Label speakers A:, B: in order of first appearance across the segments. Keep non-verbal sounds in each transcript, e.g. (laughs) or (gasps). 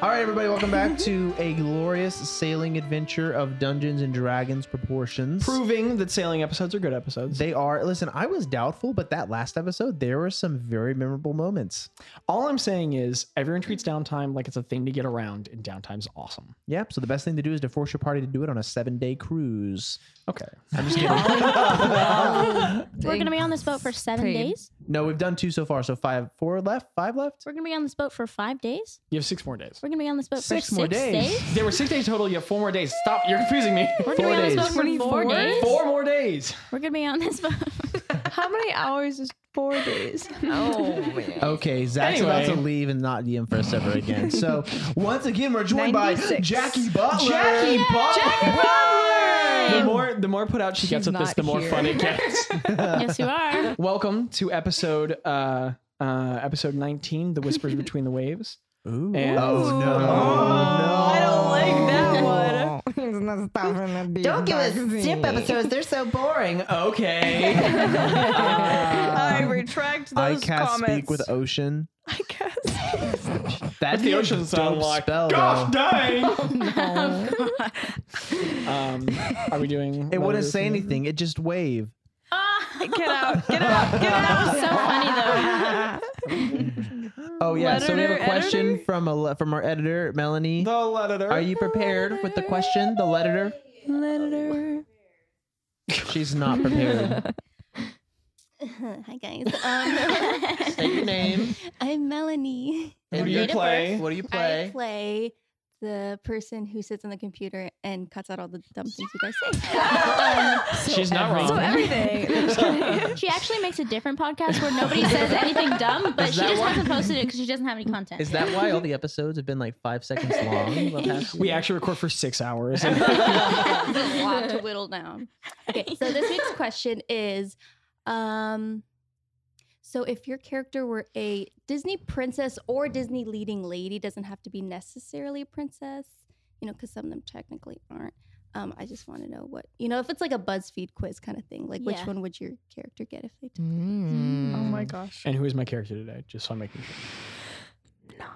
A: All right, everybody, welcome back to a glorious sailing adventure of Dungeons and Dragons proportions.
B: Proving that sailing episodes are good episodes.
A: They are. Listen, I was doubtful, but that last episode, there were some very memorable moments.
B: All I'm saying is everyone treats downtime like it's a thing to get around, and downtime's awesome.
A: Yep. So the best thing to do is to force your party to do it on a seven-day cruise.
B: Okay.
A: I'm just kidding.
C: We're gonna be on this boat for seven
D: Paid.
C: days.
A: no, we've done two so far. So five, four left, five left.
C: We're gonna be on this boat for five days.
B: You have six more days.
C: We're gonna be on this boat
A: Six
C: for
A: more
C: six
A: days.
B: There were six days total. You have four more days. Stop. You're confusing me.
C: We're gonna
A: Four
C: be on
A: days.
C: this boat for four
D: 24
C: days.
B: Four more days.
C: We're gonna be on this boat. (laughs)
D: How many hours is four days? (laughs) Oh man.
A: Okay, Zach's about to
B: Anyway.
A: leave and not DM for us ever again.
B: (laughs)
A: So once again, we're joined by
D: 96.
A: Jackie Butler.
B: Jackie Butler. The
D: Butler!
B: more the more put out she
D: She's
B: gets at this,
D: not
B: the more
D: here.
B: fun it gets.
C: yes, you are.
B: Welcome to episode uh uh episode 19, The Whispers Between the Waves.
A: Ooh.
B: And-
A: Oh no.
D: I don't like that one.
E: Don't give us zip episodes. They're so boring.
B: Okay.
D: I retract
A: I
D: those
A: cast
D: comments.
A: speak with ocean.
D: (laughs) I cast.
A: That's
B: the ocean sound like
A: spell,
B: gosh
A: though.
D: (laughs) Oh,
B: dang. um are we doing
A: It wouldn't say
B: anything.
A: anything. It just wave.
D: get out! (laughs) Get out! Get out!
C: So funny
A: Oh yeah. so we have a
D: Letterer,
A: question
D: editor?
A: from a le- from our editor Melanie.
B: The letter.
A: Are you prepared with the question? The letter.
D: Letter.
A: She's not prepared.
C: though. (laughs) Hi guys. Um,
A: Say your
C: (laughs)
A: name.
C: I'm Melanie.
B: What do
A: and
B: you
A: date of
B: play?
A: birth. What do you
C: I
A: play?
C: play the person who sits on the computer and cuts out all the dumb things you (laughs) guys
B: She's not
D: (laughs) So
B: wrong.
C: (laughs)
D: everything.
C: say. she actually makes a different podcast where nobody says anything dumb, but
A: Is
C: she
A: that
C: just
A: why-
C: hasn't posted it because she doesn't have any content.
A: Is that why all the episodes have been like five seconds
C: (laughs)
A: long? the past
B: (laughs) We
A: year?
B: actually record for six hours. (laughs)
C: It's a lot to whittle down. Okay, so this week's question is um so if your character were a Disney princess or Disney leading lady, doesn't have to be necessarily a princess, you know, because some of them technically aren't. Um, I just want to know what you know if it's like a BuzzFeed quiz kind of thing. Like, which
D: Yeah.
C: one would your character get if they? Took?
E: Mm.
D: Oh my gosh.
B: and who is my character today? Just so I'm making sure.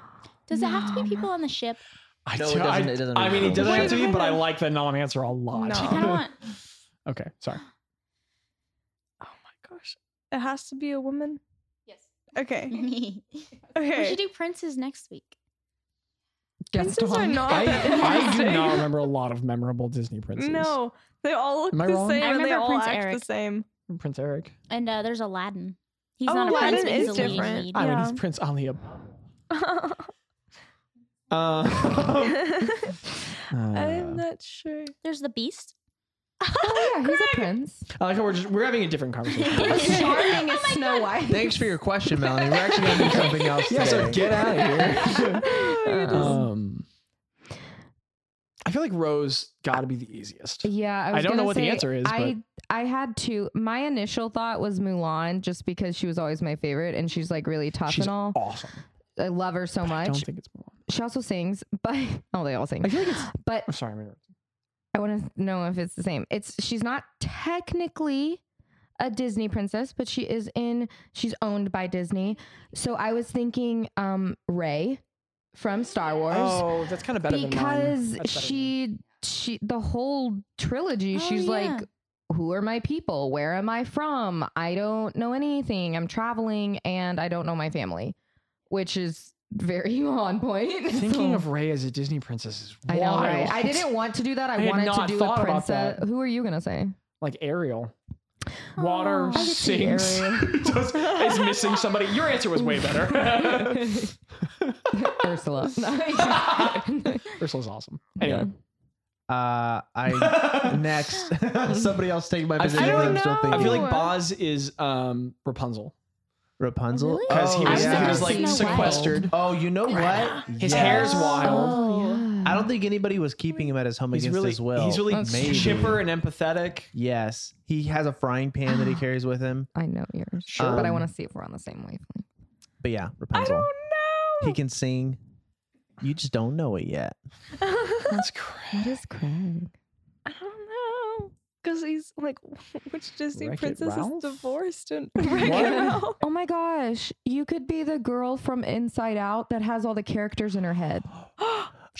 C: Does it have to be people on the ship?
B: I
A: No, it
B: do- I-
A: doesn't- it doesn't
B: I mean,
A: really
B: it doesn't have
A: matter.
B: to be, but I like the non-answer a lot.
D: No.
C: I kind of want.
B: (laughs) okay, sorry.
D: Oh my gosh. It has to be a woman.
C: Yes.
D: Okay.
C: we
D: Okay.
C: should do princes next week.
D: Princes are not.
B: I,
D: that
B: I do
D: interesting.
B: not remember a lot of memorable Disney princes.
D: No, they all look
B: Am I
D: the
B: wrong?
D: same
C: I
D: and they
C: remember
D: all
C: Prince
D: act
C: Eric.
D: the same. (laughs)
B: Prince Eric.
C: And uh, there's Aladdin. He's
D: Oh,
C: not a prince,
D: Aladdin
C: but he's
D: is
C: a leading
D: different.
C: lead.
B: I mean, he's
D: Yeah.
B: Prince Aliab. (laughs) Uh, (laughs)
D: I'm not sure.
C: There's the Beast.
E: Yeah, he's a prince.
B: I like how we're just, we're having a different
F: (laughs)
B: conversation.
E: Charming as Snow White.
A: Thanks for your question, Melanie. We're actually gonna do something
B: (laughs)
A: else.
B: yeah, so
A: today.
B: get out of here.
E: Oh,
B: um, I feel like Rose got to be the easiest.
E: Yeah, I, was
B: don't know
E: gonna
B: what the
E: say,
B: answer is,
E: I I had to. My initial thought was Mulan, just because she was always my favorite, and she's like really tough
B: She's
E: and all.
B: awesome.
E: I love her so
B: I don't
E: much.
B: think it's Mulan.
E: She also sings, but (laughs) oh, they all sing.
B: I feel like it's.
E: But
B: I'm sorry, I'm interrupting.
E: I want to know if it's the same. It's she's not technically a Disney princess, but she is in. She's owned by Disney. So I was thinking, um, Ray from Star Wars.
B: Oh, that's kind of better than
E: because
B: mine. That's better
E: she she the whole trilogy
C: Oh,
E: she's
C: yeah.
E: like who are my people where am i from i don't know anything i'm traveling and i don't know my family which is very (laughs) on point
B: than mine. thinking
E: So-
B: of Ray as a Disney princess is
E: (laughs) i
B: wild.
E: know right i didn't want to do that i,
B: I had
E: wanted to
B: not
E: do
B: thought
E: a
B: about
E: princess
B: that.
E: who are you gonna say
B: (laughs) like Ariel. Water
C: I could
E: see
B: sinks. (laughs) Does- is missing somebody. Your answer was way better. (laughs)
E: ursula (laughs)
B: Ursula's awesome. Anyway,
A: Uh,
B: (laughs)
A: I next. Somebody else take my
B: I
A: position.
B: feel
A: but
B: like-
A: I'm still
B: I
A: thinking.
B: feel like Boz is um, Rapunzel
A: Rapunzel.
C: Really?
B: because he
C: Oh,
B: was,
C: yeah.
B: he was
C: I've
B: like
C: never seen a
B: sequestered.
A: Oh, you know what?
B: His hair's wild.
E: yeah.
A: I don't think anybody was keeping him at his home
B: He's
A: against
B: really
A: his will.
B: he's really
E: That's true.
B: chipper and empathetic.
A: Yes, he has a frying pan that he carries with him.
E: I know yours but i
A: Um,
E: want to see if we're on the same wavelength
A: But yeah,
D: I
A: Rapunzel.
D: don't
A: He can sing. You just don't know it yet.
D: (laughs) know.
B: That's crazy.
E: (laughs) what is craig
D: I don't know. Because he's like, (laughs) which Disney
B: Wreck-It
D: princess
B: Ralph?
D: is divorced and (laughs)
E: (laughs)
D: Wreck-It Ralph?
E: Oh my gosh, you could be the girl from Inside Out that has all the characters in
F: (laughs)
E: her head. (laughs)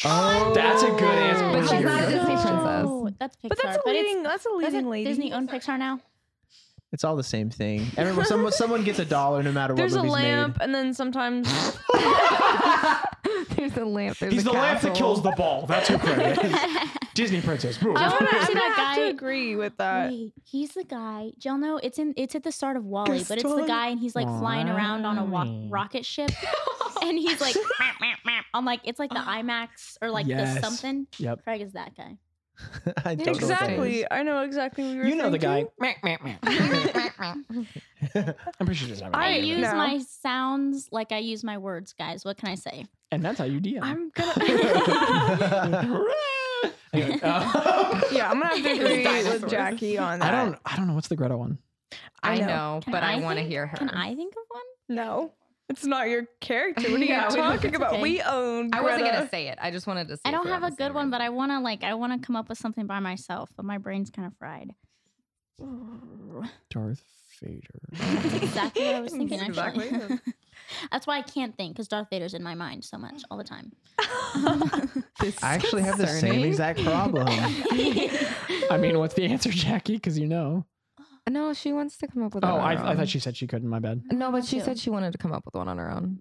A: Oh,
B: That's a good answer.
E: But she's
B: Here we
E: not a
B: go.
E: Disney princess.
F: That's Pixar.
D: But that's a
F: it's-
D: leading. That's a
F: doesn't
D: leading lady.
F: Disney own Pixar now.
A: It's all the same thing. Everyone, someone, someone gets a dollar no matter
D: There's
A: what
D: a
A: movie's
D: lamp, and then sometimes (laughs)
E: There's a lamp. There's
B: He's
E: a
B: the lamp that
E: castle.
B: kills the ball. That's who Craig is.
F: (laughs)
B: Disney princess. Boom.
F: I
D: I'm
F: wanna
D: gonna, I'm
F: see
D: gonna
F: that
D: have
F: guy-
D: to agree with
B: Uh,
D: that.
F: Wait, he's the guy. Y'all know it's in. It's at the start of Wally, but it's the
B: Gaston.
F: guy, and he's like flying around on a walk,
A: Wally.
F: rocket ship,
B: (laughs)
F: and he's like, "Meow, meow, meow." I'm like, it's
B: (gasps)
F: like the IMAX or like
B: Yes.
F: the something.
B: Yep.
F: Craig is that guy.
A: made. (laughs) I don't know what that
D: Exactly. I know exactly what you were
B: You know the guy.
D: thinking.
A: is.
B: (laughs) I'm pretty sure there's not
F: I
B: really
F: use
B: another.
D: No.
F: my sounds like I use my words, guys. What can I say?
B: And that's how you DM.
D: I'm (laughs) gonna.
B: (laughs)
D: (laughs)
B: Anyway, (laughs) uh,
D: yeah, I'm gonna have to
F: It's
D: agree
F: dinosaurs.
D: with Jackie on
B: I (laughs)
D: that.
B: don't. I don't know what's the Greta one.
E: I know,
F: Can
E: but I, want to
F: think-
E: hear her.
F: Can I think of one?
D: No, it's not your character. What are
E: Yeah,
D: you
E: we-
D: talking
F: it's
D: about?
F: okay.
D: We own.
E: I wasn't gonna
D: Greta.
E: say it. I just wanted to. See
F: I
E: if
F: don't
E: we were
F: have
E: on
F: a
E: the
F: good
E: same
F: one,
E: page.
F: but I want to like I want to come up with something by myself, but my brain's kind of
E: (laughs)
F: fried.
B: Darth Vader.
F: That's exactly what I was thinking.
D: That's
F: Actually,
D: exactly
F: (laughs) that's why I can't think because Darth Vader's in my mind so much all the time.
E: This is
A: I actually have the same
E: concerning.
A: exact problem.
F: (laughs)
B: I mean, what's the answer, (laughs) Jackie? Because you know.
E: No, she wants to come up with.
B: Oh,
E: one on
B: I,
E: her
B: I
E: own.
B: thought she said she couldn't. My bad.
E: No, but she
F: too.
E: said she wanted to come up with one on her own.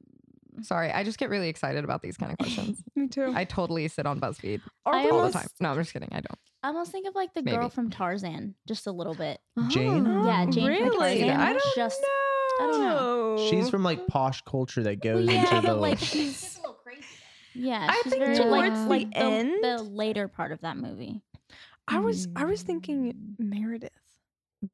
E: Sorry, I just get really excited about these kind
F: (laughs)
E: of questions.
D: Me too.
E: I totally sit on BuzzFeed
D: Are
F: I
D: we-
E: all the
F: almost-
E: time. No, I'm just kidding. I don't.
F: I almost think of like the girl
E: Maybe.
F: from Tarzan, just a little bit.
A: Jane?
F: (gasps)
E: Oh.
F: Yeah, Jane from
D: really?
F: Tarzan.
D: I don't
F: just,
D: know.
F: I don't know.
A: She's from like posh culture that
F: Well,
A: goes
F: yeah,
A: into
F: but
A: the
F: like she's
D: (laughs)
F: yeah,
D: I
F: she's
D: think
F: very
E: towards the
F: like, like
D: end-
F: the later part of that movie.
D: I was. I
F: Hmm.
E: Hmm.
D: was thinking Meredith.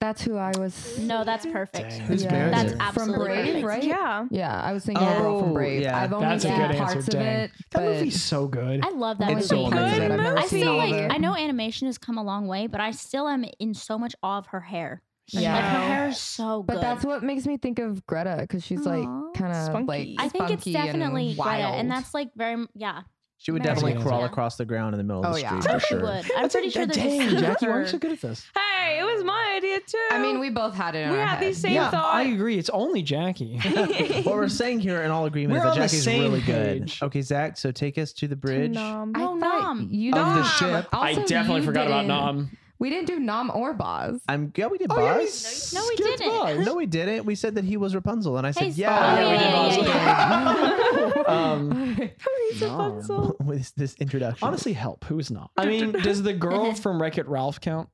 E: That's who I was.
F: No, that's perfect.
B: Dang.
A: Who's
E: Yeah.
F: That's
A: Meredith?
F: absolutely
E: From Brave,
F: perfect.
E: right?
D: Yeah.
E: Yeah, I was thinking the girl
A: Oh,
E: from Brave.
A: yeah.
E: I've only
B: That's
E: seen
F: a good
E: parts
B: answer,
E: of
B: dang.
E: it.
B: That
E: but
B: movie's so good.
F: I love that
A: It's
F: movie.
A: so
E: I've only
A: amazing.
E: seen it. I've never
D: I
F: I
E: seen
F: still
E: all
F: like.
E: of it.
F: I know animation has come a long way, but I still am in so much awe of her hair.
E: Yeah.
F: Like her hair is so
E: But
F: good.
E: that's what makes me think of Greta because she's
F: Aw.
E: like kind of like
D: Spunky.
F: I think it's
E: spunky and
F: definitely Greta,
E: wild.
F: and that's like very m- yeah.
A: she would
F: Meredith,
A: definitely crawl
F: yeah.
A: across the ground in the middle of
E: Oh,
A: the
E: yeah.
A: street. for
F: Oh, she
A: sure.
F: would.
B: (laughs)
F: I'm pretty sure there's a scene
B: Dang,
F: with (laughs)
B: Jackie, why are
F: her-
B: you so good at this?
D: Hey, it was my idea too.
E: I mean, we both had it. In
D: we
E: our
D: had
E: head.
D: these same
B: yeah, I
D: thoughts.
B: agree. It's only
F: (laughs)
B: Jackie.
A: what we're saying here in all agreement
B: We're
A: is
B: on
A: that
B: the
A: Jackie's
B: same
A: really
B: page.
A: good. Okay, Zach, so take us to the bridge.
D: Nom.
E: I
F: No,
E: thought
F: Nom.
E: You
A: Of the
E: didn't-
A: ship.
E: Also, you didn't-
B: Nom.
E: We didn't do Nom or Boz.
A: I'm yeah, we did
B: Oh, yeah, we
A: Buzz.
B: s-
F: No, we
B: skipped
F: didn't.
B: Buzz.
F: (laughs)
A: No, we didn't. We said that he was Rapunzel, and I said,
F: Hey,
A: yeah.
B: yeah,
F: Oh,
A: we
B: yeah,
A: did
B: yeah,
A: Buzz.
B: yeah, Um,
E: (laughs)
D: He's a
B: Nom.
D: fuzzle.
A: (laughs) With this introduction.
B: honestly, help. Who is not? I mean, does the
F: (laughs)
B: girl from Wreck It Ralph count?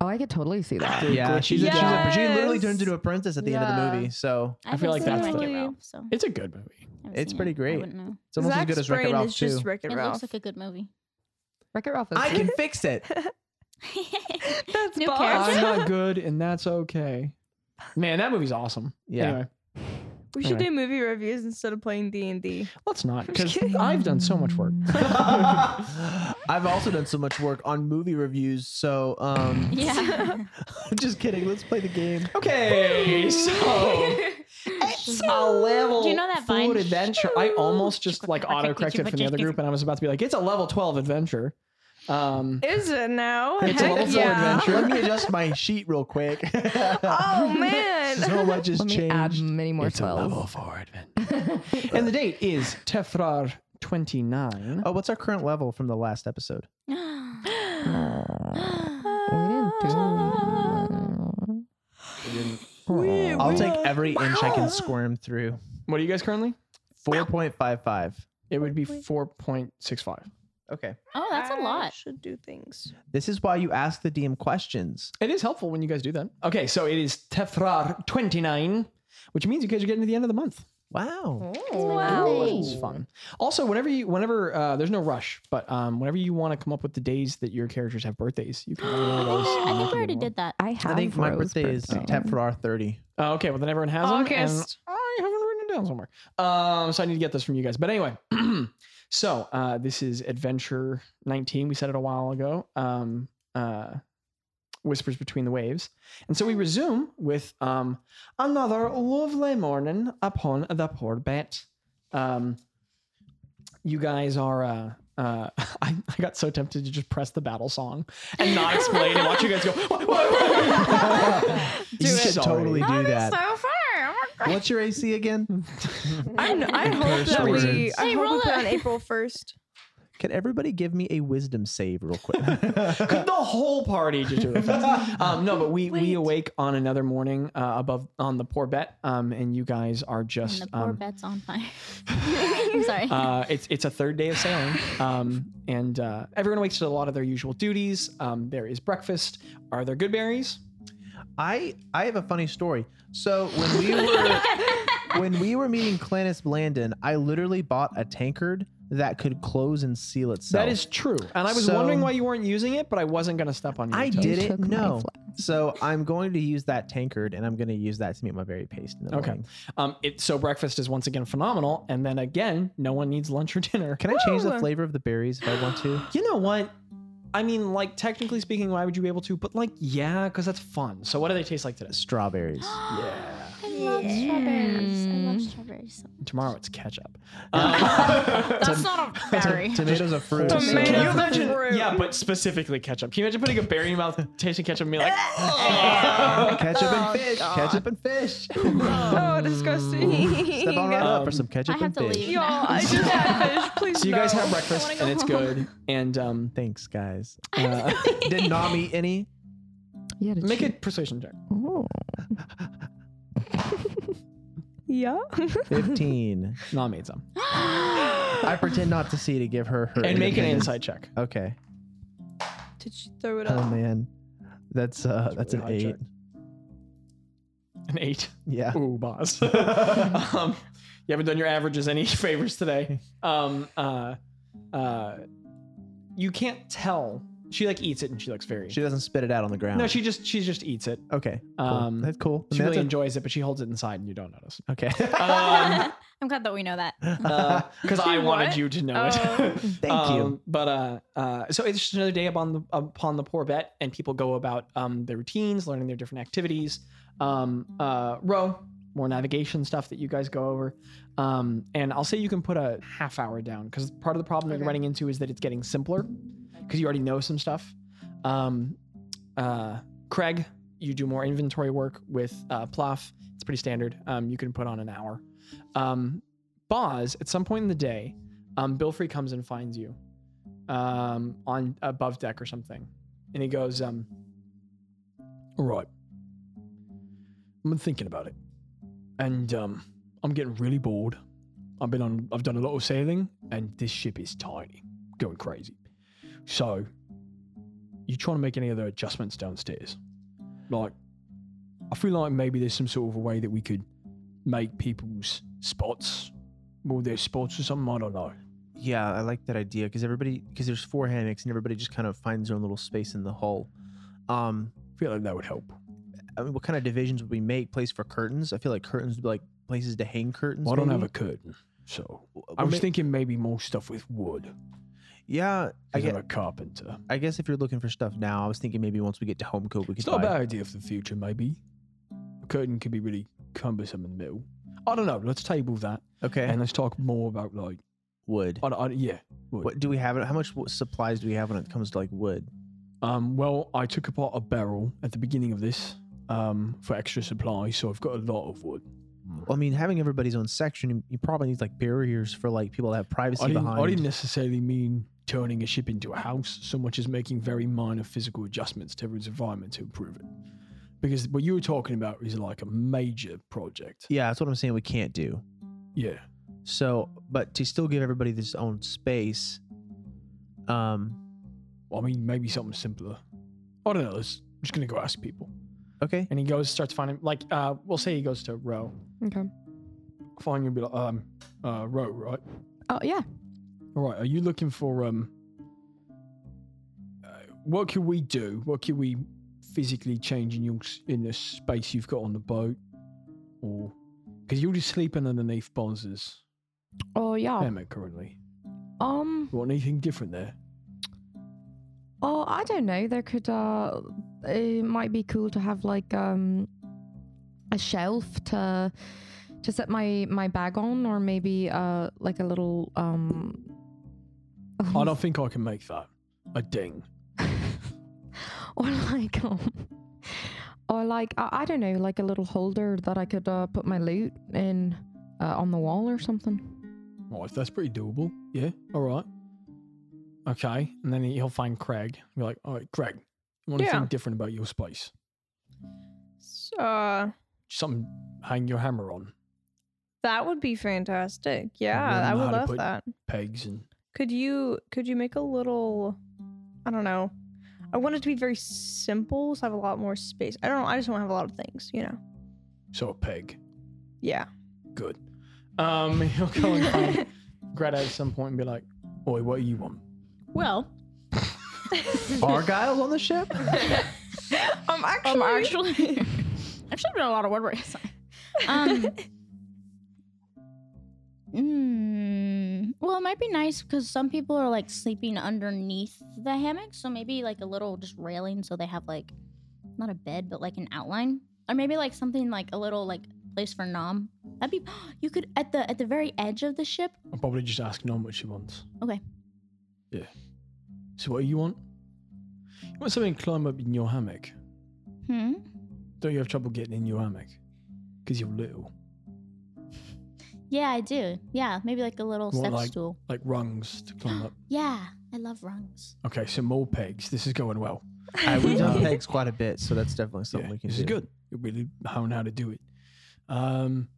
E: Oh, I could totally see
A: (laughs)
E: that.
A: yeah, she's a, she's a, she literally
D: Yes.
A: turns into a princess at the end of the
E: Yeah.
A: movie, so
F: I've
B: feel
F: never
B: like
F: seen
B: that's
F: Wreck-It
D: the-
F: Ralph, so
B: (laughs) It's a good movie.
F: I haven't
A: It's
F: seen
A: pretty
F: it. I
A: great.
F: wouldn't know.
A: it's almost
D: Zach's
A: as good as Wreck It
D: brain
A: Ralph
D: is just (laughs)
A: too.
D: Wreck-It
F: It
D: Ralph.
F: looks like a
B: (laughs)
F: good movie.
E: Wreck It Ralph. is
A: I
E: good.
A: can fix it. (laughs)
D: (laughs) That's
F: New
D: boss.
F: character.
B: I'm
F: (laughs)
B: not good, and that's okay. Man, that movie's awesome.
A: Yeah.
B: Anyway,
D: We should
B: Anyway.
D: do movie reviews instead of playing D and D. (laughs)
B: let's not, because
D: kidding.
B: I've done so much (laughs) work.
A: I've also done so much work on movie reviews, so um,
F: (laughs) yeah.
A: just (laughs) kidding. Let's play the game.
B: Okay,
D: (laughs) Oh.
B: so (laughs) it's a level
F: Do you know that
B: food
F: Vine-
B: adventure. I almost just like autocorrected from the other group, and I was about to be like, it's a level twelve adventure. Um,
D: Is it now?
B: It's a
D: Heck
B: level four
D: yeah.
B: adventure.
A: Let me adjust my sheet real quick.
D: (laughs) Oh
F: (gasps)
A: (laughs)
D: man.
A: so much has
E: Let me
A: changed.
E: add many more twelves.
B: four adventure, (laughs) and the date is Tefrar twenty nine.
A: Oh, what's our current level from the last episode?
E: Oh, We didn't Ah. do.
D: (gasps) We-
A: I'll
D: we-
A: take every inch I
D: (gasps)
A: can squirm through.
B: What are you guys currently?
A: 4.55.
B: It would be four point six five.
A: Okay.
F: (gasps) Oh, that's a
D: I
B: (gasps)
F: lot.
D: Should do things.
A: This is why you ask the DM questions.
B: It is helpful when you guys do that. Okay, so it is Tefrar twenty nine, which means you guys are getting to the end of the month.
A: Wow.
B: It's fun. Also, whenever you, whenever uh, there's no rush, but um, whenever you want to come up with the days that your characters have birthdays,
F: (gasps)
B: you can. add one of those and make it
F: I think we
B: a
F: already
B: new
F: did that.
E: I have.
A: I think my
E: Rose
A: birthday is Tefrar 30.
B: one. Oh, okay, well then everyone has them. and
D: August.
B: I haven't written it down somewhere. Um, so I need to get this from you guys. But anyway, (clears throat) so uh, this is Adventure 19. We said it a while ago. Um, uh, Whispers between the waves, and so we resume with um, another lovely morning upon the poor bet. Um, you guys are uh, uh, (laughs) I, I got so tempted to just press the battle song and not explain and watch you guys go. (laughs) "What, what, what?"
A: you should
B: Sorry.
A: totally do that.
D: so far.
A: What's your AC (laughs) again?
D: I'm, I hope
A: Curse
D: that
A: words.
D: we. I
F: Hey,
D: hope
F: roll
D: we put
F: it.
D: on April first.
A: Can everybody give me a wisdom save real (laughs) quick?
B: Could the whole party just do it?
A: (laughs)
B: Um, no, but we we
D: Wait.
B: awake on another morning uh, above on the poor bet, um, and you guys are
F: And
B: just
F: the poor
B: um,
F: bet's
B: (laughs)
F: on fire. I'm sorry. (laughs)
B: uh, it's it's a third day of sailing, um, and uh, everyone wakes to a lot of their usual duties. Um, there is breakfast. Are there good berries?
A: I I have a funny story. So when we were when we were meeting Clannis Blandon, I literally bought a tankard that could close and seal itself.
B: That is true, and I was
A: So-
B: wondering why you weren't using it, but I wasn't going to step on your
A: I
B: toes.
A: didn't
E: Took my
A: know.
E: fl-
A: So I'm going to use that tankard and I'm going to use that to meet my very pace in the
B: Okay.
A: morning.
B: Um, it, so breakfast is once again phenomenal, and then again, no one needs lunch or dinner.
A: Can I change the
D: Woo!
A: flavor of the berries if I want to?
B: You know what? I mean, like technically speaking, why would you be able to? But like, yeah, because that's fun. So what do they taste like today?
F: (gasps)
A: Strawberries.
B: Yeah.
F: I love strawberries. I love strawberries.
B: Tomorrow it's (laughs) ketchup. Um,
D: That's not
A: (laughs)
D: a berry.
A: Tomatoes are fruit. so-
D: Tomatoes.
B: Can you
D: Tomato
B: imagine?
D: fruit.
B: Yeah, but specifically ketchup. Can you imagine putting a berry in your (laughs) mouth, tasting ketchup, and being like,
A: Ketchup
F: Oh,
A: and fish. Ketchup and
F: (laughs)
A: fish.
D: Oh, (laughs) disgusting. (laughs)
A: Step on right up
B: Um,
A: for some ketchup
F: I have
A: and
F: to
A: fish.
F: leave.
D: Y'all, I just had fish. Please.
B: so you guys
D: no.
B: have breakfast and it's good, and um, (laughs)
A: Thanks, guys.
B: uh,
A: Did Nom eat any?
E: Yeah,
B: make (laughs) a persuasion check.
E: Ooh.
D: Yeah.
A: 15.
B: Not made some.
A: I pretend not to see to give her her.
B: And make an
A: independence.
B: insight check.
A: Okay.
D: Did she throw it
A: Oh
D: up?
A: man, that's uh, that's an
B: really high
A: eight.
B: check. An eight.
A: Yeah.
B: (laughs) Ooh, (laughs) boss. um, you haven't done your averages any (laughs) favors today. Um, uh, uh, you can't tell. She like eats it and she looks very.
A: She doesn't spit it out on the ground.
B: no, she just she just eats it.
A: Okay. Cool.
B: Um,
A: that's cool. I
B: She
A: mean,
B: really
A: that's
B: enjoys it, but she holds it inside and you don't notice.
A: a- okay.
B: (laughs) Um,
F: (laughs) I'm glad that we know that.
A: uh,
B: (laughs) because I wanted
D: What?
B: you to know
D: Oh.
B: (laughs) it.
A: Thank you.
B: But uh, uh, so it's just another day upon the upon the poor bet, and people go about um their routines, learning their different activities. Um, uh, row more navigation stuff that you guys go over. Um, and I'll say you can put a half hour down because part of the problem that you're
E: Okay.
B: running into is that it's getting simpler because you already know some stuff. Um, uh, Craig, you do more inventory work with uh, Ploff. It's pretty standard. Um, you can put on an hour. Um, Boz, at some point in the day, um, Bilfrey comes and finds you um, on above deck or something, and he goes, um, "All right, I've been thinking about it, and um, I'm getting really bored. I've been on, I've done a lot of sailing, and this ship is tiny, going crazy. So, you trying to make any other adjustments downstairs? Like, I feel like maybe there's some sort of a way that we could make people's spots." Move their spots or something, I don't know.
A: Yeah, I like that idea because everybody because there's four hammocks and everybody just kind of finds their own little space in the hull. Um,
B: I feel like that would help.
A: I mean, what kind of divisions would we make? Place for curtains? I feel like curtains would be like places to hang curtains.
B: I don't have a
A: maybe?
B: curtain, so
A: W-
B: I
A: w-
B: was
A: ma-
B: thinking maybe more stuff with wood.
A: Yeah, I
B: I
A: guess,
B: am a carpenter.
A: I guess if you're looking for stuff now, I was thinking maybe once we get to home cook, we could
B: It's not a
A: buy.
B: bad idea for the future, maybe. A curtain could be really cumbersome in the middle. I don't know. Let's table that
A: Okay,
B: and let's talk more about like,
A: wood.
B: I, I, yeah. wood.
A: What do we have? How much wo- supplies do we have when it comes to like wood?
B: Um, well, I took apart a barrel at the beginning of this um, for extra supply, so I've got a lot of wood.
A: Well, I mean, having everybody's own section, you- you probably need like barriers for like people to have privacy
B: I didn't,
A: behind.
B: I didn't necessarily mean turning a ship into a house so much as making very minor physical adjustments to its environment to improve it. Because what you were talking about is like a major project.
A: yeah, that's what I'm saying. We can't do
B: Yeah.
A: so, but to still give everybody this own space. Um.
B: I mean, maybe something simpler. I don't know. Let's, I'm just going to go ask people.
A: Okay.
B: And he goes, starts finding, like, uh, we'll say he goes to Row.
E: Okay.
B: Find you be like, um, uh, Row, right?
E: Oh yeah.
B: All right. Are you looking for, um, uh, what can we do? What can we physically change in your s- in the space you've got on the boat? Or, because you're just sleeping underneath Bonz's
E: Oh yeah.
B: hammock currently.
E: Um.
B: You want anything different there?
E: Oh, I don't know. There could uh, it might be cool to have like um, a shelf to to set my my bag on, or maybe uh, like a little um,
B: I don't think I can make that. A ding.
E: (laughs) or like um, or like I, I don't know like a little holder that i could uh, put my loot in uh, on the wall or something
B: Well, if that's pretty doable. Yeah. All right. Okay. And then he'll find Craig. Be like, all right, Craig, you want
D: Yeah.
B: anything different about your space?
D: So, uh,
B: Something hang your hammer on,
D: that would be fantastic.
B: let
D: Yeah, I
B: them
D: would
B: know how to
D: love
B: put-
D: that.
B: pegs, and
D: Could you could you make a little I don't know. I want it to be very simple, so I have a lot more space. I don't know, I just want to have a lot of things, you know.
B: so a peg.
F: (laughs)
D: Yeah.
B: Good. Um, (laughs) he'll go and find Greta at some point and be like, Oi, what do you want?
F: Well,
A: Argyle's on the ship?
D: I'm actually,
F: um, actually, (laughs) actually, I've done a lot of word work. Sorry. Um, mm, well, it might be nice because some people are like sleeping underneath the hammock, so maybe like a little just railing, so they have like not a bed, but like an outline, or maybe like something like a little like place for nom. That'd be (gasps) you could at the at the very edge of the ship.
B: I'll probably just ask Norm what she wants.
F: Okay.
B: Yeah. So what do you want? You want something to climb up in your hammock?
F: Hmm.
B: Don't you have trouble getting in your hammock? Because you're little.
F: Yeah, I do. Yeah, maybe like a little
B: More
F: step
B: like-
F: stool.
B: Like rungs to climb
A: Mm.
B: up.
F: Yeah, I love rungs.
B: Okay, so more pegs. This is going well.
A: Uh, we've
D: (laughs)
A: done
B: Yeah.
A: pegs quite a bit, so that's definitely something
B: Yeah,
A: we can
B: this
A: do.
B: is good. You'll really hone how to do it. Um,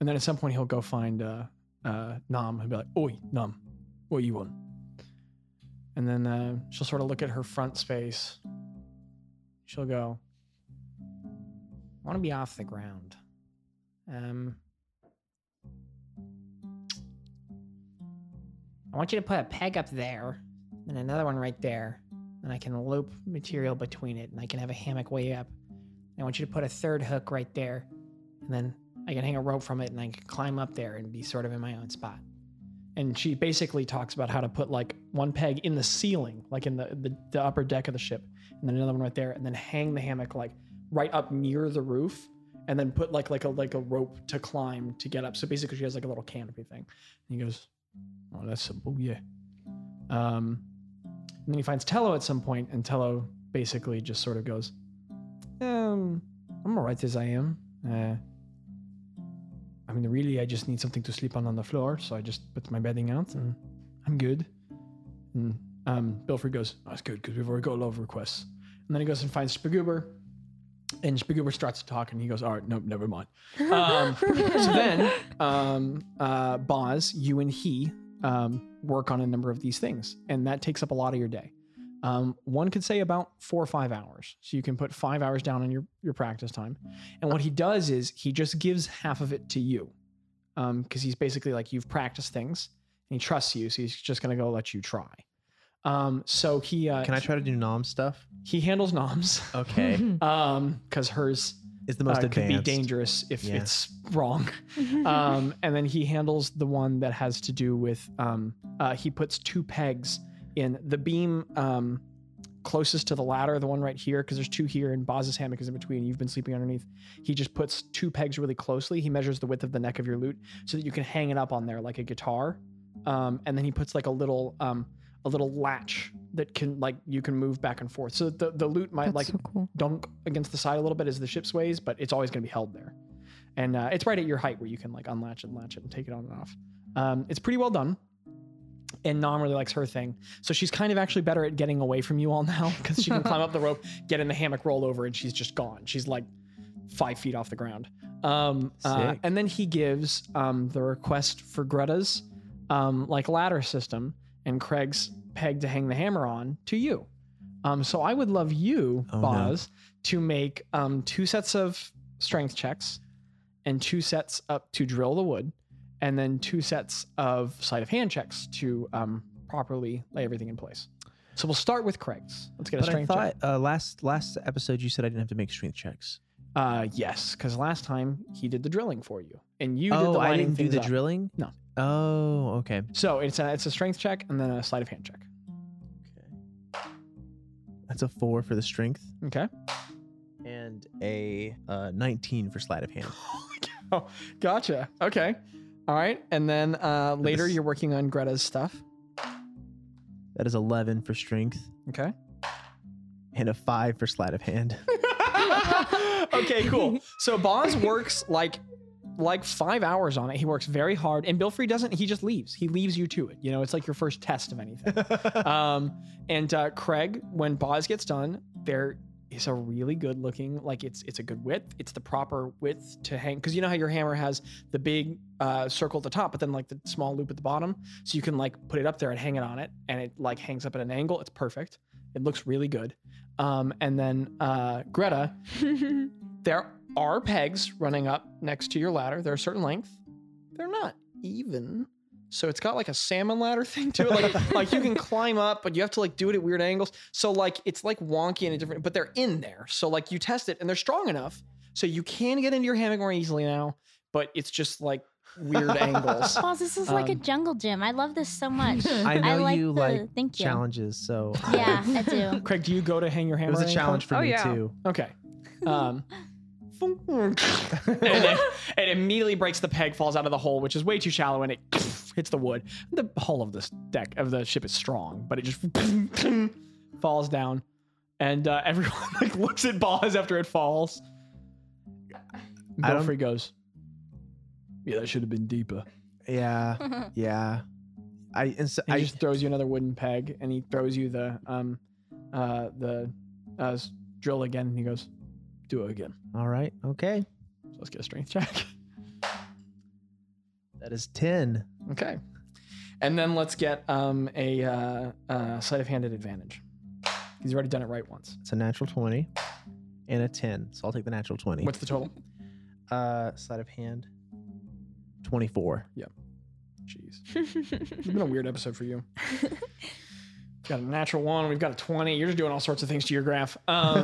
B: and then at some point he'll go find uh, uh, Nam and be like, "Oi, Nam, what you want?" And then uh, she'll sort of look at her front space. She'll go, "I want to be off the ground." Um,
G: I want you to put a peg up there and another one right there. And I can loop material between it and I can have a hammock way up. And I want you to put a third hook right there. And then I can hang a rope from it and I can climb up there and be sort of in my own spot.
B: and she basically talks about how to put like one peg in the ceiling, like in the, the, the upper deck of the ship, and then another one right there, and then hang the hammock like right up near the roof, and then put like like a like a rope to climb to get up. So basically, she has like a little canopy thing. And he goes, "Oh, that's simple, yeah." Um, and then he finds Tello at some point, and Tello basically just sort of goes, "Um, I'm alright as I am." Uh, I mean, really, I just need something to sleep on on the floor, so I just put my bedding out and I'm good. And um, Bilfrey goes, oh, That's good because we've already got a lot of requests. And then he goes and finds Spaguber, and Spaguber starts to talk, and he goes, All right, nope, never mind. Um, so then, um, uh, Boz, you and he um, work on a number of these things, and that takes up a lot of your day. Um, one could say about four or five hours. So you can put five hours down on your, your practice time. And what he does is he just gives half of it to you. Um, because he's basically like, you've practiced things and he trusts you. So he's just going to go let you try. Um, so he, uh,
A: Can I try to do nom stuff?
B: he handles noms.
A: Okay.
D: (laughs)
E: (laughs)
B: Um, cause hers
A: Is the most
B: uh, could
A: advanced.
B: be dangerous if
A: Yeah.
B: it's wrong. um, and then he handles the one that has to do with um, uh, he puts two pegs in the beam um, closest to the ladder, the one right here, because there's two here, and Boz's hammock is in between. You've been sleeping underneath. He just puts two pegs really closely. He measures the width of the neck of your lute so that you can hang it up on there like a guitar. Um, and then he puts like a little um, a little latch that can like you can move back and forth. So the the lute might
E: that's
B: like
E: so cool (laughs)
B: dunk against the side a little bit as the ship sways, but it's always going to be held there. And uh, it's right at your height where you can like unlatch and latch it and take it on and off. Um, it's pretty well done. And Nam really likes her thing. So she's kind of actually better at getting away from you all now (laughs) because she can climb up the rope, get in the hammock, roll over, and she's just gone. She's like five feet off the ground. Um, uh,
A: Sick.
B: and then he gives um, the request for Greta's um, like ladder system and Craig's peg to hang the hammer on to you. Um, so I would love you,
A: Oh, no.
B: Boz, to make um, two sets of strength checks and two sets up to drill the wood and then two sets of sleight of hand checks to um, properly lay everything in place. So we'll start with Craig's. Let's get a
A: But I
B: strength check.
A: thought uh, last last episode you said I didn't have to make strength checks.
B: Uh, yes, because last time he did the drilling for you, and you did
A: oh,
B: the
A: I
B: lining
A: didn't do
B: things
A: the
B: up.
A: drilling.
B: No.
A: Oh, okay.
B: So it's a it's a strength check and then a sleight of hand check.
A: That's a four for the strength
B: Okay.
A: and a uh, 19 for sleight of
B: (gasps)
A: hand.
B: oh, gotcha. Okay. All right. And then uh, later
A: this-
B: you're working on Greta's stuff.
A: That is 11 for strength
B: (laughs)
G: Okay.
A: and a 5 for sleight of hand.
G: okay, cool. So Boz works like like five hours on it. He works very hard, and Bilfrey doesn't. He just leaves. He leaves you to it. You know, it's like your first test of anything. um, and uh, Craig, when Boz gets done, there is a really good looking. Like it's it's a good width. It's the proper width to hang because you know how your hammer has the big uh, circle at the top, but then like the small loop at the bottom, so you can like put it up there and hang it on it, and it like hangs up at an angle. It's perfect. It looks really good. Um, and then uh, Greta, there are pegs running up next to your ladder. They're a certain length. They're not even. So it's got like a salmon ladder (laughs) thing to it.
A: (laughs)
G: Like, like you can climb up, but you have to like do it at weird angles. So like it's like wonky and a different, but they're in there. So like you test it and they're strong enough. So you can get into your hammock more easily now, but it's just like
A: (laughs)
G: weird angles.
F: Boss, this is like a
G: Um,
F: jungle gym. I love this so much.
A: I know
F: like
A: you
F: the,
A: like
F: thank you.
A: challenges,
D: (laughs)
A: so I-
F: Yeah, I
A: (laughs)
G: (laughs)
F: do.
G: Craig, do you go to hang your hammer?
A: it was
G: at
A: a
G: any
A: challenge for
D: Oh,
A: me
D: yeah.
A: too.
G: point? Okay. Um, and it, it immediately breaks the peg, falls out of the hole, which is way too shallow, and it (sniffs) hits the wood. The hull of this deck of the ship is strong, but it just (sniffs) falls down, and uh, (laughs) everyone like looks at Boz after it falls.
A: I don't-
G: Belfry goes, "Yeah, that should have been deeper."
A: Yeah, yeah. I and so,
G: And
A: I
G: he just throws you another wooden peg, and he throws you the um, uh, the uh, s- drill again, and he goes, "Do it again."
A: all right, okay.
G: So let's get a strength check. (laughs)
A: That is ten.
G: Okay. And then let's get um, a uh, uh, sleight of hand at advantage. He's already done it right once.
A: It's a natural twenty and a ten. So I'll take the natural twenty.
G: What's the total?
A: uh sleight of hand? Twenty-four.
G: Jeez. It's been a weird episode for you. (laughs) got a natural one. We've got a 20. You're just doing all sorts of things to your graph. (laughs) Um,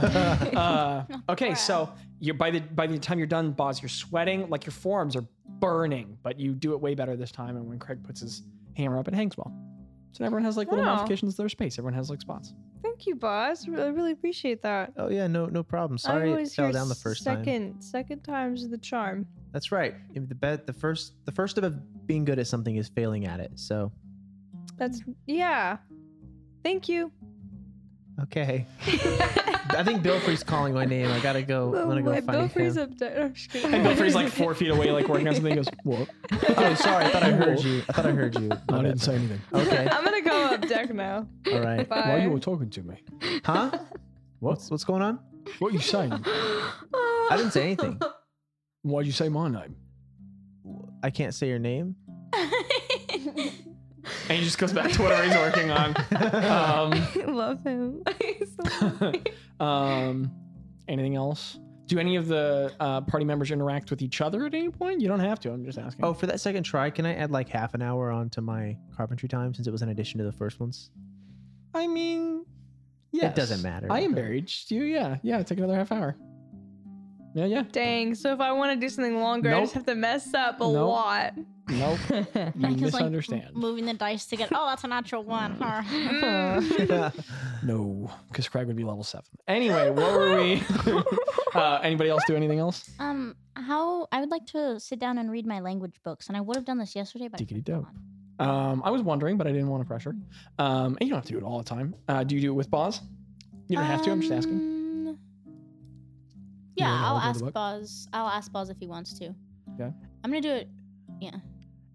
G: uh, okay, so you're, by, the, by the time you're done, Boz, you're sweating. Like your forearms are burning, but you do it way better this time. And when Craig puts his hammer up, it hangs well. So everyone has like little
D: Wow.
G: modifications to their space. Everyone has like spots.
D: Thank you, boss. I really appreciate that.
A: Oh yeah, no no problem.
D: I
A: Sorry, it
D: always
A: fell
D: hear
A: down the first
D: second,
A: time.
D: Second time's the charm.
A: That's right. If the bet the first the first step of being good at something is failing at it. So
D: That's yeah. Thank you.
A: okay. I think
D: (laughs)
A: Bilfrey's calling my name. I gotta go. I'm gonna go
D: Oh my
A: find
D: Belfry's
A: him.
D: up there. I'm just kidding.
G: And Belfry's like
A: (laughs)
G: four feet away, like working on something. He goes, What?
A: oh sorry, I thought I heard you. I thought I
G: (laughs)
A: heard you. My
G: I
A: bad.
G: didn't say anything.
D: (laughs)
A: Okay.
D: I'm gonna go up deck
A: (laughs)
D: now.
A: All right.
D: Bye.
G: Why you were talking to me?
A: Huh? What's what's going on?
G: What you saying?
A: I didn't say anything.
G: Why'd you say my name?
A: I can't say your name.
G: And he just goes back to whatever he's working on. Um,
D: (laughs)
E: I love him. He's so
G: (laughs) um, (laughs) anything else? Do any of the uh, party members interact with each other at any point? You don't have to. I'm just asking.
A: Oh, for that second try, can I add like half an hour onto my carpentry time since it was an addition to the first ones? (laughs)
G: I mean, yes.
A: It doesn't matter.
G: I encouraged you. Yeah, yeah. Take another half hour. Yeah, yeah.
D: Dang. So if I want to do something longer, I just
G: Nope.
D: have to mess up a
G: Nope.
D: lot.
A: (laughs)
G: Nope. You
F: Like, 'cause, like,
G: misunderstand. Mm.
F: moving the dice to get. Oh, that's a natural one. Huh.
G: (laughs)
F: (laughs)
G: no, because Craig would be level seven. Anyway, what
A: (laughs)
G: were we? uh, anybody else do anything else?
F: Um, how I would like to sit down and read my language books, and I would have done this yesterday, but I
G: Diggity
F: forgot.
G: Um, I was wondering, but I didn't want to pressure. Um, and you don't have to do it all the time. Uh, do you do it with Boz? You don't have to. I'm just asking.
F: Um, Yeah,
G: wanna
F: I'll
G: hold on to
F: ask
G: the book?
F: Boz. I'll ask Boz if he wants to.
G: Okay.
F: I'm gonna do it.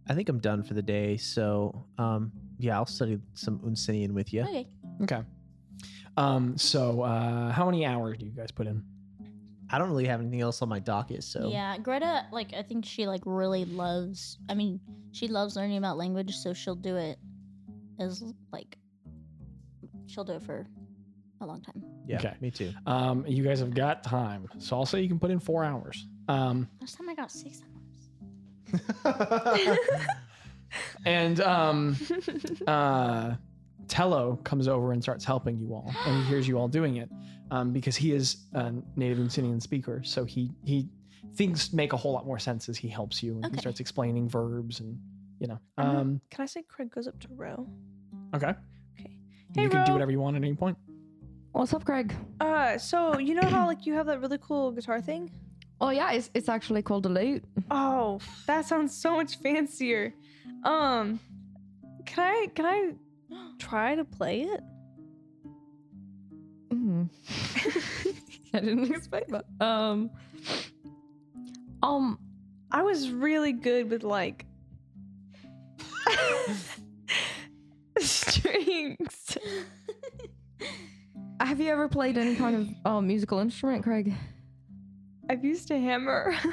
A: I think I'm done for the day. So, um, yeah, I'll study some Unsinian with you.
F: Okay.
G: Okay. Um, so uh, how many hours do you guys put in?
A: I don't really have anything else on my docket, so
F: Yeah, Greta. Like, I think she like really loves. I mean, she loves learning about language, so she'll do it as like she'll do it for a long time.
A: yeah,
G: Okay.
A: me too.
G: Um, you guys have got time, so I'll say you can put in four hours. Um,
F: Last time I got six hours.
G: and um, uh, Tello comes over and starts helping you all, and he hears you all doing it um, because he is a native Insinian speaker. So he he things make a whole lot more sense as he helps you, and he
F: Okay.
G: starts explaining verbs and you know.
D: Mhm.
G: Um,
D: Can I say Craig goes up to row?
G: okay,
D: Hey,
G: you can do
D: Ro.
G: whatever you want at any point.
E: What's up, Craig?
D: Uh, so you know how like you have that really cool guitar thing?
E: Oh yeah, it's it's actually called a loot. (gasps)
D: Oh, that sounds so much fancier. Um, can I can I try to play it?
E: Mhm. (laughs) I didn't expect that. Um, um,
D: I was really good with like (laughs) strings.
E: have you ever played any kind of um, musical instrument, Craig?
D: I've used a hammer. (laughs)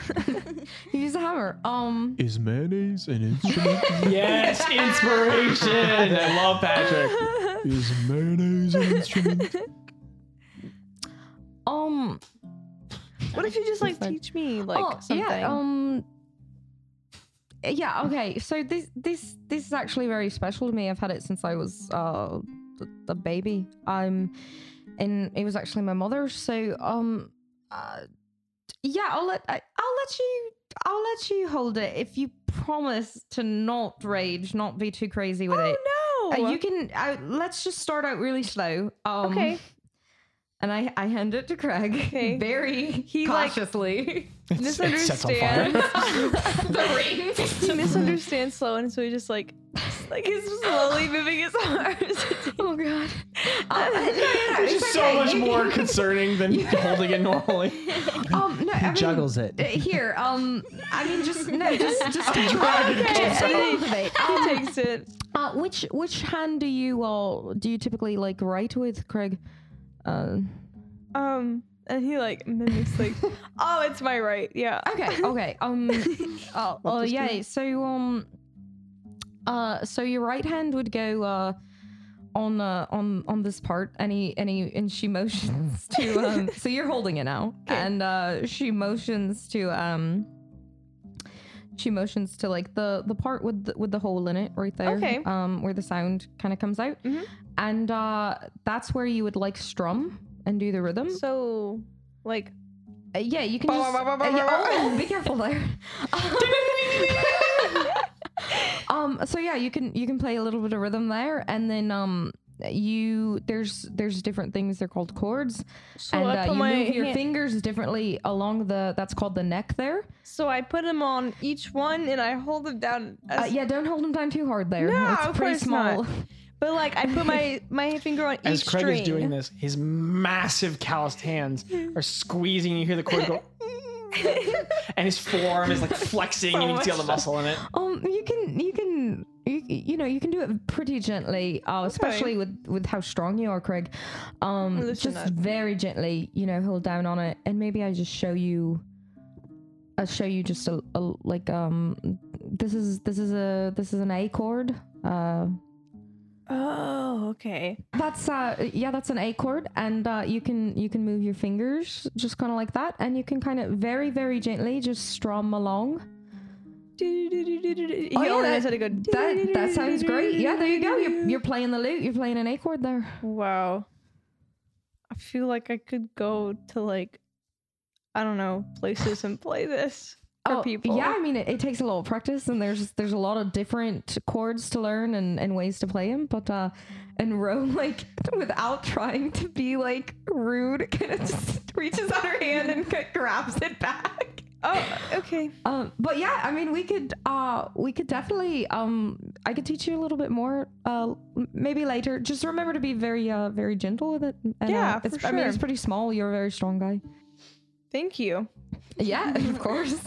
E: You use a hammer. Um,
A: Is mayonnaise an
G: (laughs)
A: instrument?
G: (laughs) Yes, inspiration. I love Patrick.
A: Is mayonnaise an instrument?
E: (laughs) um,
D: what if you just like
E: Like-
D: teach me like
E: oh,
D: something?
E: Yeah, um, yeah. Okay. So this this this is actually very special to me. I've had it since I was uh th- a baby. Um, and it was actually my mother. So um, uh, yeah. I'll let I, I'll let you I'll let you hold it if you promise to not rage, not be too crazy with it.
D: oh
E: Uh,
D: no!
E: you can uh, let's just start out really slow.
D: (laughs)
E: Um,
D: okay.
E: And I, I hand it to Craig
D: Okay.
E: (laughs) very
D: He, like-
E: cautiously.
G: It's- it sets on fire.
D: misunderstands.
E: (laughs)
D: (laughs) he misunderstands slow, and so he just like, (laughs) like he's slowly moving his (laughs) arms.
E: oh god. (laughs)
G: Which is so much more concerning than holding it normally.
E: Um, no, I mean,
A: Juggles it.
E: uh, Here, um, I mean, just no, just just keep (laughs)
D: Okay,
E: okay. Ah.
D: he takes it.
E: uh, which which hand do you all do you typically like write with, Craig? Uh,
D: Um, and he like mimics
E: (laughs)
D: like, oh, it's my right. Yeah.
E: okay, okay. Um, oh, oh
D: does
E: yeah. So um, uh, so your right hand would go uh on uh on on this part, and he and he and she motions to um. so you're holding it now, and uh, she motions to um. She motions to like the the part with the, with the hole in it right there,
D: Okay.
E: um, where the sound kind of comes out,
D: Mhm.
E: and uh, that's where you would like strum and do the rhythm.
D: So, like,
E: (laughs)
D: (laughs)
E: Uh, yeah, you can just. uh, yeah, oh, be careful there. (laughs) um. So yeah, you can you can play a little bit of rhythm there, and then um, you there's there's different things. They're called chords,
D: so
E: and
D: I
E: uh,
D: put
E: you
D: my
E: move your
D: hand-
E: fingers differently along the that's called the neck there.
D: so I put him on each one, and I hold them down. As,
E: Uh, yeah, don't hold them down too hard there.
D: No,
E: it's
D: of
E: pretty
D: course
E: small.
D: not. But like, I put my
E: (laughs)
D: my finger on
G: As
D: each
G: Craig
D: string.
G: is doing this, his massive calloused hands are squeezing. You hear the
D: (laughs)
E: (laughs)
G: cord go, and his forearm is like flexing, and you can see all the muscle in it.
E: Um, you can you can you, you know you can do it pretty gently, uh, especially with with how strong you are, Craig. Um,
D: Listen
E: just
D: up.
E: very gently, you know, hold down on it, and maybe I just show you. I'll show you just a, a like um. This is this is a this is an A chord. Uh,
D: oh, okay.
E: that's uh yeah, that's an A chord, and uh, you can you can move your fingers just kind of like that, and you can kind of very very gently just strum along.
D: He
E: Oh, yeah,
D: only
E: that-
D: knows how to go.
E: That that sounds great. Yeah, there you go. You're you're playing the lute. You're playing an A chord there.
D: Wow. I feel like I could go to like I don't know, places and play this for people.
E: Oh, (laughs) Yeah, I mean it, it takes a lot of practice, and there's there's a lot of different chords to learn and, and ways to play them. But uh, and Rome (laughs) like without trying to be like rude, (laughs) kind of just reaches out her hand and (laughs) kind of grabs it back.
D: Oh, okay.
E: Um, but yeah, I mean we could uh we could definitely um I could teach you a little bit more uh m- maybe later. Just remember to be very uh very gentle with it. And, uh,
D: Yeah,
E: it's,
D: for
E: I mean it's
D: sure.
E: pretty small. You're a very strong guy.
D: Thank you.
E: Yeah, (laughs) of course.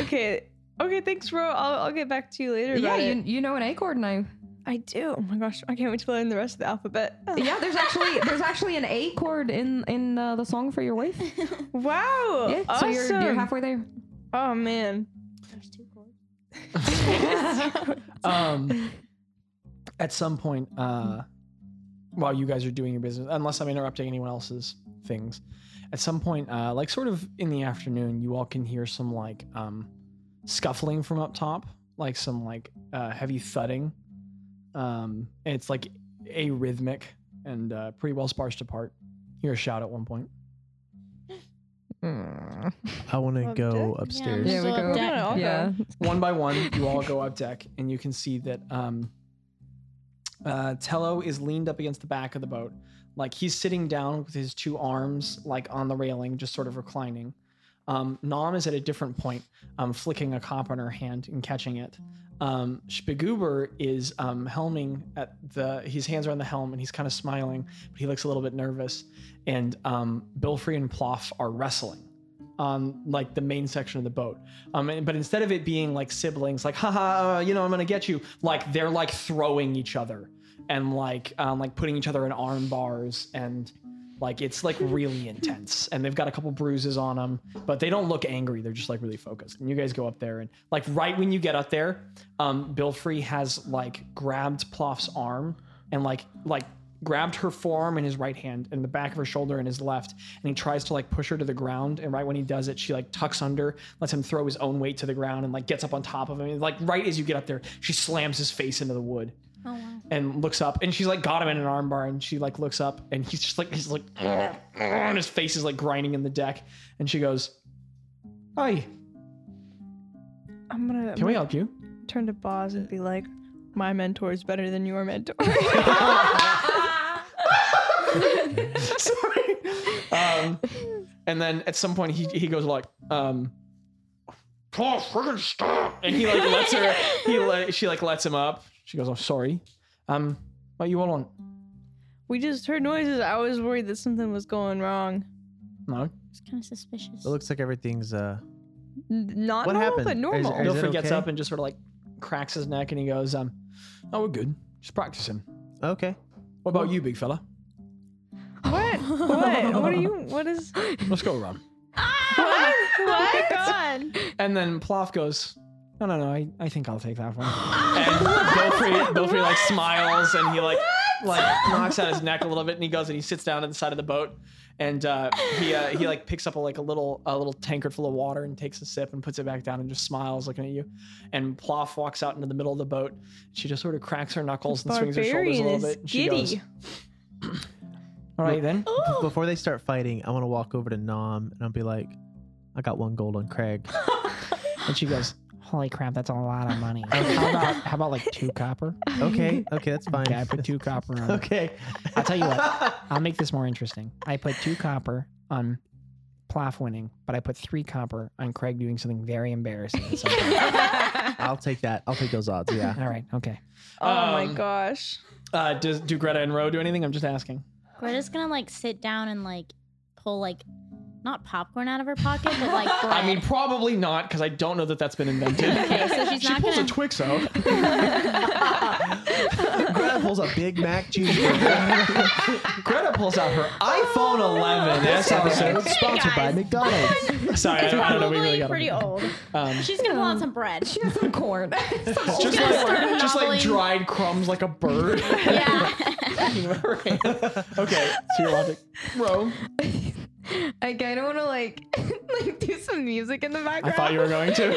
D: Okay. Okay, thanks, Ro. I'll, I'll get back to you later.
E: yeah,
D: about
E: you,
D: it.
E: you know an A chord now.
D: I do. Oh my gosh, I can't wait to learn the rest of the alphabet.
E: Yeah, there's actually there's actually an A chord in in uh, the song for your wife.
D: (laughs) Wow.
E: Yeah, so
D: awesome.
E: you're, you're halfway there.
D: Oh man.
F: There's two chords.
G: (laughs) um, at some point, uh, while you guys are doing your business, unless I'm interrupting anyone else's things, at some point, uh, like sort of in the afternoon, you all can hear some like um, scuffling from up top, like some like uh, heavy thudding. Um, and it's like arrhythmic and uh, pretty well sparsed apart. You hear a shout at one point.
E: (laughs) Mm.
A: I want to
D: Up
A: go
D: deck?
A: upstairs.
E: Yeah,
F: Yeah, oh,
E: we
F: we
E: go.
D: Yeah, I'll
E: yeah.
D: go.
G: one by one, you all go up deck, and you can see that um, uh, Tello is leaned up against the back of the boat, like he's sitting down with his two arms like on the railing, just sort of reclining. Um, Nom is at a different point, um, flicking a cop on her hand and catching it. Um, Spiguber is um, helming at the. His hands are on the helm and he's kind of smiling, but he looks a little bit nervous. And um, Bilfrey and Ploff are wrestling on like the main section of the boat. Um, and- but instead of it being like siblings, like haha, uh, you know, I'm gonna get you. Like they're like throwing each other and like um, like putting each other in arm bars and like it's like really intense. And they've got a couple bruises on them, but they don't look angry. They're just like really focused. And you guys go up there and like right when you get up there, um, Bilfrey has like grabbed Ploff's arm and like like grabbed her forearm in his right hand and the back of her shoulder in his left and he tries to like push her to the ground and right when he does it she like tucks under lets him throw his own weight to the ground and like gets up on top of him and like right as you get up there she slams his face into the wood
F: Oh wow.
G: and looks up and she's like got him in an armbar and she like looks up and he's just like he's like and his face is like grinding in the deck and she goes hi
D: I'm gonna
G: can we help you (laughs)
D: turn to Boz and be like, my mentor is better than your
E: (laughs)
D: mentor. (laughs)
G: (laughs) Sorry. Um, and then at some point he, he goes like, um, "Paul, freaking stop!" And he like lets her. He like she like lets him up. She goes, "I'm sorry." Um, what you all on?
D: we just heard noises. I was worried that something was going wrong.
G: No,
F: It's kind of suspicious.
A: It looks like everything's uh
D: N- Not
A: What
D: normal,
A: happened?
D: but
A: Is-
D: normal.
A: is-
G: Bill Free
A: it
G: gets
A: okay?
G: up and just sort of like cracks his neck and he goes, "Um, (laughs) oh, we're good. Just practicing."
A: okay.
G: What about you, big fella?
A: (laughs)
D: what? What? What are you? (laughs) What is?
G: Let's go, Ron.
D: What? what? God.
G: And then Ploff goes, No, no, no, I, I think I'll take
D: (laughs)
G: that one. and Belfry, Belfry like smiles and he like like knocks at his neck a little bit and he goes and he sits down at the side of the boat and uh, he uh, he like picks up a, like a little a little tankard full of water and takes a sip and puts it back down and just smiles looking at you. And Ploff walks out into the middle of the boat. She just sort of cracks her knuckles and swings her shoulders a
D: Barbarian
G: little
D: is
G: bit. and She goes,
D: giddy.
G: (clears throat) All right then.
D: Oh.
A: Before they start fighting, I want to walk over to Nom and I'll be like, I got one gold on Craig.
H: And she goes, "Holy crap, that's a lot of
G: (laughs)
H: money. How about how about like two copper?
D: (laughs)
A: Okay, okay, that's fine.
H: Okay, I put two
A: (laughs)
H: copper on. it.
A: okay.
H: I'll tell you what.
A: (laughs)
H: I'll make this more interesting. I put two copper on Ploff winning, but I put three copper on Craig doing something very embarrassing. So-
G: (laughs)
A: I'll take that. I'll take those odds. Yeah.
H: all right, okay.
D: Oh my
G: Um, (laughs)
D: gosh.
G: Uh, does do Greta and Ro do anything? I'm just asking.
F: We're just gonna like sit down and like pull like not popcorn out of her pocket, but like bread.
G: (laughs) I mean, probably not because I don't know that that's been
F: (laughs)
G: invented.
F: okay, so she's
G: she
F: not
G: pulls
F: gonna.
G: a Twix out.
A: (laughs) Greta pulls a Big Mac (laughs) cheeseburger.
G: Greta pulls
F: (laughs)
G: out her iPhone 11. This episode sponsored by
A: (laughs)
G: McDonald's. (laughs) Sorry, I don't, I don't know. We really got
F: pretty
G: it.
F: old.
G: Um,
F: She's gonna pull out some bread.
G: (laughs)
E: She has some (laughs) corn.
G: just
F: gonna start
G: like, just like
F: hobbling.
G: dried crumbs like
F: (laughs)
G: a bird.
F: yeah.
E: (laughs)
G: (laughs) okay, so you're logic. Rome.
E: I kind of want to like (laughs) like do some music in the
G: I
E: background.
G: thought you were going
E: (laughs)
G: to.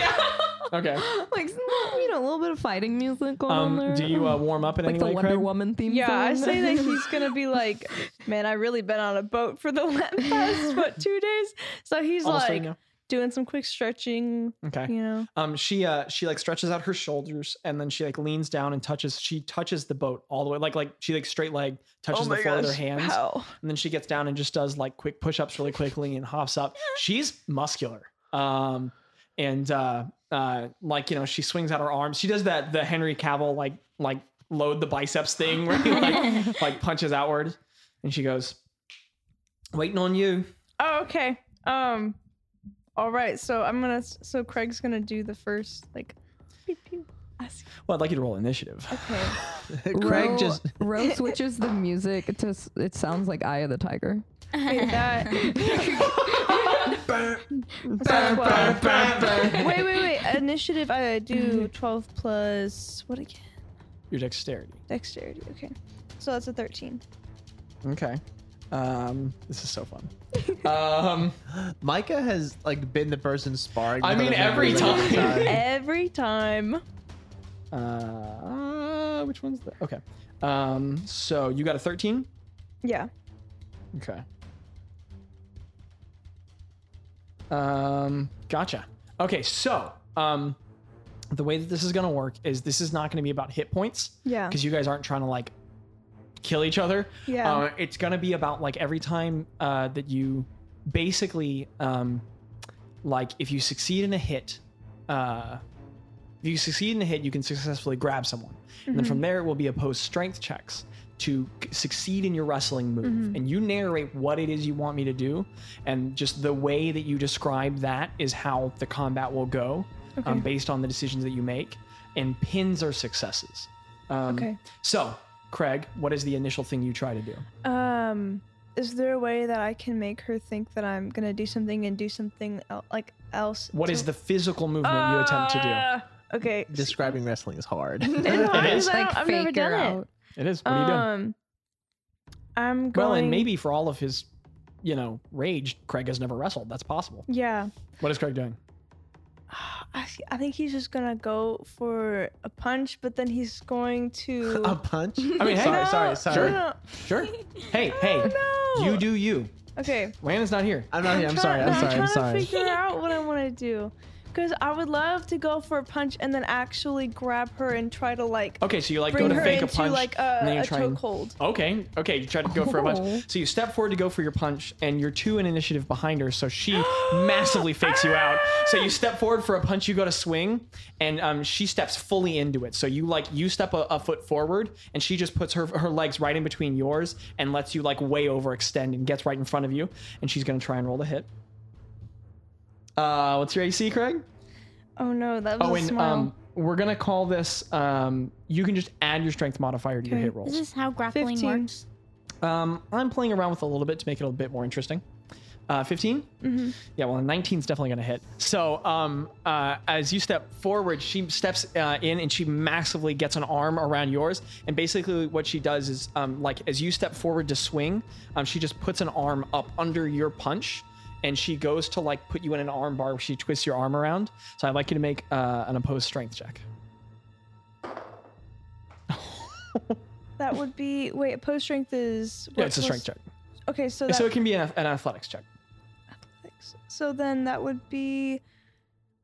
G: Okay.
E: like some, you know a little bit of fighting music going on
G: Um,
E: there.
G: do you uh, warm up
E: (laughs)
G: in
E: like
G: any
E: the
G: way,
E: Wonder
G: Craig?
E: Woman theme?
D: Yeah, I
E: song?
D: say that
E: (laughs)
D: he's gonna be like, man, I really been on a boat for the (laughs) la- past what two days. So he's
G: Almost
D: like
G: done now.
D: doing some quick stretching,
G: Okay.
D: you know.
G: Um, she uh she like stretches out her shoulders and then she like leans down and touches she touches the boat all the way like like she like straight leg
E: Oh
D: Oh
G: touches the floor with her hands
D: How?
G: and then she gets down and just does like quick push-ups really quickly and hops up. She's muscular. Um and uh uh like you know she swings out her arms. She does that the Henry Cavill like like load the biceps thing where he like like punches outward and she goes waiting on you.
D: Oh, okay. Um. All right. So I'm gonna. So Craig's gonna do the first like. pew, pew.
G: Well, I'd like you to roll initiative.
D: Okay.
A: Craig
E: (laughs)
A: just
E: Ro switches the music to s- it sounds like Eye of
D: (laughs)
E: the Tiger. (laughs)
D: Wait, that. That's what- wait, wait, wait. Initiative. I do 12 plus what again?
G: Your dexterity.
D: Dexterity. Okay. So that's a 13.
G: Okay. Um, this is so fun. Um,
A: Micah has like been the person sparring.
G: I
A: with
G: mean,
A: other
G: every
A: members all the
G: time.
D: Every time.
G: uh, which one's the okay? Um, so you got a thirteen.
D: Yeah.
G: Okay. Um, gotcha. Okay, so um, the way that this is gonna work is this is not gonna be about hit points
D: Yeah.
G: because you guys aren't trying to like kill each other.
D: Yeah.
G: Uh, it's gonna be about like every time uh, that you basically um, like if you succeed in a hit, uh, if you succeed in a hit, you can successfully grab someone, and
D: Mm-hmm.
G: then from there it will be opposed strength checks to c- succeed in your wrestling move.
D: Mm-hmm.
G: And you narrate what it is you want me to do, and just the way that you describe that is how the combat will go, um, based on the decisions that you make. And pins are successes. Um,
D: Okay.
G: So, Craig, what is the initial thing you try to do?
D: Um, is there a way that I can make her think that I'm gonna do something and do something el- like else?
G: What is the physical movement you attempt
D: Uh,
G: to
D: do? Okay.
A: Describing wrestling is (laughs) hard.
D: No, I
G: is,
D: just- I don't- I've never
E: figure
D: done it.
G: do? It is. What are you doing?
D: Um, I'm going.
G: Well, and maybe for all of his, you know, rage, Craig has never wrestled. That's possible.
D: Yeah.
G: What is
D: (laughs)
G: Craig doing?
D: I, see- I think he's just gonna go for a punch, but then he's going
G: (laughs)
D: to.
G: Oh,
A: a punch.
G: I mean, hey,
A: sorry, sorry,
D: No, (laughs)
A: sorry.
D: No,
G: sure. Hey, hey,
D: no, no.
G: you do you.
D: Okay.
G: Landon's not here.
A: I'm not here. I'm
D: try-
A: sorry.
D: no,
A: I'm sorry. I'm
D: trying
A: sorry.
D: to figure out what I want to do, because I would love to go for a punch and then actually grab her and try to like
G: Okay, so you Oh, like
D: bring
G: go to
D: her
G: fake a
D: into
G: punch,
D: like
G: and then
D: a,
G: you
D: a
G: try and
D: chokehold. Oh.
G: Okay. Okay. You try to go for a punch. So you step forward to go for your punch, and you're two in initiative behind her. So she (gasps) massively fakes you out. So you step forward for a punch. You go to swing, and um, she steps fully into it. So you like you step a, a foot forward, and she just puts her her legs right in between yours and lets you like way overextend and gets right in front of you. And she's gonna try and roll the hit. Uh, what's your AC, Craig?
D: Oh no, that was
G: oh,
D: a
G: and
D: smile.
G: um, we're gonna call this. Um, you can just add your strength modifier to your
D: Okay.
G: hit rolls.
F: Is this how grappling
D: 15.
F: works?
G: Um, I'm playing around with a little bit to make it a bit more interesting. Uh, 15?
D: Mhm.
G: Yeah, well, 19 is definitely going to hit. So, um, uh, as you step forward, she steps uh, in and she massively gets an arm around yours. And basically, what she does is, um, like, as you step forward to swing, um, she just puts an arm up under your punch and she goes to, like, put you in an arm bar where she twists your arm around. So, I'd like you to make uh, an opposed strength check.
D: That would be wait. Post strength is
G: Yeah,
D: what
G: it's a
D: plus-
G: strength check.
D: Okay, so
G: So,
D: that,
G: it can be an, an athletics check.
D: so then that would be.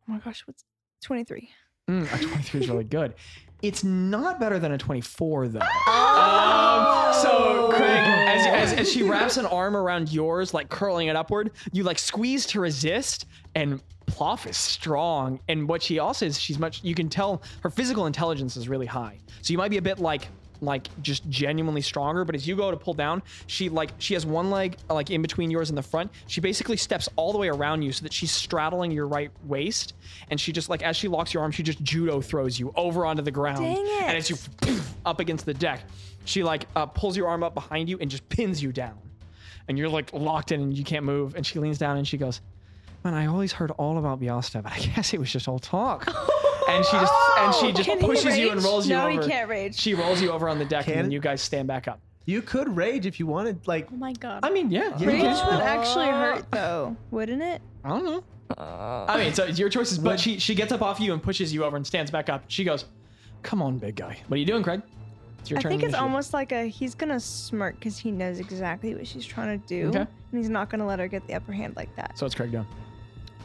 D: Oh my gosh, what's twenty three?
G: Mm, a 23 is really good. It's not better than a 24, though. Um, so, Craig, as, as, as she wraps an arm around yours, like curling it upward, you like squeeze to resist, and Ploff is strong. And what she also is, she's much, you can tell her physical intelligence is really high. So you might be a bit like, like just genuinely stronger but as you go to pull down she like she has one leg like in between yours in the front she basically steps all the way around you so that she's straddling your right waist and she just like as she locks your arm she just judo throws you over onto the ground
D: Dang it.
G: and as you up against the deck she like uh, pulls your arm up behind you and just pins you down and you're like locked in and you can't move and she leans down and she goes man i always heard all about biasta but (laughs) i guess it was just all talk and she just and she just pushes you and rolls you
D: no,
G: over
D: he can't rage.
G: she rolls you over on the deck, and
A: Can-
G: then you guys stand back up.
A: You could rage if you wanted. Like,
F: Oh my god.
G: I mean, yeah, you
D: Um, rage
G: can-
D: would actually (gasps) hurt though, wouldn't it?
G: I don't know. I mean, so it's your choices. But she she gets up off you and pushes you over and stands back up. She goes, "Come on, big guy. What are you doing, Craig? It's your
D: I
G: turn."
D: think
G: to
D: it's
G: initiate."
D: almost like a he's gonna smirk because he knows exactly what she's trying to do,
G: Okay.
D: and he's not gonna let her get the upper hand like that.
G: So it's Craig down.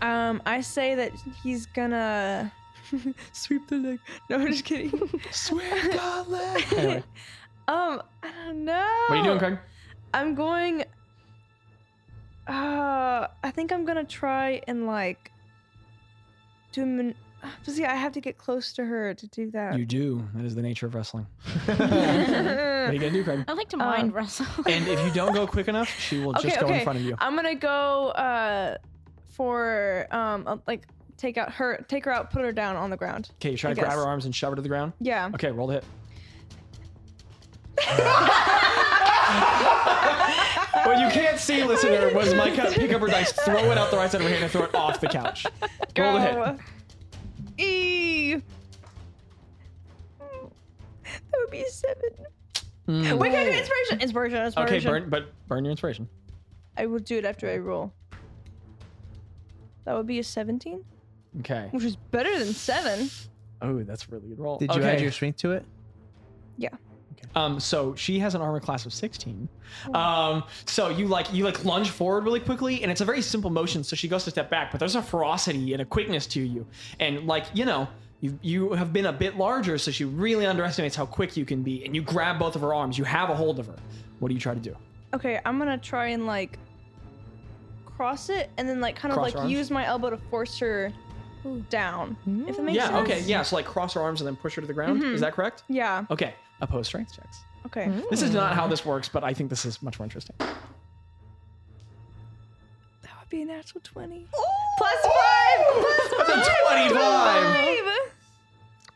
D: Um, I say that he's gonna (laughs) sweep the leg. No, I'm just kidding.
G: Swear God, leg. Anyway,
D: (laughs) um, I don't know.
G: what are you doing, Craig?
D: I'm going. Uh, I think I'm gonna try and like do. Man- but see, I have to get close to her to do that.
G: You do. That is the nature of wrestling.
D: (laughs)
G: What are
D: I'm
G: you gonna do, Craig?
F: I like to mind
D: Um,
F: wrestle. (laughs)
G: And if you don't go quick enough, she will just
D: Okay,
G: go in
D: okay.
G: front of you.
D: gonna go uh for um uh, like take out her take her out put her down on the ground.
G: Okay, you try
D: I
G: to grab
D: guess.
G: her arms and shove her to the ground.
D: Yeah.
G: Okay, roll the (laughs) hit. what you can't see, listener, was my cat pick up her dice, throw it out the right side of her hand, and throw it off the couch. Roll the hit.
D: Go. E. That would be a seven.
G: Mm.
D: Wait, can I do inspiration? Inspiration, inspiration.
G: Okay, burn, but burn your inspiration.
D: I will do it after I roll. That would be a 17,
G: Okay.
D: which is better than seven.
G: Oh, that's a really good roll.
A: did you add your strength (laughs) to it?
G: Um, so she has an armor class of 16. Um, so you like you like lunge forward really quickly, and it's a very simple motion. So she goes to step back, but there's a ferocity and a quickness to you, and like you know. You, you have been a bit larger, so she really underestimates how quick you can be. And you grab both of her arms. You have a hold of her. What do you try to do?
D: Okay, I'm gonna try and like cross it and then like kind of
G: Cross
D: like
G: your arms?
D: use my elbow to force her down. If that makes
G: yeah,
D: sense.
G: okay, yeah. So like cross her arms and then push her to the ground.
D: Mhm.
G: Is that correct?
D: Yeah.
G: Okay. Opposed strength checks.
D: Okay.
G: This is not how this works, but I think this is much more interesting.
D: That would be a natural twenty. Plus five. Plus
G: That's a 25!
D: five.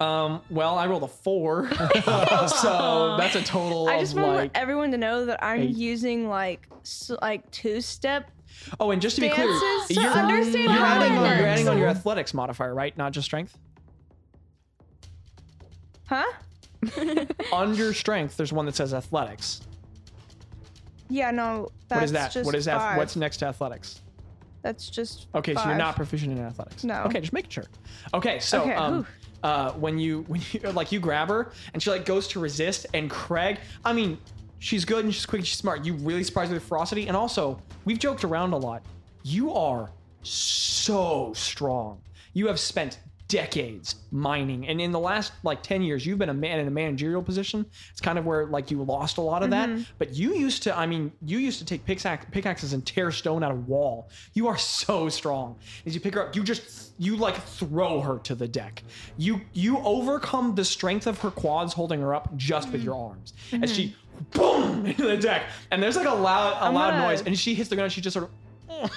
G: Um, well, I rolled a
D: (laughs)
G: four. (laughs) so that's a total
D: I just
G: of
D: want to
G: like.
D: let everyone to know that I'm
G: eight.
D: using like s like two step
G: Oh, and just to be clear,
D: dances to
G: you're,
D: understand
G: you're
D: how
G: adding
D: it
G: on, you're
D: works.
G: adding on your athletics modifier, right? Not just strength.
D: Huh?
G: Under strength, there's one that says athletics.
D: Yeah. No. That's
G: what is that?
D: Just
G: What is that?
D: Five.
G: What's next to athletics?
D: That's just.
G: Okay, so you're
D: five.
G: not proficient in athletics.
D: No.
G: Okay, just making sure. Okay, so
D: Okay,
G: um,
D: whew.
G: uh, when you when you (laughs) like you grab her and she like goes to resist and Craig, I mean, she's good and she's quick and she's smart. You really surprised her with ferocity and also we've joked around a lot. You are so strong. You have spent decades mining and in the last like 10 years you've been a man in a managerial position it's kind of where like you lost a lot of
D: Mm-hmm.
G: that but you used to i mean you used to take pickaxe, pickaxes and tear stone out of wall you are so strong as you pick her up you just you like throw her to the deck you you overcome the strength of her quads holding her up just
D: Mm-hmm.
G: with your arms as she boom (laughs) into the deck and there's like a loud a
D: I'm
G: loud
D: gonna-
G: noise and she hits the ground and she just sort of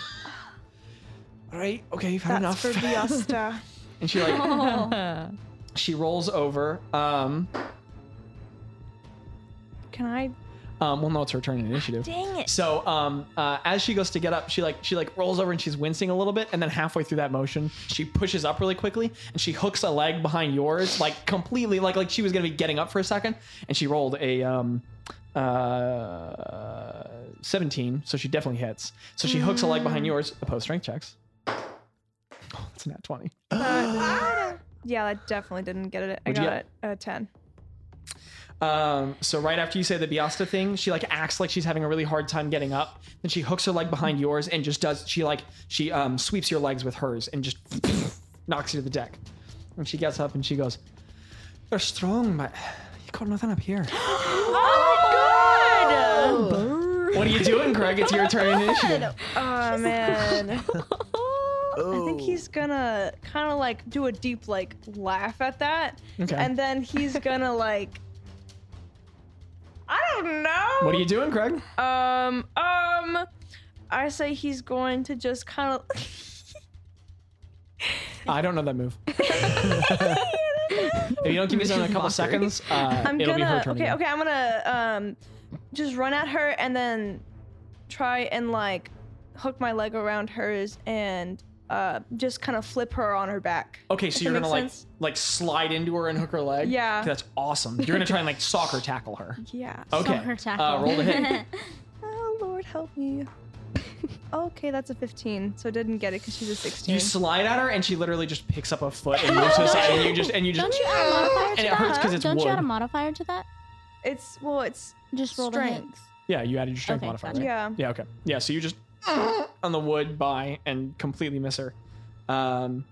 G: all right okay you've had
D: That's for
G: enough
D: Viasta.
G: (laughs) and she like she rolls over. Um,
D: (laughs) Can I?
G: um, well, no, it's her turn in initiative.
D: Dang (gasps) it.
G: So, um, uh, as she goes to get up, she like she like rolls over and she's wincing a little bit, and then halfway through that motion, she pushes up really quickly and she hooks a leg behind yours, like completely, like like she was gonna be getting up for a second, and she rolled a um, uh, seventeen, so she definitely hits. So she hooks a leg behind yours. Opposed strength checks. (laughs) Oh, it's a nat twenty.
D: Ah. Yeah, that definitely didn't get it. I
G: What'd you
D: got a ten.
G: Um, so right after you say the Biasta thing, she like acts like she's having a really hard time getting up. Then she hooks her leg behind yours and just does she like she um sweeps your legs with hers and just (sniffs) knocks you to the deck. And she gets up and she goes, "You're strong, but you got nothing up here."
D: Oh
G: what are you doing, Craig? It's your turn initiative.
D: (laughs) Oh (laughs)
G: (laughs)
D: man. I think
A: Oh.
D: he's gonna kind of like do a deep like laugh at that,
G: Okay.
D: and then
G: (laughs)
D: he's gonna like. I don't know.
G: what are you doing, Craig?
D: Um, um, I say he's going to just kind (laughs) of.
G: I don't know that move. (laughs) if you don't give me this in a couple seconds, uh,
D: I'm
G: it'll be her
D: gonna.
G: turn.
D: Okay,
G: again.
D: okay, I'm gonna um, just run at her and then try and like hook my leg around hers and uh just kind of flip her on her back.
G: Okay, so
D: If
G: you're
D: that
G: gonna like
D: makes sense.
G: like slide into her and hook her leg.
D: Yeah.
G: that's awesome. You're gonna try and like soccer tackle
F: (laughs)
G: her.
D: Yeah.
G: Okay,
F: Soccer tackle. (laughs)
G: uh, roll to hit.
D: Oh Lord, help me. (laughs) okay, that's a 15, so didn't get it because she's a 16.
G: You slide at her and she literally just picks up a foot
F: (laughs)
G: and moves to the side, and you just and you just
F: Don't you add a modifier to
G: and it
F: that?
G: hurts because it's
F: Don't you add a
G: wood.
F: modifier to that?
D: it's well, it's
F: Just roll to hit.
D: strength.
G: Yeah, you added your strength
F: Okay,
G: modifier.
F: gotcha.
G: right?
D: Yeah.
G: Yeah. Okay. Yeah. So you just (laughs) on the wood by and completely miss her. Um,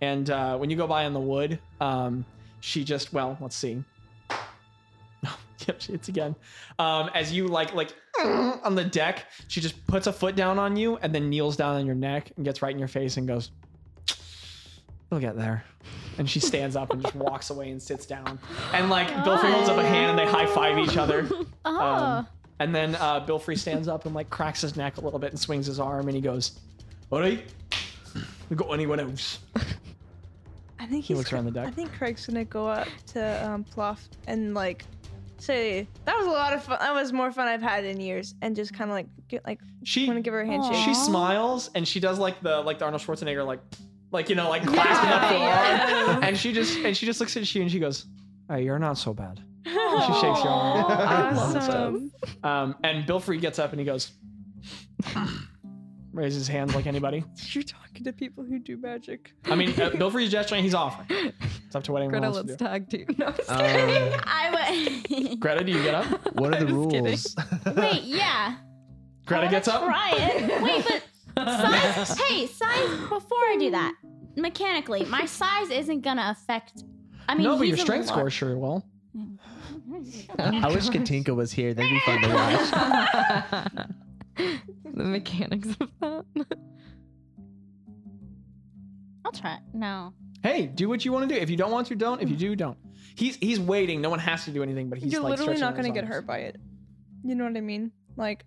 G: and uh, when you go by on the wood, um, she just well, let's see. (laughs) yep, she hits again. Um, as you like like (clears throat) on the deck, she just puts a foot down on you and then kneels down on your neck and gets right in your face and goes, "We'll get there." And she stands up and just walks away and sits down. And like Bill Free holds up a hand and they high five each other.
F: Oh,
G: Um, and then uh, Bill Free stands up and like cracks his neck a little bit and swings his arm and he goes, "All right, we got anyone else?"
D: I think
G: He
D: he's
G: looks around the deck.
D: I think Craig's gonna go up to um, Ploff and like say that was a lot of fun. That was more fun I've had in years, and just kind of like get like
G: She
D: want to give her a handshake.
G: she
F: Aw.
G: smiles and she does like the like the Arnold Schwarzenegger like like you know like clasping up the arm and she just and she just looks at you and she goes, "Hey, you're not so bad." And (laughs) she shakes your arm.
D: Oh, awesome.
G: Um, and Bill Free gets up and he goes, (laughs) raises his hands like anybody.
D: You're talking to people who do magic.
G: I mean, uh, Bill Free's gesturing, he's offering. It's up to what anyone
E: Greta,
G: wants to
E: let's
G: do.
E: tag team. (laughs) No, I'm just
A: Um,
E: kidding.
F: I would.
G: Greta, do you get
D: (laughs)
G: up?
A: What are the
E: I'm
A: rules? (laughs)
E: just
F: (laughs) Wait, yeah.
G: Greta gets up.
F: Try it. Wait, but
G: (laughs)
F: size. hey, size. Before I do that, mechanically, my size isn't gonna affect. I mean,
G: no, but
F: he's
G: your
F: a
G: strength
F: lar-
G: score sure will. Um,
A: I wish Katinka was here. That'd be fun to watch.
E: the mechanics
D: (laughs)
E: of that.
F: I'll try. No.
G: Hey, do what you want to do. If you don't want to, don't. If you do, don't. He's he's waiting. No one has to do anything, but he's
D: You're
G: like
D: literally
G: stretching
D: not
G: out his
D: gonna get
G: arms.
D: hurt by it. You know what I mean? Like,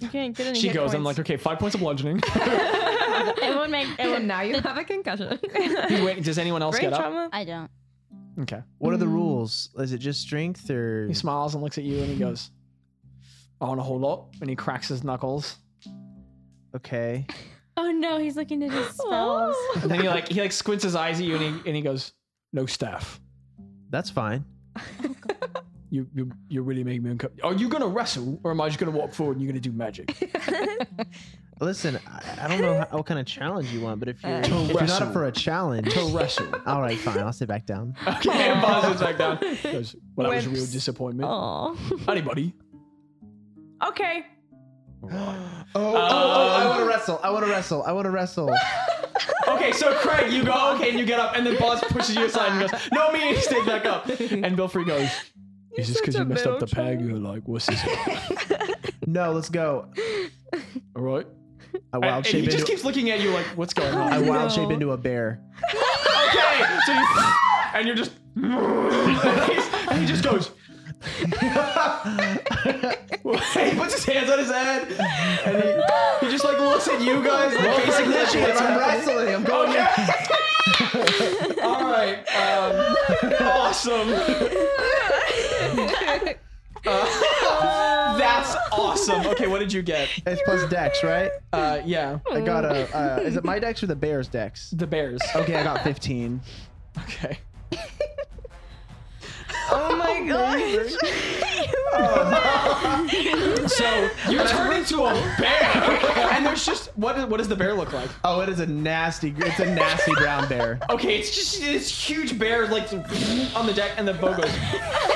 D: you can't get any.
G: She
D: hit
G: goes. I'm like,
D: points.
G: okay, five points
D: (laughs)
G: of bludgeoning.
F: It would make. It (laughs) would,
E: and now (laughs) you have a concussion.
G: he's waiting. Does anyone else
D: brain
G: get up?
D: trauma.
F: I don't.
G: Okay.
A: What are the
E: Mm.
A: rules? Is it just strength or
G: He smiles and looks at you and he goes, "I want to hold up," and he cracks his knuckles.
A: okay?
F: Oh no, he's looking at (laughs) his spells.
G: And then he like he like squints his eyes at you and he and he goes, "No staff.
A: That's fine.
G: You you you really make me uncomfortable. Are you gonna wrestle or am I just gonna walk forward and you're gonna do magic? (laughs)
A: Listen, I, I don't know how, what kind of challenge you want, but if (laughs) you're,
E: Uh,
A: if you're not
G: wrestle.
A: up for a challenge,
G: To wrestle."
A: all right, fine, I'll sit back
G: (laughs)
A: down.
G: Okay, and Buzz is back down. He Goes, well, that was a real
D: Whips.
G: disappointment.
E: Oh,
G: Anybody?
D: Okay.
A: oh, oh, oh, I
G: Um,
A: want to wrestle. I want to wrestle. I want to wrestle.
G: Okay, so Craig, you go okay, and you get up, and then Buzz pushes you aside and goes, "No, me," and you stand back up. And Belfry goes, "Is this
D: such
G: because
D: a
G: you messed up the
D: middle
G: peg?
D: child.
G: You're like, what's this? (laughs)
A: No, let's go.
G: All right."
A: I
G: And,
A: wild
G: and
A: shape
G: he
A: into.
G: just keeps looking at you like, "What's going on?"
A: I wild shape into a bear.
G: okay, so you, (laughs) and you're just, (laughs) and he just goes. he puts his hands on his head, and he, he just like looks at you guys. Like,
A: Basic
G: facing Oh, that
A: initiative.
G: shit.
A: I'm wrestling. I'm going.
G: Okay. (laughs) All right. Um, awesome. Uh, (laughs) that's awesome. Okay, what did you get?
A: It's plus dex, right?
G: Uh, yeah,
A: I got a.
G: Oh.
A: Uh, is it my dex or the bear's dex?
G: the Bears.
A: Okay, I got 15.
G: Okay.
D: Oh my gosh.
G: So you turn into a bear, (laughs) and there's just what? What does the bear look like?
A: Oh, it is a nasty. It's a (laughs) nasty brown bear.
G: Okay, it's just this huge bear like on the deck, and the boat goes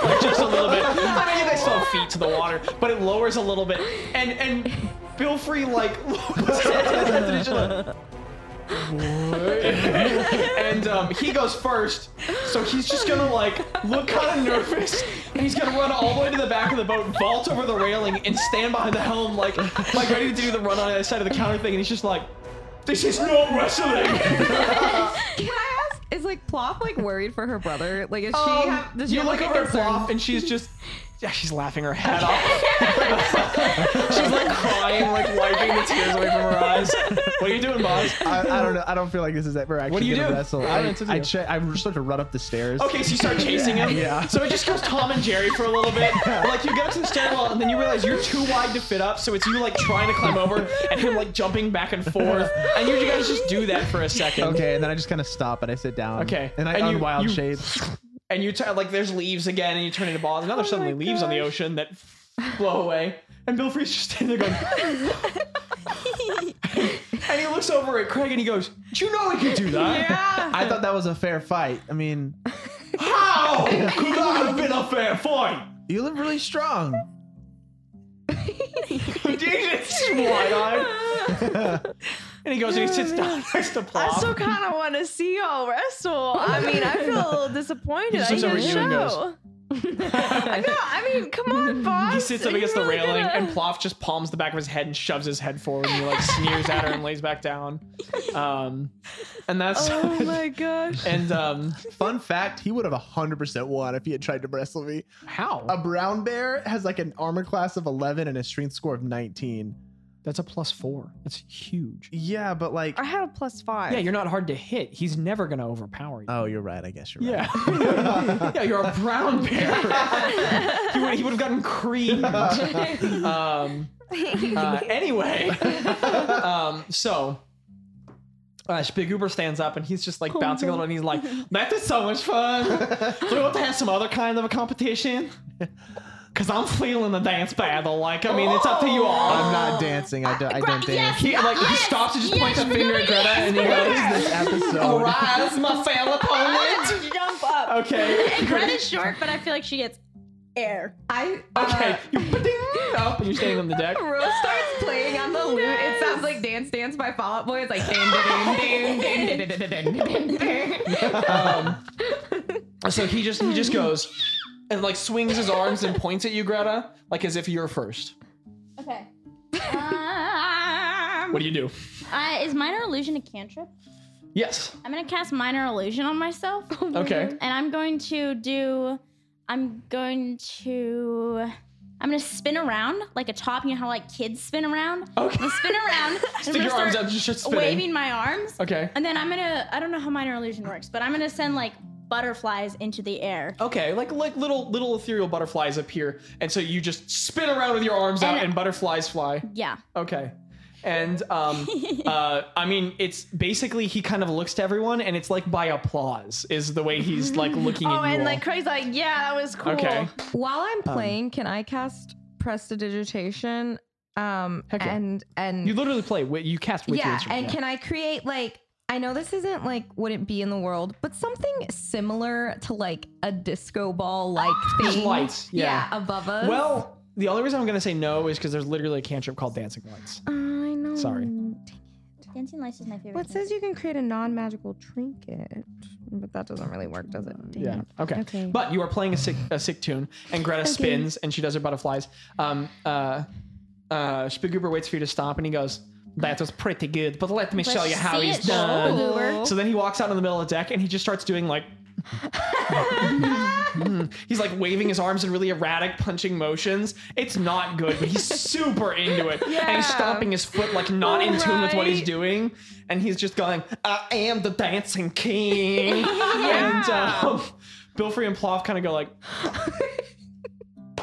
G: like, just a little bit. I mean, you guys still have feet to the water, but it lowers a little bit, and and Bill Free like (laughs) puts his hands on his head and he's just like, "What?" and um, he goes first, so he's just gonna like look kind of nervous, and he's gonna run all the way to the back of the boat, vault over the railing, and stand behind the helm like like ready to do the run on the other side of the counter thing, and he's just like, "This is not
E: can
G: wrestling."
E: I ask? Is like Plop like worried for her brother? Like, is she?
D: Oh,
G: Um,
E: have, does she
G: you
E: have,
G: look
E: like,
G: at
E: a
G: her
E: concern?
G: flop, and she's just. Yeah, she's laughing her head off. she's like crying, like wiping the tears away from her eyes. What are you doing, Boz?
A: I, I don't know. I don't feel like this is ever actually
G: do you
A: gonna
G: do?
A: wrestle.
G: I don't know
A: I,
G: what to
A: I,
G: do.
A: che- I start to run up the stairs.
G: Okay, so you start chasing him.
A: Yeah.
G: So it just goes Tom and Jerry for a little bit. But, like you get up to the stairwell, and then you realize you're too wide to fit up. So it's you like trying to climb over, and him like jumping back and forth. And you guys just do that for a second.
A: Okay, and then I just kind of stop and I sit down.
G: Okay,
A: And I
G: and you-
A: unwild
G: you-
A: shape.
G: and you turn like there's leaves again, and you turn into balls. And now there's
D: Oh
G: suddenly leaves on the ocean that blow away, and Bill Free's just
D: (laughs)
G: standing there going. and he looks over at Craig and he goes, "Do you know we could do that?
A: I thought that was a fair fight. I mean,
G: How could that have been a fair fight?
A: you look really strong.
D: (laughs)
G: Jesus, wide-eyed. And he goes
D: Oh,
G: and he sits down next
D: (laughs)
G: to
D: I
G: Plop.
D: still kind of want to see y'all wrestle. I mean, I feel a
G: (laughs)
D: little disappointed.
G: just
D: I
G: looks
D: didn't
G: over at you and goes-
D: show.
G: (laughs)
D: no, I mean, come on, boss.
G: he sits up
D: You
G: against the
D: really
G: railing,
D: gotta-
G: and Ploff just palms the back of his head and shoves his head forward, and he like sneers at her and lays back down. Um, and that's
D: (laughs) Oh my gosh.
G: (laughs) and um,
A: Fun fact, he would have 100% won if he had tried to wrestle me.
G: how?
A: A brown bear has like an armor class of 11 and a strength score of 19.
G: That's a plus four. That's huge.
A: Yeah, but like.
D: I had a plus five.
G: Yeah, you're not hard to hit. He's never gonna overpower you.
A: Oh, you're right. I guess you're
G: yeah,
A: right.
G: (laughs) yeah, you're a brown bear. he would he would have gotten (laughs) creamed. Um, uh, anyway, um, so. Uh, Big Uber stands up and he's just like bouncing a little and he's like, That is so much fun. Do we want to have some other kind of a competition? (laughs) Because I'm feeling the dance battle. Like, I mean, it's up to you all.
A: I'm not dancing. I don't, I don't dance.
G: He like he stops and just points a finger at Greta
F: (laughs)
G: and he
A: What is
G: goes,
A: this episode?
G: "Arise, my fellow
F: (laughs)
G: opponent."
F: Jump up. (laughs)
G: Okay.
F: Greta's short, but I feel like she gets air.
E: I uh,
G: Okay. You ding up and you're standing on
E: (laughs)
G: the deck.
E: Rose starts playing on the lute. It sounds like Dance Dance by Fall Out Boy. It's like ding, ding, ding, ding, ding, ding, ding, ding, ding, ding.
G: Um, so he just he just goes and like swings his arms and points at you, Greta, like as if you're first.
F: Okay. Uh, Um,
G: What do you do?
F: Uh, is minor illusion a cantrip?
G: Yes.
F: I'm gonna cast minor illusion on
G: (laughs)
F: myself,
G: Oh,
F: and
G: Okay.
F: I'm going to do. I'm going to. I'm gonna spin around like a top. You know how like kids spin around. I'm
G: Okay.
F: gonna spin around. and I'm
G: (laughs) Stick
F: gonna
G: your arms
F: start
G: out. Just start spinning.
F: waving my arms,
G: Okay.
F: and then I'm gonna. I don't know how minor illusion works, but I'm gonna send like butterflies into the air.
G: Okay, like like little little ethereal butterflies up here, and so you just spin around with your arms out,
F: And-
G: and butterflies fly.
F: Yeah.
G: Okay. And um, uh, I mean, it's basically he kind of looks to everyone, and it's like by applause is the way he's like looking
D: Oh,
G: at you
D: and
G: all.
D: like Craig's like, yeah, that was cool.
G: okay.
E: (laughs) While I'm
G: Um,
E: playing, can I cast prestidigitation? Um,
G: Heck yeah.
E: and and
G: You literally play. wi- You cast with your
E: yeah,
G: instrument.
E: and can I create like? I know this isn't like wouldn't be in the world, but something similar to like a disco ball like
G: Ah, Just
E: thing.
G: lights, yeah.
E: above us.
G: Well, the only reason I'm gonna say no is because there's literally a cantrip called Dancing Lights.
E: I know.
G: Sorry.
F: Dancing lights is my favorite.
E: Well, it says you can create a non-magical trinket, but that doesn't really work, does it?
G: Yeah. Okay.
E: Okay.
G: But you are playing a sick a sick tune, and Greta spins and she does her butterflies. Um. Uh. Uh. Spiguber waits for you to stop, and he goes, "That was pretty good, but let me show you how
F: see
G: he's
F: it,
G: done."
F: Spiguber.
G: So then he walks out on the middle of the deck, and he just starts doing like. (laughs) he's like waving his arms in really erratic punching motions. It's not good, but he's super into it. And
D: Yeah.
G: he's stomping his foot like not in tune with what he's
D: Alright.
G: doing. And he's just going, I am the dancing king. And um, Bilfrey and Ploff kind of go like, (laughs)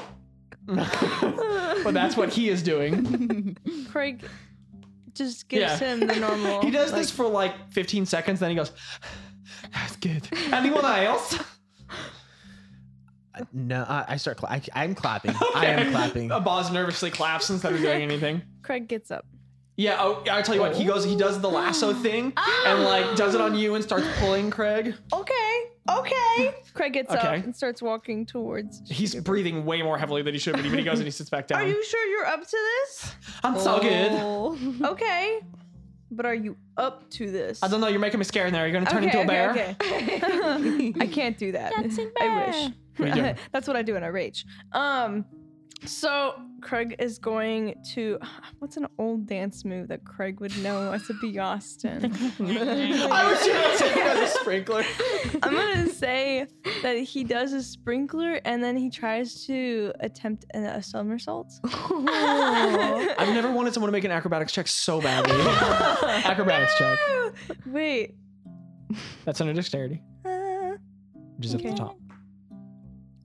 G: but that's what he is doing.
D: Craig just gives
G: Yeah.
D: him the normal.
G: (laughs) He does this for like 15 seconds, then he goes, That's good. Anyone else?
A: No, I, I start. Cla- I, I'm clapping. I am clapping.
G: Uh, Boz nervously claps instead
D: (laughs)
G: of doing anything.
D: Craig gets up.
G: Yeah, oh, I tell you what, he goes, he does
D: (gasps)
G: the lasso thing and like does it on you and starts pulling Craig.
D: Okay, okay. (laughs) Craig gets up
G: Okay.
D: and starts walking towards.
G: He's breathing way more heavily than he should, but he, but he goes and he sits back down.
D: Are you sure you're up to (laughs) this?
G: I'm so good.
E: good.
D: Okay, but are you up to this?
G: I don't know, you're making me scared in there. You're gonna turn into a
D: (laughs)
G: bear.
D: okay. I can't do that.
F: Dancing
D: I
G: What are you doing?
D: wish. (laughs) That's what I do in a rage. Um, so Craig is going to. (sighs) What's an old dance move that Craig would know? I said (laughs) Beyostin.
G: I
D: (laughs)
G: was just saying as a sprinkler.
D: I'm gonna say that he does a sprinkler and then he tries to attempt an, a
G: (laughs)
D: somersault.
G: I've never wanted someone to make an acrobatics check
D: (laughs)
G: so badly. acrobatics check.
D: Wait.
G: That's under dexterity,
D: Uh,
G: which is at
D: Okay.
G: the top.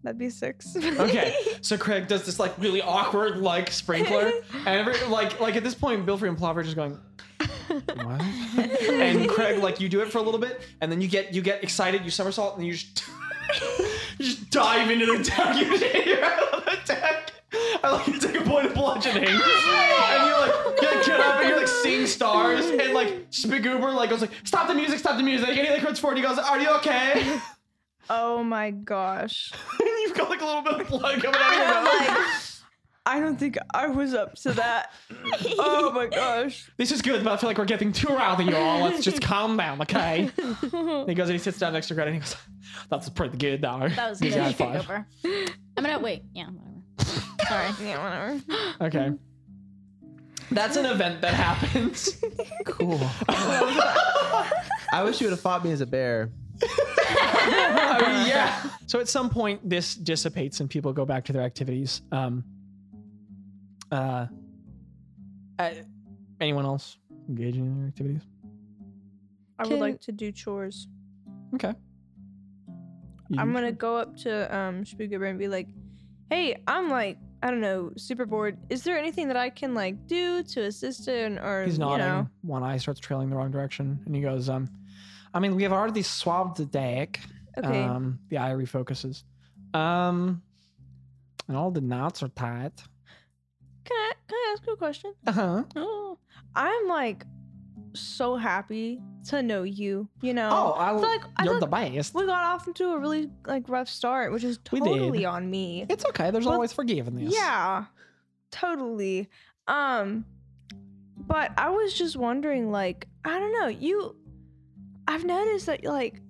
D: that'd be six.
G: Okay, so Craig does this like really awkward like sprinkler, and every, like like at this point, Bilfrey and Plover are just going. What? and Craig, like you do it for a little bit, and then you get you get excited, you somersault, and you just (laughs) you just dive into the deck. You just- You're out of the deck. I like you take a point of bludgeoning, and you like you like, get up and you like sing stars, and like Spigoober like goes like stop the music, stop the music, and he like runs forward. He goes, are you okay?
D: (laughs)
G: (laughs)
D: Oh my gosh.
G: and you've got like a little bit of blood coming out of your mouth.
D: (laughs) I don't think I was up to
G: (laughs)
D: that. oh my gosh.
G: this is good, but I feel like we're getting too rowdy, y'all. Let's just calm down, okay? and he goes and he sits down next to Greta and he goes, That's pretty good, though.
F: That was
G: He's
F: good. Take
G: got five.
F: over. I'm gonna wait. Yeah, whatever. Sorry.
D: Yeah, whatever.
G: (laughs) Okay. That's an event that happens. (laughs)
A: cool. I wish you would have fought me as a bear.
G: I mean, Oh, yeah. So at some point, this dissipates and people go back to their activities. Um, uh, uh, anyone else engaging in their activities?
D: I would
E: Can-
D: like to do chores.
G: Okay. You
D: I'm
G: do-
D: gonna go up to um Spookuber and be like, hey, I'm like, I don't know, super bored. Is there anything that I can like do to assist in or
G: He's
D: you
G: nodding.
D: know?
G: One eye starts trailing the wrong direction, and he goes, "Um, I mean, we have already swabbed the deck.
D: Okay.
G: Um, the eye refocuses. Um, and all the knots are tied.
D: Can I can I ask you a question? (gasps)
G: Uh huh.
D: Oh. I'm like so happy to know you, you know.
G: Oh, I,
D: I feel like I feel
G: you're
D: like
G: the best.
D: we got off into a really like rough start, which is
G: We did.
D: totally on me.
G: It's okay. There's
D: But-
G: always forgiveness.
D: Yeah, totally. Um, but I was just wondering, like, I don't know, you. I've noticed that, like,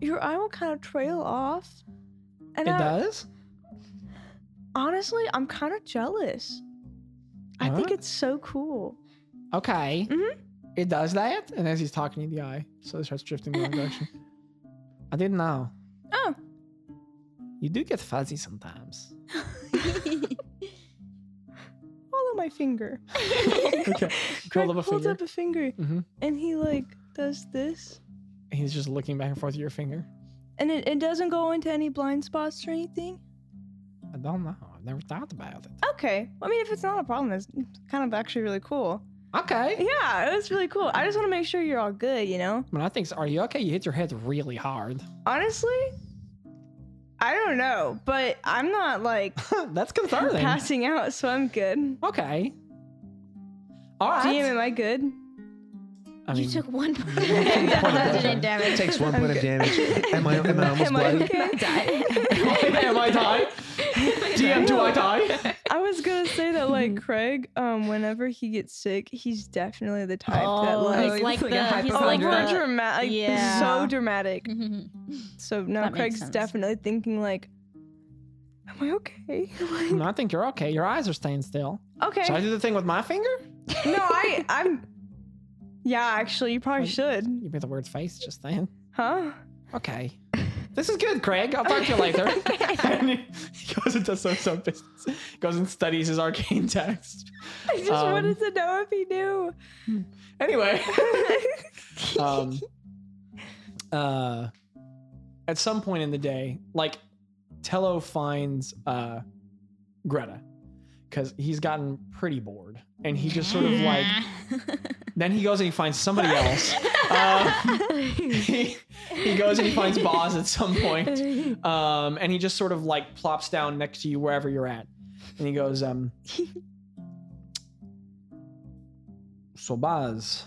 D: your eye will kind of trail off,
G: it
D: and I,
G: does.
D: honestly, I'm kind of jealous. I think
G: Huh?
D: it's so cool.
G: Okay.
D: Mhm.
G: It does that, and as he's talking in the eye, so it starts drifting in
D: (laughs)
G: the wrong direction. I didn't know.
D: Oh.
G: You do get fuzzy sometimes.
D: Follow my (laughs) finger.
G: Okay.
D: Greg
G: Hold up a
D: holds
G: finger.
D: up a finger
G: Mhm.
D: and he like does this.
G: And he's just looking back and forth at your finger.
D: And it, it doesn't go into any blind spots or anything.
G: I don't know. I've never thought about it.
D: Okay. I mean, if it's not a problem, it's kind of actually really cool.
G: Okay.
D: Yeah, it was really cool. I just want to make sure you're all good, you know?
G: I mean, I think. So. Are you okay? You hit your head really hard. (laughs)
D: Honestly, I don't know, but I'm not like (laughs)
G: That's concerning.
D: passing out, so I'm good.
G: Okay. All right.
D: DM, am I good?
F: (laughs)
G: I
F: you
G: mean,
F: took one point.
G: Yeah.
F: (laughs) Didn't damage.
A: Takes one point of damage. Am I, am I almost
D: Am I
A: bloody?
F: (laughs)
D: okay?
G: (laughs) am I die? DM, do I die?
D: I was gonna say that
F: (laughs)
D: like Craig, um, whenever he gets sick, he's definitely the type that
F: Oh,
D: like
F: he's like
E: like
F: the.
E: a
F: He's
D: over
F: like the.
D: dramatic,
F: yeah.
D: so dramatic.
F: Mhm.
D: So now
F: That makes
D: Craig's
F: sense.
D: definitely thinking like, am I okay? (laughs) Like,
G: no, I think you're okay. Your eyes are staying still.
D: okay.
G: Should I do the thing with my finger?
D: no,
F: (laughs)
D: I, I'm. Yeah, actually, you probably
G: Wait.
D: should,
G: You made the word face just then.
D: huh?
G: Okay. This is good, Craig. I'll talk to
D: (laughs)
G: you later. (laughs) and he- he goes and does some, some business. Goes and studies his arcane text.
D: I just
G: Um, hmm.
D: wanted to know if he knew.
G: Anyway. um, uh, at some point in the day, like Tello finds uh, Greta because he's gotten pretty bored, and he just sort of like then he goes and he finds somebody else. Um, he, he goes and he finds Boz at some point, um, and he just sort of like plops down next to you wherever you're at, and he goes, um, "So Boz,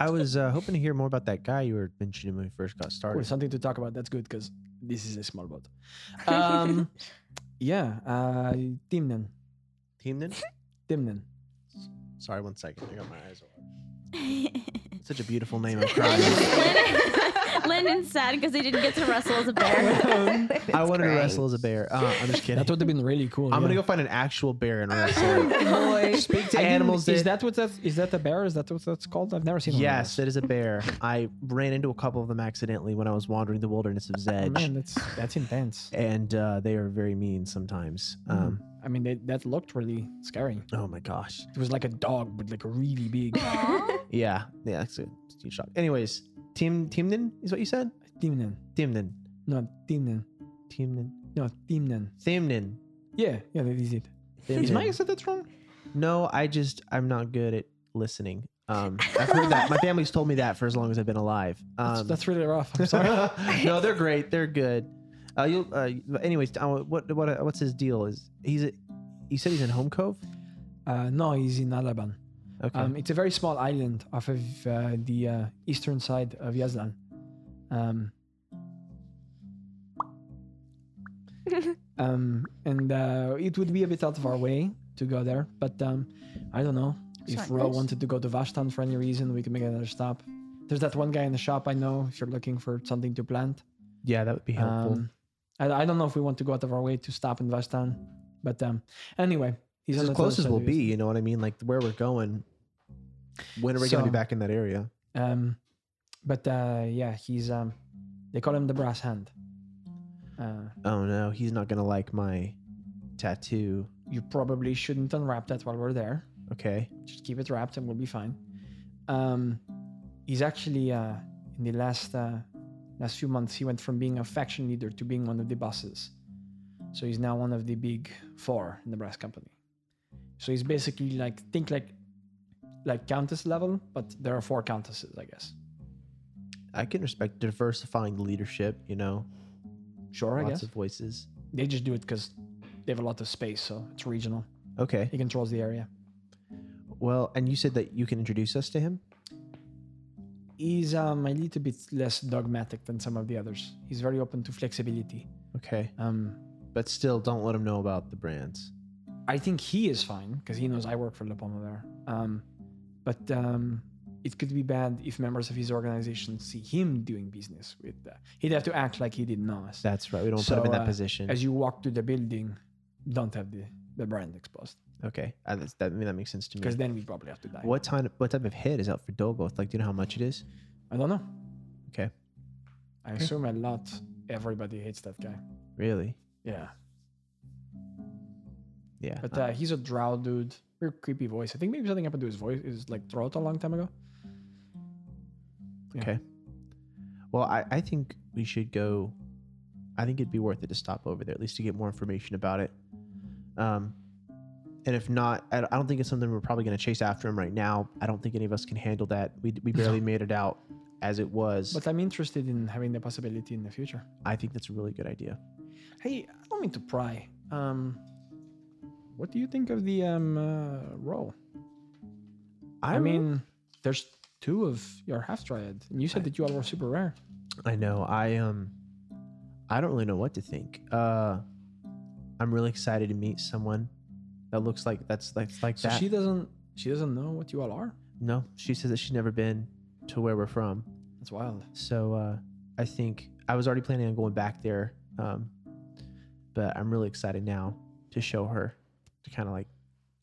A: I was uh, hoping to hear more about that guy you were mentioning when we first got
G: Or
A: started.
G: something to talk about. That's good because this is a small boat.
A: (laughs)
G: Um, yeah, uh, Dimnan.
A: Team (laughs) then?
G: Dimnan.
A: Sorry, one second. I got my eyes open.
G: (laughs)
F: (laughs)
A: Such a beautiful (laughs) name. I'm crying.
F: (laughs) Landon's sad because he didn't get to wrestle as a bear. (laughs)
A: I wanted to wrestle as a bear. Uh, I'm just kidding.
G: That would have been really cool.
A: I'm gonna go find an actual bear (laughs) and wrestle. it.
D: Boy.
A: (laughs) Speak to animals.
G: Is
A: that-
G: that what that is? That the bear? Is that what that's called? I've never seen. one of
A: Yes,
G: those.
A: it is a bear. I ran into a couple of them accidentally when I was wandering the wilderness of
G: Oh,
A: Zedge,
G: man, that's that's intense.
A: and uh, they are very mean sometimes. Um,
G: I mean, they, that looked really scary.
A: oh my gosh.
G: It was like a dog, but like
A: (laughs)
G: really big.
A: Yeah, yeah, that's a huge shock. Anyways, Tim Timnan is what you said.
G: Dimnan.
A: Timnan,
G: No, Dimnan.
A: Timnan,
G: No, Dimnan.
A: Thimnan.
G: Yeah, yeah, that is it. Is
A: Thimnan.
G: Mike said that's wrong?
A: No, I just I'm not good at listening. Um, I've heard that. My family's told me that for as long as I've been alive.
G: That's,
A: Um,
G: that's really rough. I'm sorry.
A: (laughs) no, they're great. They're good. Uh, you'll. Uh, but anyways, uh, what what what's his deal? Is he's a, you said he's in Home Cove?
G: uh, no, he's in Alaban.
A: Okay.
G: Um, it's a very small island off of uh, the uh, eastern side of Yazdan.
A: (laughs)
G: Um, um, and uh, it would be a bit out of our way to go there, but um, I don't know. If
F: Sorry,
G: Ro
F: guys.
G: wanted to go to Vashtan for any reason, we could make another stop. There's that one guy in the shop I know if you're looking for something to plant.
A: yeah, that would be helpful.
G: Um, I, I don't know if we want to go out of our way to stop in Vashtan, but um, anyway, he's
A: he's
G: on
A: as
G: the
A: close
G: other
A: as
G: side
A: we'll
G: of Yazdan.
A: be. You know what I mean? Like where we're going. When are we gonna be
G: So-
A: back in that area?
G: Um, but uh, yeah, he's um, they call him the brass hand. Uh,
A: Oh no, he's not gonna like my tattoo.
G: you probably shouldn't unwrap that while we're there.
A: Okay.
G: Just keep it wrapped, and we'll be fine. Um, he's actually uh, in the last uh, last few months, he went from being a faction leader to being one of the bosses. So he's now one of the big four in the brass company. So he's basically like think like like countess level, but there are four countesses, I guess.
A: I can respect diversifying leadership. You know,
G: Sure, I
A: lots
G: guess.
A: of voices.
G: they just do it because they have a lot of space, so it's regional.
A: Okay.
G: He controls the area.
A: Well, and you said that you can introduce us to him.
G: He's um, a little bit less dogmatic than some of the others. He's very open to flexibility.
A: Okay.
G: Um,
A: But still, don't let him know about the brands.
G: I think he is fine because he knows I work for Le Pomme there. Um, but um, it could be bad if members of his organization see him doing business with. Uh, he'd have to act like he didn't know us.
A: That's right. We don't put
G: So,
A: him in that
G: uh,
A: position.
G: As you walk through the building, don't have the, the brand exposed.
A: Okay, I, that's, that, I mean, that makes sense to me.
G: because then we probably have to die.
A: What time? What type of hit is out for Dolgoth? Like, do you know how much it is?
G: I don't know.
A: Okay.
G: I assume a lot. Everybody hates that guy.
A: Really?
G: Yeah,
A: Yeah.
G: but
A: uh,
G: uh, he's a drow dude. Real creepy voice. I think maybe something happened to his voice. His like throat a long time ago. yeah.
A: okay. Well, I, I think we should go. I think it'd be worth it to stop over there at least to get more information about it. Um, and if not, I, I don't think it's something we're probably going to chase after him right now. I don't think any of us can handle that. We
G: (laughs)
A: we barely made it out as it was.
G: But I'm interested in having the possibility in the future.
A: I think that's a really good idea.
G: Hey, I don't mean to pry. Um, what do you think of the um uh, role? I mean, there's two of your half triad, and you said that you all were super rare.
A: I know. I um I don't really know what to think. Uh I'm really excited to meet someone that looks like that's like like
G: So
A: that.
G: she doesn't she doesn't know what you all are.
A: no, she says that she's never been to where we're from.
G: That's wild.
A: So uh I think I was already planning on going back there. Um but I'm really excited now to show her to kind of like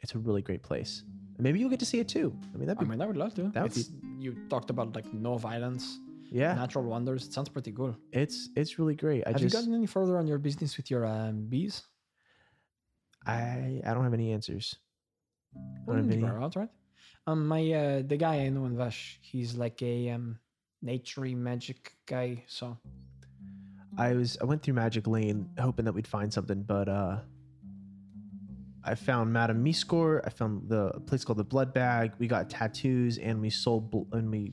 A: it's a really great place. And maybe you'll get to see it too. I mean that'd
G: I
A: be
G: mean, I would love to.
A: that would
G: It's- you talked about like no violence,
A: yeah.
G: natural wonders. It sounds pretty cool.
A: it's it's really great. I
G: Have
A: just
G: you gotten any further on your business with your um, bees?
A: I I don't have any answers. I don't
G: Mm,
A: have any-
G: you are out, right? Um, my uh, the guy I know in Vash, he's like a um, nature magic guy. So
A: I was I went through Magic Lane hoping that we'd find something, but uh I found Madame Miskor. I found the a place called the Blood Bag. We got tattoos and we sold bl- and we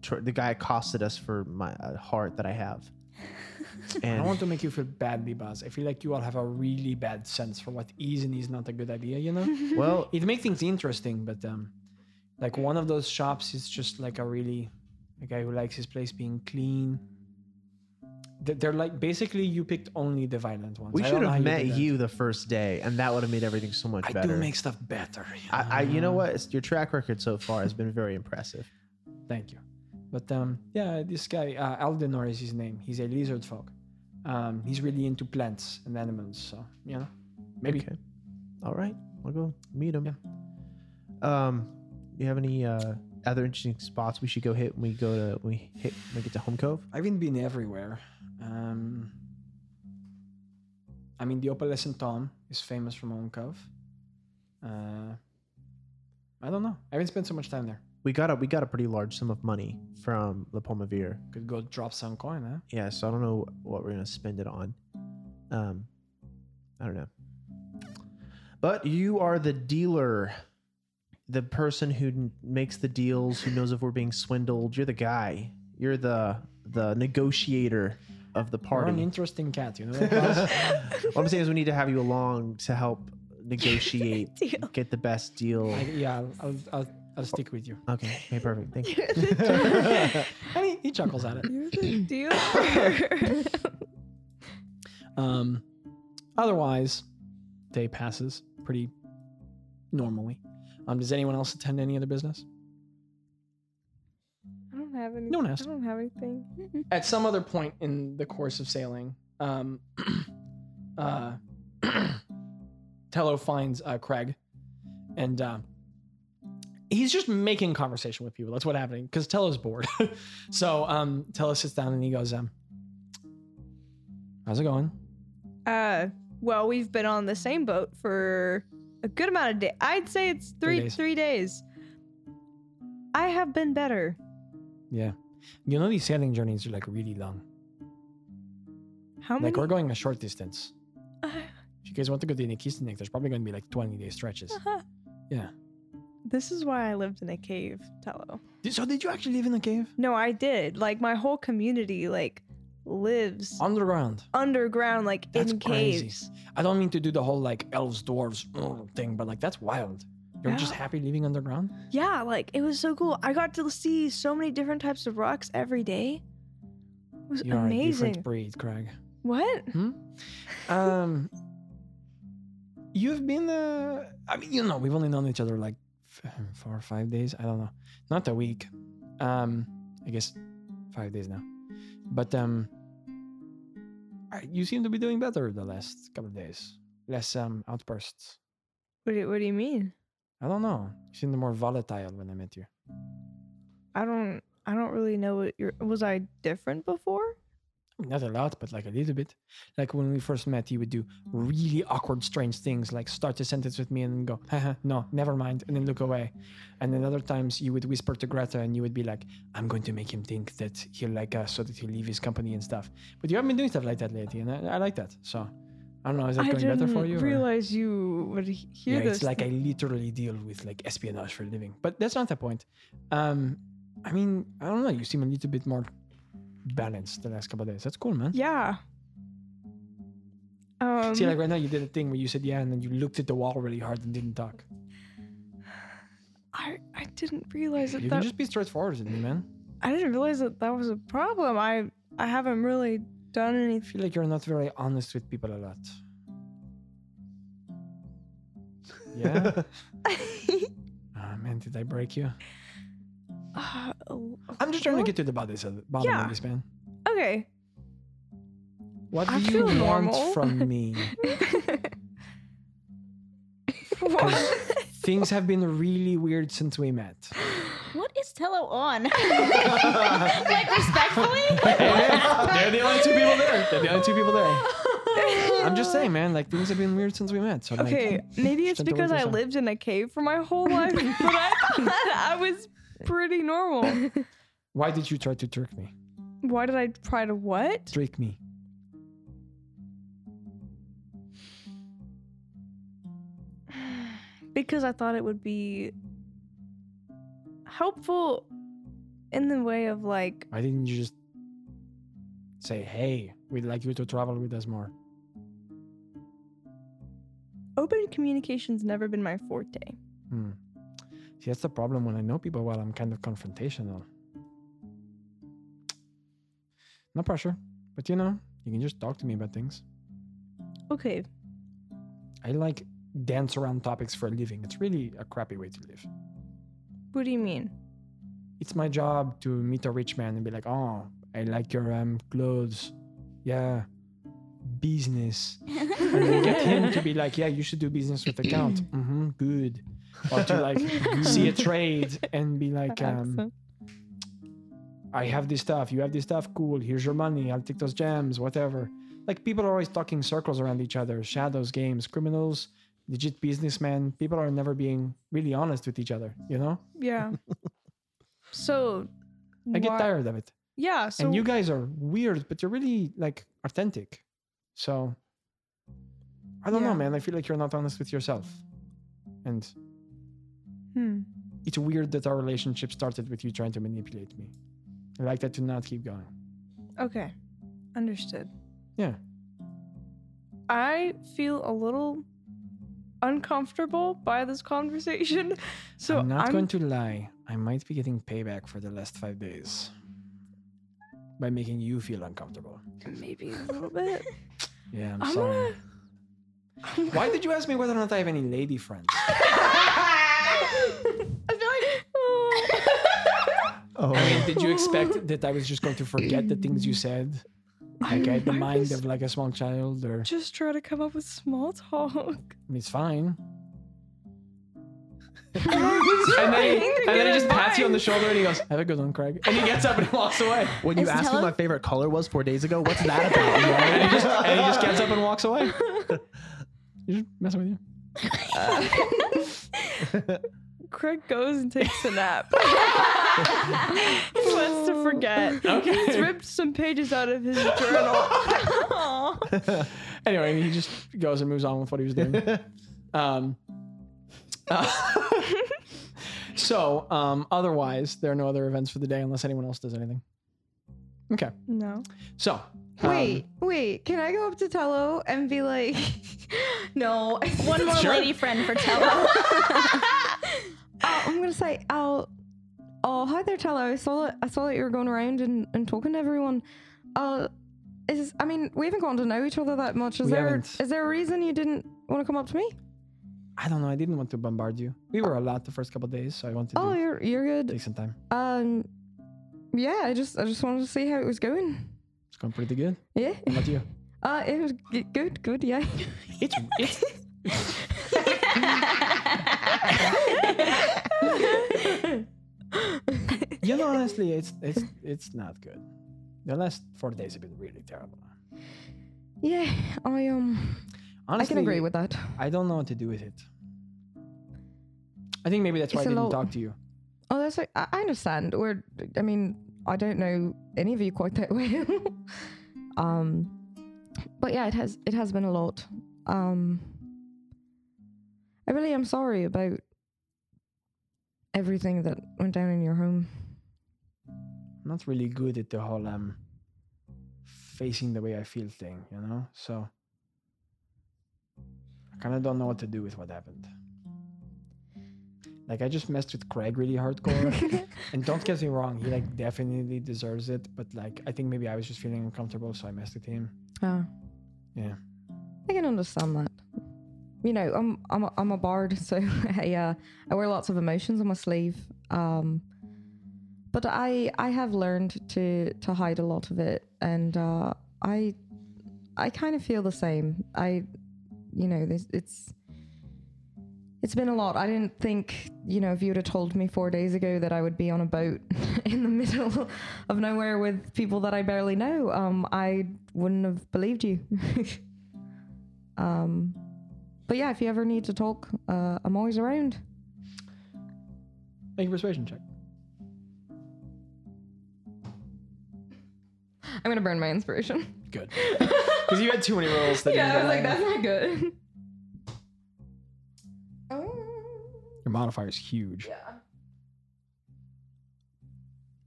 A: tr- the guy accosted us for my uh, heart that I
G: (laughs)
A: have.
G: I
A: And
G: don't want to make you feel badly, Baz. I feel like you all have a really bad sense for what is and is not a good idea.
A: (laughs)
G: You know,
A: well,
G: it makes things interesting, but um, like one of those shops is just like a really a guy who likes his place being clean. They- They're like basically you picked only the violent ones.
A: we
G: I don't
A: should
G: know how
A: have
G: you
A: met
G: did that.
A: you the first day, and that would have made everything so much
G: I
A: better.
G: do make stuff better. you
A: I, I, you know
G: (laughs) know?
A: what? It's, your track record so far has been very impressive.
G: Thank you. But um, yeah, this guy uh, Aldenor is his name. He's a lizard folk. Um, he's really into plants and animals. So you know, maybe
A: Okay. All right, we'll go meet him.
G: Yeah.
A: Um, you have any uh other interesting spots we should go hit when we go to when we hit when we get to Home Cove?
G: I've been been everywhere. Um, I mean, the opalescent Tom is famous from Own Cove. Uh, I don't know. I haven't spent so much time there.
A: We got a we got a pretty large sum of money from La Pomavir.
G: Could go drop some coin, huh?
A: Yeah, so I don't know what we're gonna spend it on. Um, I don't know. But you are the dealer, the person who n- makes the deals, who knows if we're being swindled. You're the guy. You're the the negotiator of the
G: You're
A: party.
G: an interesting cat, you know. that, Buzz?
A: (laughs) what I'm saying is we need to have you along to help negotiate,
D: (laughs) Deal.
A: get the best deal.
G: I, yeah, I'll, I'll, I'll, I'll stick with you.
A: Okay, okay, perfect. Thank you.
D: You're the
G: And he, he chuckles at it.
D: you're the
G: (laughs)
D: dealer.
G: Um, otherwise, day passes pretty normally. Um, does anyone else attend any other business?
D: I don't have any.
G: No one asked.
D: I don't have anything.
G: At some other point in the course of sailing, um, (clears throat) uh, (clears throat) Tello finds uh, Craig, and uh, he's just making conversation with people. That's what's happening because Tello's bored. (laughs) so um, Tello sits down and he goes, um, "How's it going?"
D: Uh, well, we've been on the same boat for a good amount of days. I'd say it's
G: Three
D: three
G: days.
D: three days. I have been better.
G: Yeah, you know these sailing journeys are like really long.
D: How
G: like
D: many? (laughs)
G: we're going a short distance. If you guys want to go to Nikistinik, there's probably going to be like 20 day stretches. Yeah.
D: this is why I lived in a cave, Tello.
G: Did- So did you actually live in a cave?
D: No, I did. Like my whole community, like lives
G: Underground.
D: underground, like
G: That's
D: in
G: crazy.
D: caves.
G: I don't mean to do the whole like elves, dwarves mm, thing, but like that's wild. You're just
D: Yeah.
G: happy living underground?
D: Yeah, like it was so cool. I got to see so many different types of rocks every day. It was
G: You are a different
D: amazing.
G: breed, Craig.
D: What?
G: Um, you've been, uh, I mean, you know, we've only known each other like f- four or five days. I don't know, not a week. Um, I guess five days now. But um, I- you seem to be doing better the last couple of days. Less um outbursts.
D: What do, you- what do you mean?
G: I don't know. You seemed more volatile when I met you.
D: I don't I don't really know what you're was I different before?
G: Not a lot, but like a little bit. Like when we first met, you would do really awkward, strange things, like start a sentence with me and then go, Haha, no, never mind, and then look away. And then other times you would whisper to Greta and you would be like, I'm going to make him think that he'll like us so that he'll leave his company and stuff. But you haven't been doing stuff like that lately, and I, I like that. So I don't know, is that
D: I
G: going
D: didn't
G: better for you? or-
D: realize you would he- hear
G: yeah,
D: this.
G: it's like I literally deal with like espionage for a living. But that's not the point. Um, I mean, I don't know, you seem a little bit more balanced the last couple of days. That's cool, man.
D: yeah. Um,
G: See, like right now, you did a thing where you said yeah, and then you looked at the wall really hard and didn't talk.
D: I, I didn't realize that,
G: You
D: that
G: can just be straightforward with me, man.
D: I didn't realize that that was a problem. I I haven't really done
G: I
D: anything. (sighs)
G: feel like you're not very honest with people a lot. Yeah.
D: (laughs)
G: Ah, man, did I break you?
D: Uh, oh,
G: I'm just trying to
D: what?
G: get to the bottom of bottom
D: Yeah.
G: of this, man.
D: Okay.
G: What do
D: I
G: you
D: feel
G: want
D: normal.
G: from
D: (laughs)
G: me?
D: What?
G: Things have been really weird since we met.
F: What is Tello (laughs) on? like
G: (laughs)
F: respectfully?
G: They're the only two people there. They're the only two people there. (laughs) I'm just (laughs) saying, man. Like things have been weird since we met. So like,
D: Okay, maybe it's
G: Shut the
D: because I
G: windows on.
D: lived in a cave for my whole life, but I thought I was pretty normal.
G: why did you try to trick me?
D: Why did I try to what?
G: Trick me.
D: (sighs) Because I thought it would be helpful in the way of like,
G: Why didn't you just say, hey, we'd like you to travel with us more?
D: open communication's never been my forte.
G: Hmm. See, that's the problem when I know people well, I'm kind of confrontational. No pressure, but you know, you can just talk to me about things.
D: Okay,
G: I like dance around topics for a living. It's really a crappy way to live.
D: what do you mean?
G: It's my job to meet a rich man and be like, oh, I like your um, clothes. Yeah, business. (laughs) and then get him
F: (laughs)
G: to be like, yeah, you should do business with account.
D: (clears throat)
G: hmm good. Or to like see
D: (laughs)
G: a trade and be like, um,
D: Accent.
G: I have this stuff, you have this stuff, cool, here's your money, I'll take those gems, whatever. Like people are always talking circles around each other, shadows, games, criminals, legit businessmen. People are never being really honest with each other, you know? (laughs)
D: Yeah. so,
G: I get
D: why-
G: tired of it.
D: Yeah. So
G: and you guys are weird, but you're really like authentic. So I don't know,
D: Yeah.
G: man. I feel like you're not honest with yourself. And
D: Hmm.
G: it's weird that our relationship started with you trying to manipulate me. I like that to not keep going.
D: Okay. Understood.
G: Yeah.
D: I feel a little uncomfortable by this conversation. (laughs) So
G: I'm
D: I'm,
G: not going to lie. I might be getting payback for the last five days by making you feel uncomfortable.
D: (laughs) maybe a little bit. (laughs)
G: Yeah, I'm,
D: I'm
G: sorry. Why did you ask me whether or not I have any lady friends?
D: (laughs)
A: Oh,
G: I mean, did you
D: (laughs)
G: expect that I was just going to forget the things you said? Like I had the
D: I
G: mind
D: was
G: of like a small child, or
D: Just try to come up with small talk.
G: it's (laughs) fine.
D: and
G: shoulder and he goes, "Have a good one, Craig." And he gets up and walks away.
A: when you
F: Is
A: asked me
F: Helen-
A: what my favorite color was four days ago, what's that about?
G: And he just, and he just gets up and
E: (laughs)
G: walks away. You just messing with you.
D: Craig goes and takes a
E: (laughs)
D: nap. he wants to forget.
G: Okay.
D: He's ripped some pages out of his
G: Um,
D: journal.
G: Anyway, he just goes and moves on with what he was doing. (laughs) Um, uh, so, um, otherwise, there are no other events for the day unless anyone else does anything. Okay,
D: (laughs) no.
G: so um,
E: Wait, wait. Can I go up to Tello and be like, (laughs) no?
F: One
E: (laughs)
F: more lady friend for Tello. (laughs)
E: Oh, I'm gonna say, oh, oh, hi there, Tello. I saw that I saw that you were going around and, and talking to everyone. Uh, is I mean, we haven't gotten to know each other that much. Is
G: We
E: there
G: haven't.
E: is there a reason you didn't want to come up to me?
G: I don't know. I didn't want to bombard you. We were a lot the first couple days, so I wanted to
E: (laughs) Oh, you're you're good.
G: take some time.
E: Um, yeah, I just I just wanted to see how it was going.
G: It's going pretty good.
E: Yeah.
G: How about you?
E: Uh, it was g- good, good. Yeah.
G: It's it's (laughs) You know, honestly, it's it's it's not good. The last four days have been really terrible.
E: (laughs) yeah, I um, I
G: Honestly,
E: can agree with that.
G: I don't know what to do with it. I think maybe that's why
E: It's
G: I
E: a
G: didn't
E: lot.
G: talk to you.
E: Oh, that's right. I I understand. We're, I mean, I don't know any of you quite that (laughs) well. um, but yeah, it has it has been a lot. Um, I really am sorry about everything that went down in your home.
G: I'm not really good at the whole um facing the way I feel thing, you know? So I kinda don't know what to do with what happened. Like I just messed with Craig really
E: (laughs)
G: hardcore. and don't get me wrong, he like definitely deserves it, but like I think maybe I was just feeling uncomfortable, so I messed with him.
E: Oh.
G: Yeah.
E: I can understand that. You know, I'm I'm a, I'm a bard, (laughs) so I uh, I wear lots of emotions on my sleeve. Um, but I I have learned to to hide a lot of it, and uh, I I kind of feel the same. I you know this it's it's been a lot. I didn't think you know if you'd have told me four days ago that I would be on a boat (laughs) in the middle of nowhere with people that I barely know, um, I wouldn't have believed you. (laughs) Um, but yeah, if you ever need to talk, uh, I'm always around.
G: Make a persuasion check.
E: I'm gonna burn my inspiration.
G: Good. Because you had too many rolls
E: (laughs)
G: that
E: yeah, I
G: didn't
E: was like,
G: align up.
E: that's not good. Oh.
G: Your modifier is huge.
E: Yeah.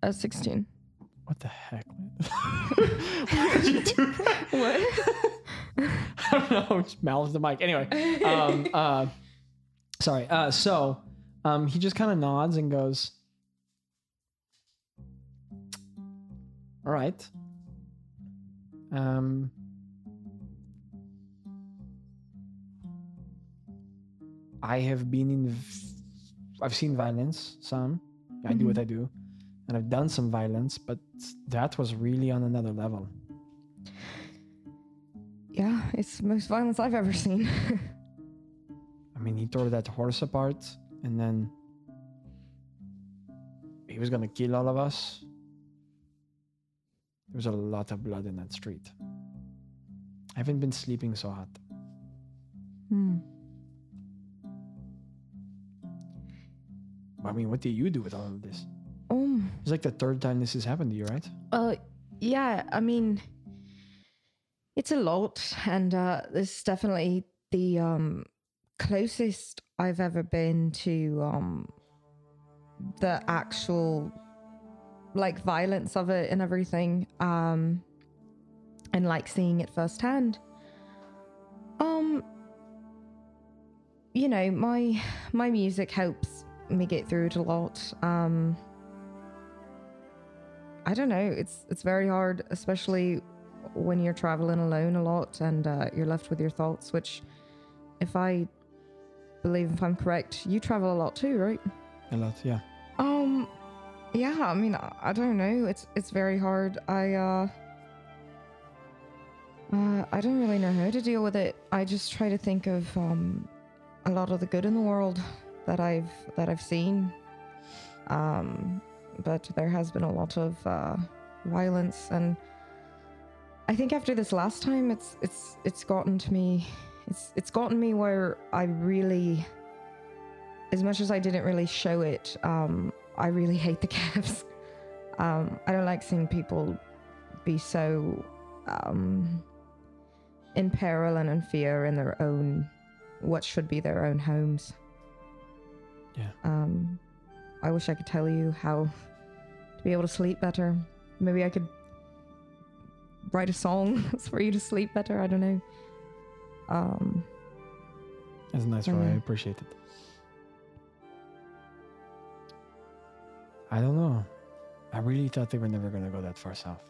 E: A 16.
G: What the heck? (laughs) Why did you (laughs) do that?
E: What?
G: (laughs) I don't know. Just mouth the mic. Anyway, um, uh, sorry. Uh, so um, he just kind of nods and goes, "All right." Um, I have been in. v- I've seen violence. Some. I do what I do, and I've done some violence, but that was really on another level.
E: Yeah, it's the most violence I've ever seen.
G: I mean, he tore that horse apart and then he was gonna kill all of us. There was a lot of blood in that street. I haven't been sleeping so hot.
E: Hmm.
G: I mean, what do you do with all of this?
E: Um,
G: It's like the third time this has happened to you, right?
E: Uh, yeah, I mean, it's a lot, and uh, this is definitely the um closest I've ever been to um the actual like violence of it and everything, um, and like seeing it firsthand. Um, you know, my my music helps me get through it a lot. Um. I don't know. It's it's very hard, especially when you're traveling alone a lot and uh, you're left with your thoughts. Which, if I believe, if I'm correct, you travel a lot too, right?
G: A lot, yeah.
E: Um, yeah. I mean, I, I don't know. It's it's very hard. I uh, uh, I don't really know how to deal with it. I just try to think of um, a lot of the good in the world that I've that I've seen. Um, but there has been a lot of uh, violence, and I think after this last time, it's it's it's gotten to me. It's it's gotten me where I really as much as I didn't really show it, um, I really hate the (laughs) Cavs. Um, I don't like seeing people be so um, in peril and in fear in their own, what should be their own homes.
G: Yeah.
E: Um, I wish I could tell you how to be able to sleep better. Maybe I could write a song (laughs) for you to sleep better. I don't know. Um,
G: That's a nice,
E: I
G: Roy. I
E: know.
G: appreciate it. I don't know. I really thought they were never gonna go that far south.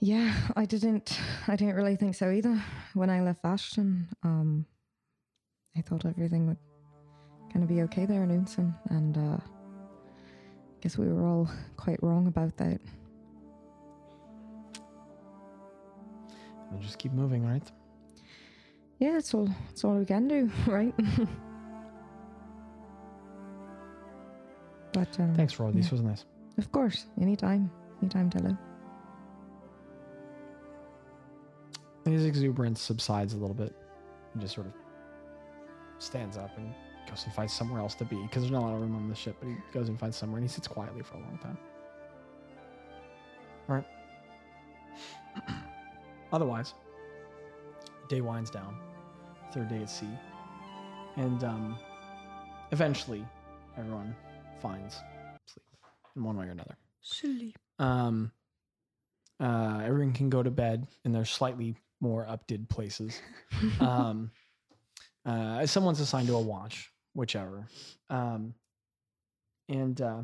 E: Yeah, I didn't. I didn't really think so either. When I left Ashton, um, I thought everything would kind of be okay there in Unson, and uh, guess we were all quite wrong about that.
G: We'll just keep moving, right?
E: Yeah, that's all. That's all we can do, (laughs) right? but um,
G: Thanks, Roy. This was nice.
E: Of course, anytime, anytime, Tello.
G: His exuberance subsides a little bit and just sort of stands up and goes and finds somewhere else to be because there's not a lot of room on the ship, but he goes and finds somewhere and he sits quietly for a long time. All right. (clears throat) Otherwise, day winds down, third day at sea, and um, eventually everyone finds sleep in one way or another.
D: Sleep.
G: Um, uh, everyone can go to bed in their slightly more updid places. um, uh, someone's assigned to a watch, whichever. Um, and uh,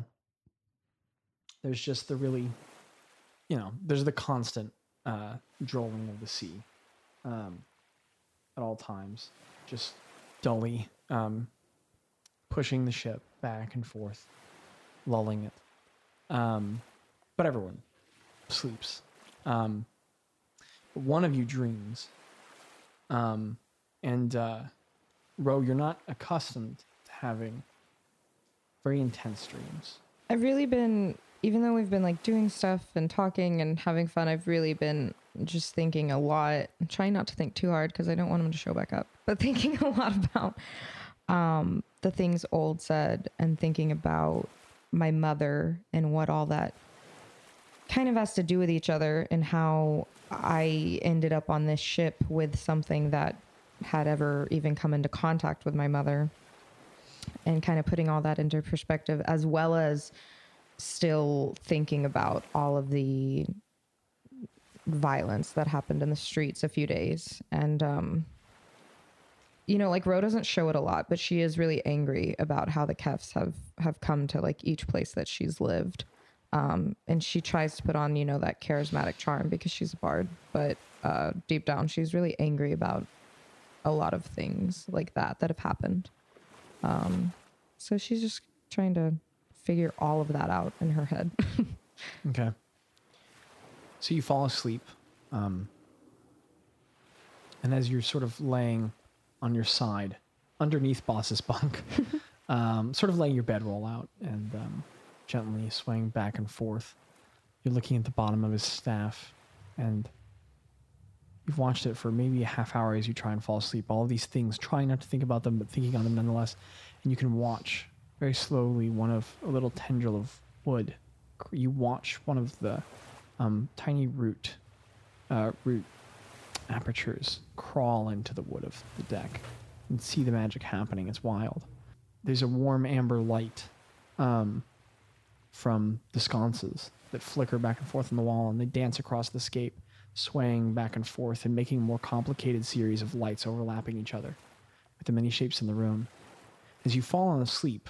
G: there's just the really, you know, there's the constant uh, drolling of the sea um, at all times, just dully um, pushing the ship back and forth, lulling it. Um, but everyone sleeps. Um, but one of you dreams. Um, and uh, Ro, you're not accustomed to having very intense dreams.
E: I've really been, even though we've been like doing stuff and talking and having fun, I've really been just thinking a lot, trying not to think too hard because I don't want him to show back up, but (laughs) thinking a lot about um, the things Old said and thinking about my mother and what all that kind of has to do with each other and how I ended up on this ship with something that had ever even come into contact with my mother and kind of putting all that into perspective as well as still thinking about all of the violence that happened in the streets a few days and um you know like Ro doesn't show it a lot but she is really angry about how the Kefs have have come to like each place that she's lived um and she tries to put on you know that charismatic charm because she's a bard but uh deep down she's really angry about a lot of things like that that have happened um, so she's just trying to figure all of that out in her head. (laughs)
G: Okay. So you fall asleep. Um, and as you're sort of laying on your side underneath Boss's (laughs) bunk, um, sort of laying your bedroll out and um, gently swaying back and forth, you're looking at the bottom of his staff and you've watched it for maybe a half hour as you try and fall asleep. All these things, trying not to think about them, but thinking on them nonetheless. And you can watch very slowly one of a little tendril of wood. You watch one of the um, tiny root, uh, root apertures crawl into the wood of the deck and see the magic happening. It's wild. There's a warm amber light um, from the sconces that flicker back and forth on the wall, and they dance across the scape, swaying back and forth and making a more complicated series of lights overlapping each other with the many shapes in the room. As you fall on asleep,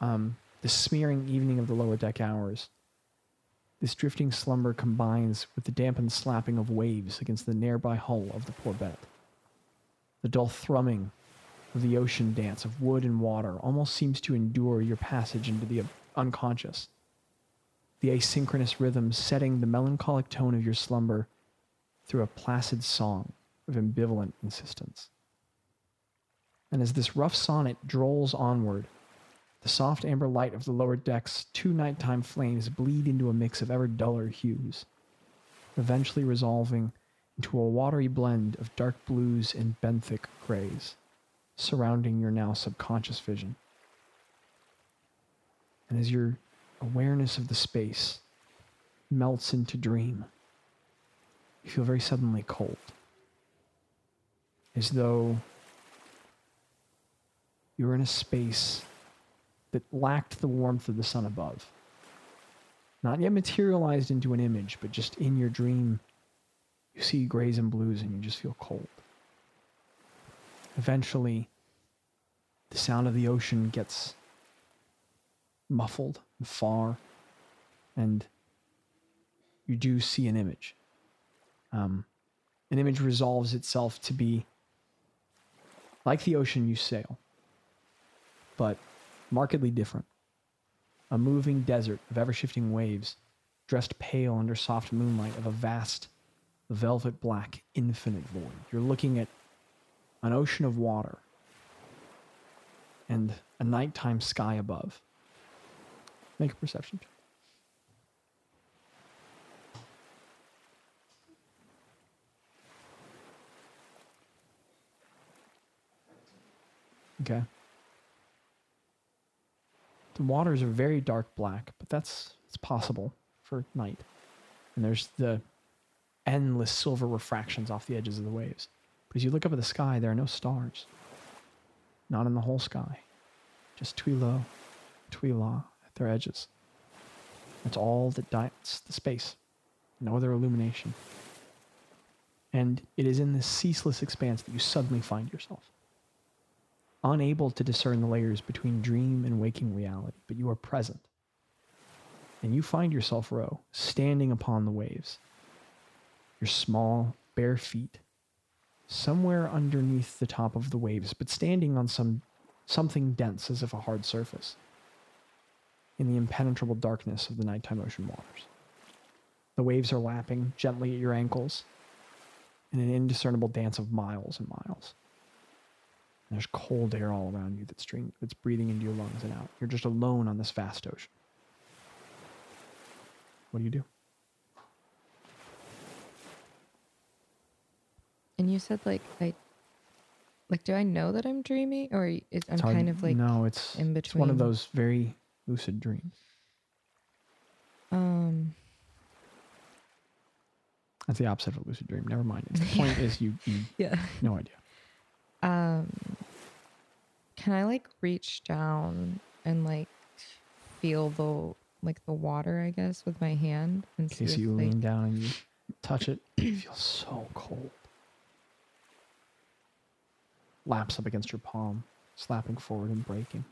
G: um, the smearing evening of the lower deck hours, this drifting slumber combines with the dampened slapping of waves against the nearby hull of the Corbett. The dull thrumming of the ocean dance of wood and water almost seems to endure your passage into the unconscious. The asynchronous rhythm setting the melancholic tone of your slumber through a placid song of ambivalent insistence. And as this rough sonnet drolls onward, the soft amber light of the lower deck's two nighttime flames bleed into a mix of ever duller hues, eventually resolving into a watery blend of dark blues and benthic grays, surrounding your now subconscious vision. And as your awareness of the space melts into dream, you feel very suddenly cold, as though you were in a space that lacked the warmth of the sun above. Not yet materialized into an image, but just in your dream, you see grays and blues and you just feel cold. Eventually, the sound of the ocean gets muffled and far, and you do see an image. Um, an image resolves itself to be like the ocean you sail, but markedly different. A moving desert of ever shifting waves, dressed pale under soft moonlight of a vast, velvet black, infinite void. You're looking at an ocean of water, and a nighttime sky above. Make a perception check. Okay. The waters are very dark black, but that's it's possible for night. And there's the endless silver refractions off the edges of the waves. But as you look up at the sky, there are no stars. Not in the whole sky. Just Tuilo, Tuila at their edges. That's all that dilates the space. No other illumination. And it is in this ceaseless expanse that you suddenly find yourself unable to discern the layers between dream and waking reality, but you are present. And you find yourself, Ro, standing upon the waves, your small, bare feet, somewhere underneath the top of the waves, but standing on some something dense as if a hard surface, in the impenetrable darkness of the nighttime ocean waters. The waves are lapping gently at your ankles in an indiscernible dance of miles and miles. And there's cold air all around you that's, string, that's breathing into your lungs and out. You're just alone on this vast ocean. What do you do?
E: And you said like I like do I know that I'm dreaming or is I'm
G: It's hard-
E: kind of like
G: no, it's
E: in
G: It's one of
E: between.
G: those very lucid dreams.
E: um
G: That's the opposite of a lucid dream. Never mind. It's the point is you,
E: (laughs)
G: you
E: yeah.
G: no idea.
E: Um can I like reach down and like feel the like the water, I guess, with my hand and
G: In case
E: see
G: you
E: if, like,
G: lean down and you touch it, it feels so cold. Laps up against your palm, slapping forward and breaking.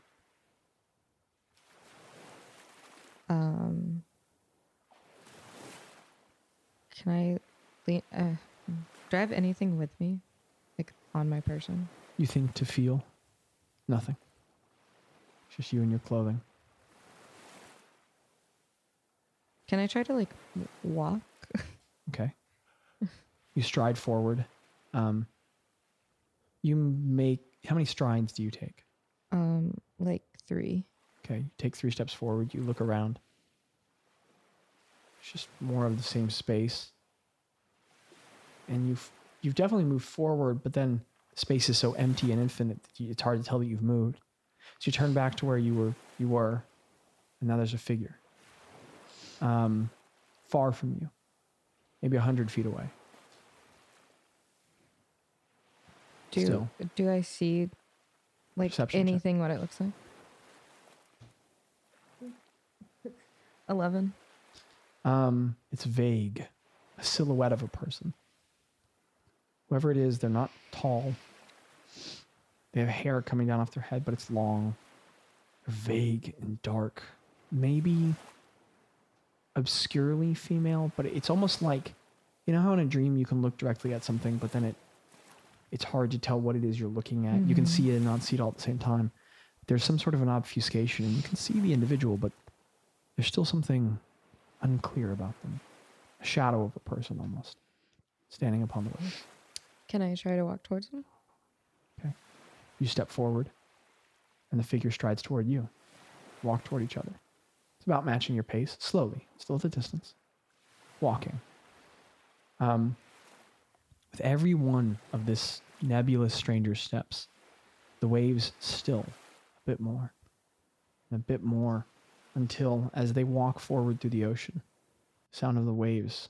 E: Um, can I lean? Uh, do I have anything with me, like on my person?
G: You think to feel nothing. It's just you and your clothing.
E: Can I try to like w- walk?
G: Okay. (laughs) you stride forward. Um, you make how many strides do you take?
E: Um, like three.
G: Okay, you take three steps forward, you look around. It's just more of the same space. And you've you've definitely moved forward, but then the space is so empty and infinite that you, it's hard to tell that you've moved. So you turn back to where you were you were, and now there's a figure. Um, far from you, maybe a hundred feet away.
E: Do
G: Still.
E: do I see like
G: Perception check.
E: anything? What it looks like? Eleven.
G: Um, it's vague, a silhouette of a person. Whoever it is, they're not tall. They have hair coming down off their head, but it's long. They're vague and dark. Maybe obscurely female, but it's almost like you know how in a dream you can look directly at something, but then it it's hard to tell what it is you're looking at. You can see it and not see it all at the same time. There's some sort of an obfuscation, and you can see the individual, but there's still something unclear about them. A shadow of a person almost standing upon the waves.
E: Can I try to walk towards him?
G: You step forward, and the figure strides toward you. Walk toward each other. It's about matching your pace, slowly, still at a distance. Walking. Um, with every one of this nebulous stranger's steps, the waves still a bit more, and a bit more, until as they walk forward through the ocean, the sound of the waves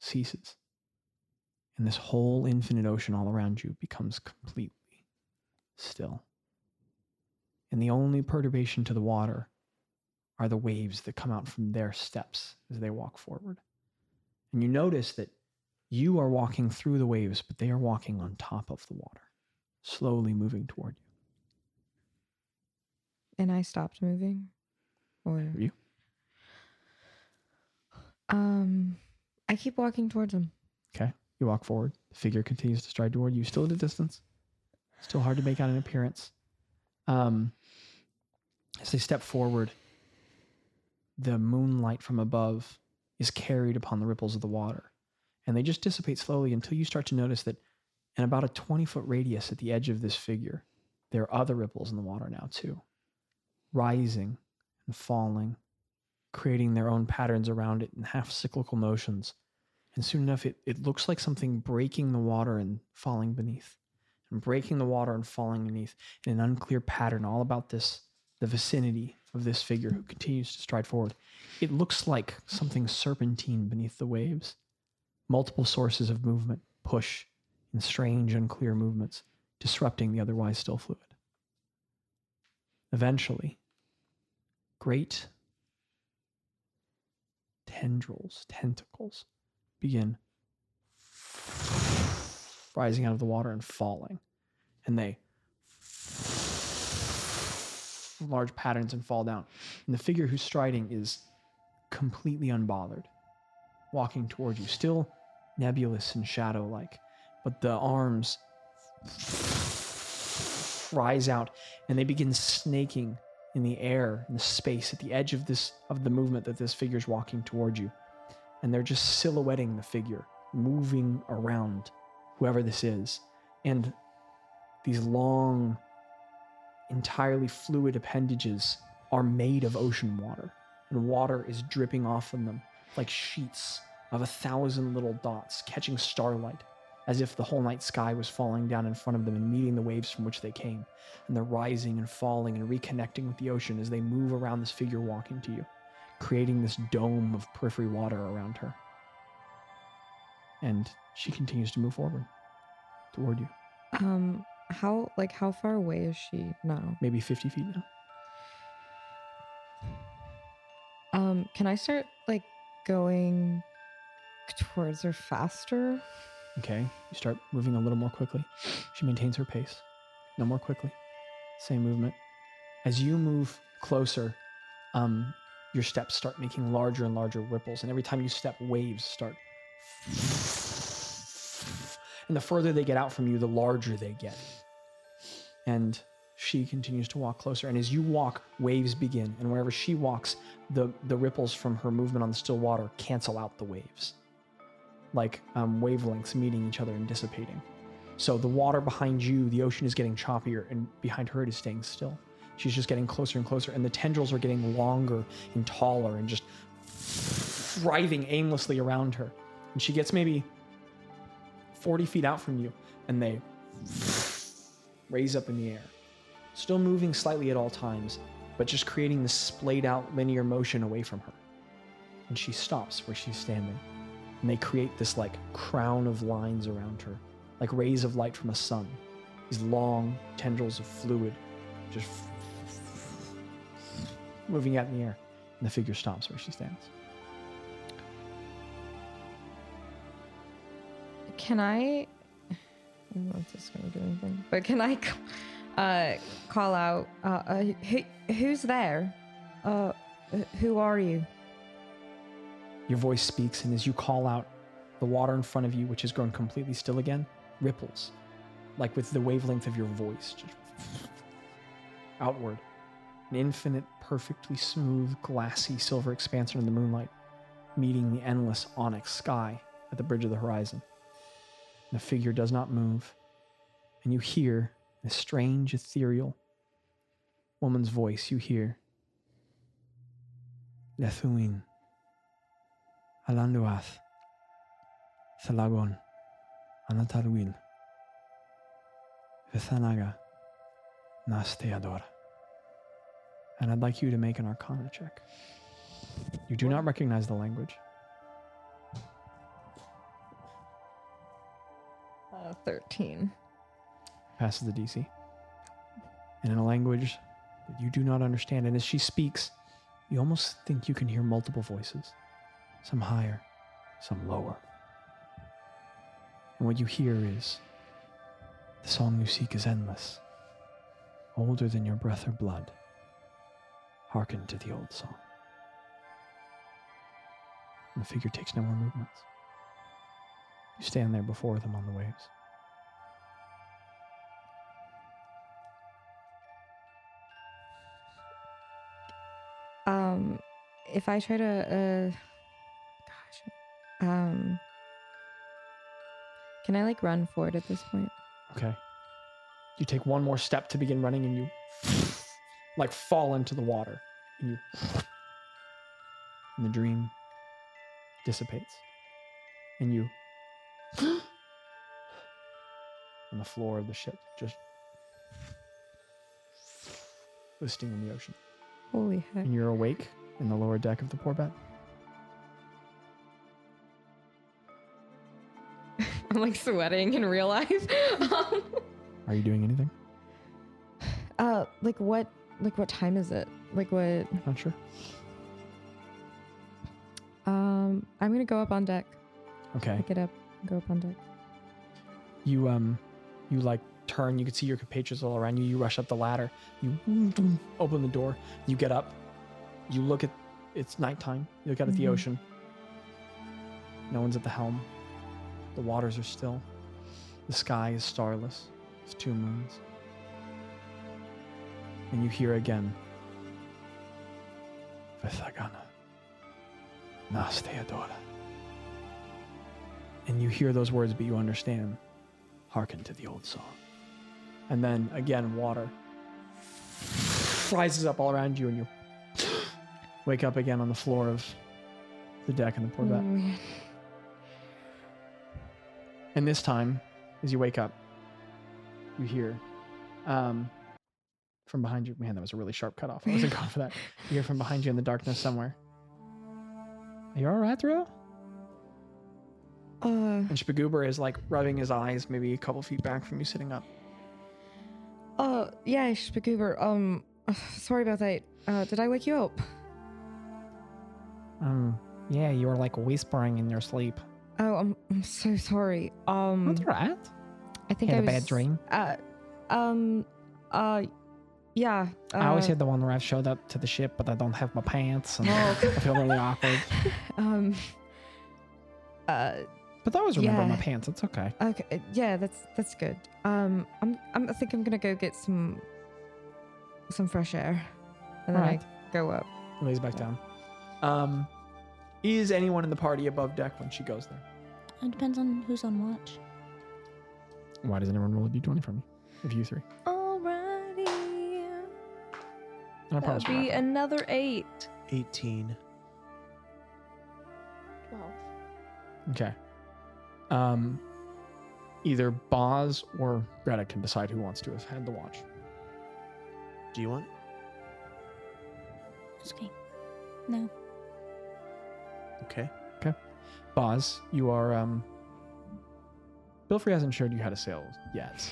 G: ceases, and this whole infinite ocean all around you becomes completely still. And the only perturbation to the water are the waves that come out from their steps as they walk forward. And you notice that you are walking through the waves, but they are walking on top of the water, slowly moving toward you.
E: And I stopped moving. Or
G: You?
E: um, I keep walking towards him.
G: You walk forward. The figure continues to stride toward you, still at a distance. Still hard to make out an appearance. Um, as they step forward, the moonlight from above is carried upon the ripples of the water, and they just dissipate slowly until you start to notice that and about a 20 foot radius at the edge of this figure, there are other ripples in the water now, too, rising and falling, creating their own patterns around it in half cyclical motions. And soon enough, it, it looks like something breaking the water and falling beneath, and breaking the water and falling beneath in an unclear pattern, all about this, the vicinity of this figure who continues to stride forward. It looks like something serpentine beneath the waves, multiple sources of movement, push, and strange, unclear movements, disrupting the otherwise still fluid. Eventually, great tendrils, tentacles begin rising out of the water and falling. And they large patterns and fall down. And the figure who's striding is completely unbothered, walking towards you, still nebulous and shadow like but the arms rise out and they begin snaking in the air in the space at the edge of this of the movement that this figure's walking toward you and they're just silhouetting the figure moving around whoever this is and these long entirely fluid appendages are made of ocean water and water is dripping off of them like sheets of a thousand little dots catching starlight as if the whole night sky was falling down in front of them and meeting the waves from which they came. And they're rising and falling and reconnecting with the ocean as they move around this figure walking to you, creating this dome of periphery water around her. And she continues to move forward toward you,
E: Um, how like how far away is she now?
G: maybe 50 feet now.
E: Um, can I start like going towards her faster?
G: Okay, you start moving a little more quickly. She maintains her pace. No more quickly. Same movement. As you move closer, um, your steps start making larger and larger ripples, and every time you step, waves start. And the further they get out from you, the larger they get. And she continues to walk closer, and as you walk, waves begin. And wherever she walks, the, the ripples from her movement on the still water cancel out the waves like um, wavelengths meeting each other and dissipating. So the water behind you, the ocean is getting choppier, and behind her it is staying still. She's just getting closer and closer, and the tendrils are getting longer and taller and just writhing aimlessly around her. And she gets maybe 40 feet out from you, and they raise up in the air. Still moving slightly at all times, but just creating this splayed out linear motion away from her. And she stops where she's standing and they create this like crown of lines around her, like rays of light from a sun. These long tendrils of fluid just moving out in the air, and the figure stops where she stands.
E: Can I? I don't know if this is gonna do anything, but can I, c- uh, call out? Uh, uh who, who's there? Uh, wh- who are you?
G: Your voice speaks, and as you call out, the water in front of you, which has grown completely still again, ripples, like with the wavelength of your voice, just outward. An infinite, perfectly smooth, glassy silver expanse under the moonlight, meeting the endless onyx sky at the bridge of the horizon. And the figure does not move, and you hear a strange, ethereal woman's voice. You hear, Lethuin. Alanduath, Thalagon, Anatarwil, Vithanaga, Nasteador. And I'd like you to make an arcana check. You do not recognize the language.
E: Uh, Thirteen.
G: passes the DC. And in a language that you do not understand. And as she speaks, you almost think you can hear multiple voices some higher, some lower. And what you hear is the song you seek is endless, older than your breath or blood. Hearken to the old song. And the figure takes no more movements. You stand there before them on the waves.
E: um if i try to uh gosh um Can I like run forward at this point?
G: Okay. You take one more step to begin running and you like fall into the water. And you and the dream dissipates. And you (gasps) on the floor of the ship, just listing in the ocean.
E: Holy heck.
G: And you're awake in the lower deck of the Porbat.
E: I'm like sweating in real life. (laughs) um,
G: Are you doing anything?
E: uh, like what? Like what time is it? Like what?
G: Not sure.
E: Um, I'm gonna go up on deck.
G: Okay.
E: Pick it up. and Go up on deck.
G: You um, you like turn. You can see your compatriots all around you. You rush up the ladder. You open the door. You get up. You look at. It's nighttime. You look out at the
E: Mhm.
G: ocean. No one's at the helm. The waters are still. The sky is starless. It's two moons. And you hear again. Vethagana. Nas Theodora. And you hear those words, but you understand. Hearken to the old song. And then again, water rises up all around you, (gasps) and you wake up again on the floor of the deck in the Corvette.
E: Oh, yeah.
G: And this time, as you wake up, you hear um, from behind you. Man, that was a really sharp cutoff. I wasn't going for that. You hear from behind you in the darkness somewhere. Are you all right, Thro?
E: Uh,
G: And Spaguber is like rubbing his eyes, maybe a couple feet back from you, sitting up.
E: oh yeah, Spagoober. Um, sorry about that. Uh, did I wake you up?
H: Um, yeah, you were like whispering in your sleep.
E: Oh, I'm, I'm so sorry. Um,
H: That's right.
E: I think
H: had
E: I
H: a bad
E: was-
H: dream?
E: Uh, um, uh, yeah. Uh,
H: I always had the one where I've showed up to the ship, but I don't have my pants, and
E: (laughs) Oh.
H: I feel really awkward.
E: Um. (laughs) Uh.
H: But I always remember my
E: Yeah.
H: pants. It's okay.
E: Okay. uh, Yeah. That's that's good. Um. I'm. I'm I think I'm gonna go get some. Some fresh air, and then
H: Alright.
E: I go up.
G: And lays back down. Um, is anyone in the party above deck when she goes there?
F: It depends on who's on watch.
G: Why does anyone roll a d20 for me? If you three.
D: Alrighty.
G: And I
D: That
G: promise
D: would
G: we're not
D: be
G: done.
D: another eight.
A: 18.
G: Okay. Um, either Boz or Greta can decide who wants to have had the watch.
A: Do you want?
F: It's okay.
A: Okay.
G: Boz, you are. Um, Bilfrey hasn't showed you how to sail yet,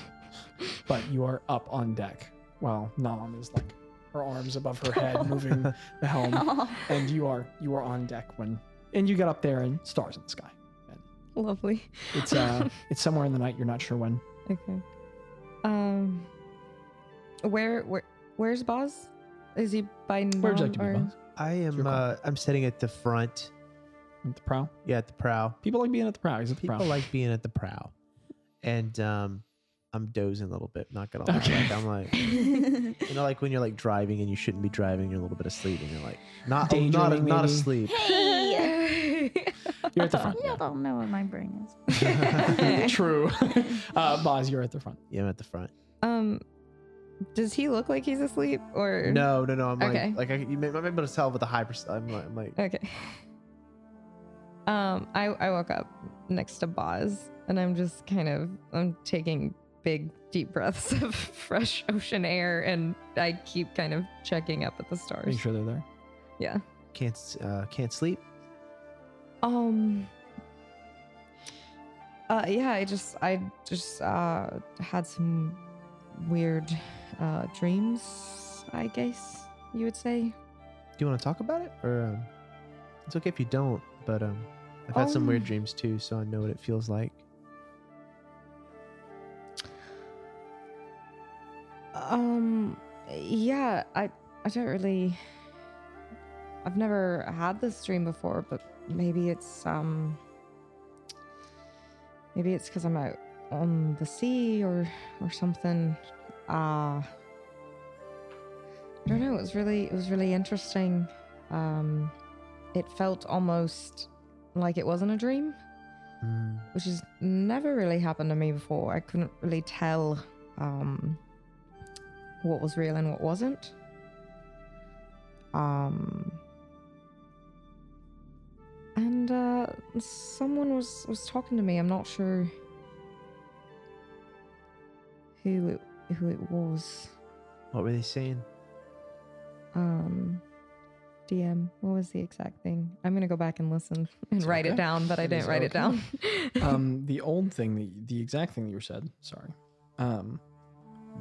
G: but you are up on deck while Nam is like her arms above
A: (laughs)
G: her head, moving the helm,
A: Oh,
G: and you are you are on deck when and you get up there and stars in the sky.
E: Lovely.
A: (laughs)
G: It's uh, it's somewhere in the night. You're not sure when.
E: Okay. Um. Where where where's Boz? Is he by now?
G: Where would you like to be, (laughs) Boz?
A: I am.
G: your call.
A: Uh, I'm sitting at the front.
G: At the prow.
A: Yeah, at the prow.
G: People like being at the prow. He's at the
A: People
G: prow.
A: like being at the prow, and um, I'm dozing a little bit. Not gonna lie.
G: Okay.
A: Like, I'm
G: (laughs)
A: like, you know, like when you're like driving and you shouldn't be driving. You're a little bit asleep, and you're like, not, oh, not,
G: Daydreaming,
A: not
G: maybe?
A: asleep.
F: (laughs) Hey!
G: You're at the
A: (laughs)
G: front.
F: I don't know what my brain is.
G: (laughs) True. uh, Boz, you're at the front.
A: Yeah, I'm at the front.
E: (laughs) um. Does he look like he's asleep or
A: No, no, no. I'm
E: Okay.
A: like, like I, you may, might be able to tell with the high percent. I'm like, I'm like
E: Okay. (laughs) Um, I I woke up next to Boz, and I'm just kind of I'm taking big deep breaths (laughs) of fresh ocean air, and I keep kind of checking up at the stars.
G: Make sure they're there.
E: Yeah.
A: can't, s- uh, can't sleep.
E: Um. Uh, yeah, I just I just uh had some weird uh dreams. I guess you would say.
A: Do you want to talk about it, or um, it's okay if you don't? But um, I've had some weird
E: Um,
A: dreams too, so I know what it feels like.
E: Um, yeah, I I don't really. I've never had this dream before, but maybe it's um. Maybe it's because I'm out on the sea or or something. Uh I don't know. It was really it was really interesting. Um, it felt almost like it wasn't a dream.
A: Mm.
E: which has never really happened to me before. I couldn't really tell um, what was real and what wasn't. Um, and uh, someone was was talking to me. I'm not sure who it, who it was.
A: What were they saying?
E: Um, DM, what was the exact thing? I'm gonna go back and listen (laughs) and
G: It's
E: write
G: okay.
E: it down, but I
G: It
E: didn't
G: is
E: write it
G: okay.
E: down. (laughs)
G: um, the old thing that the exact thing that you said, sorry, um,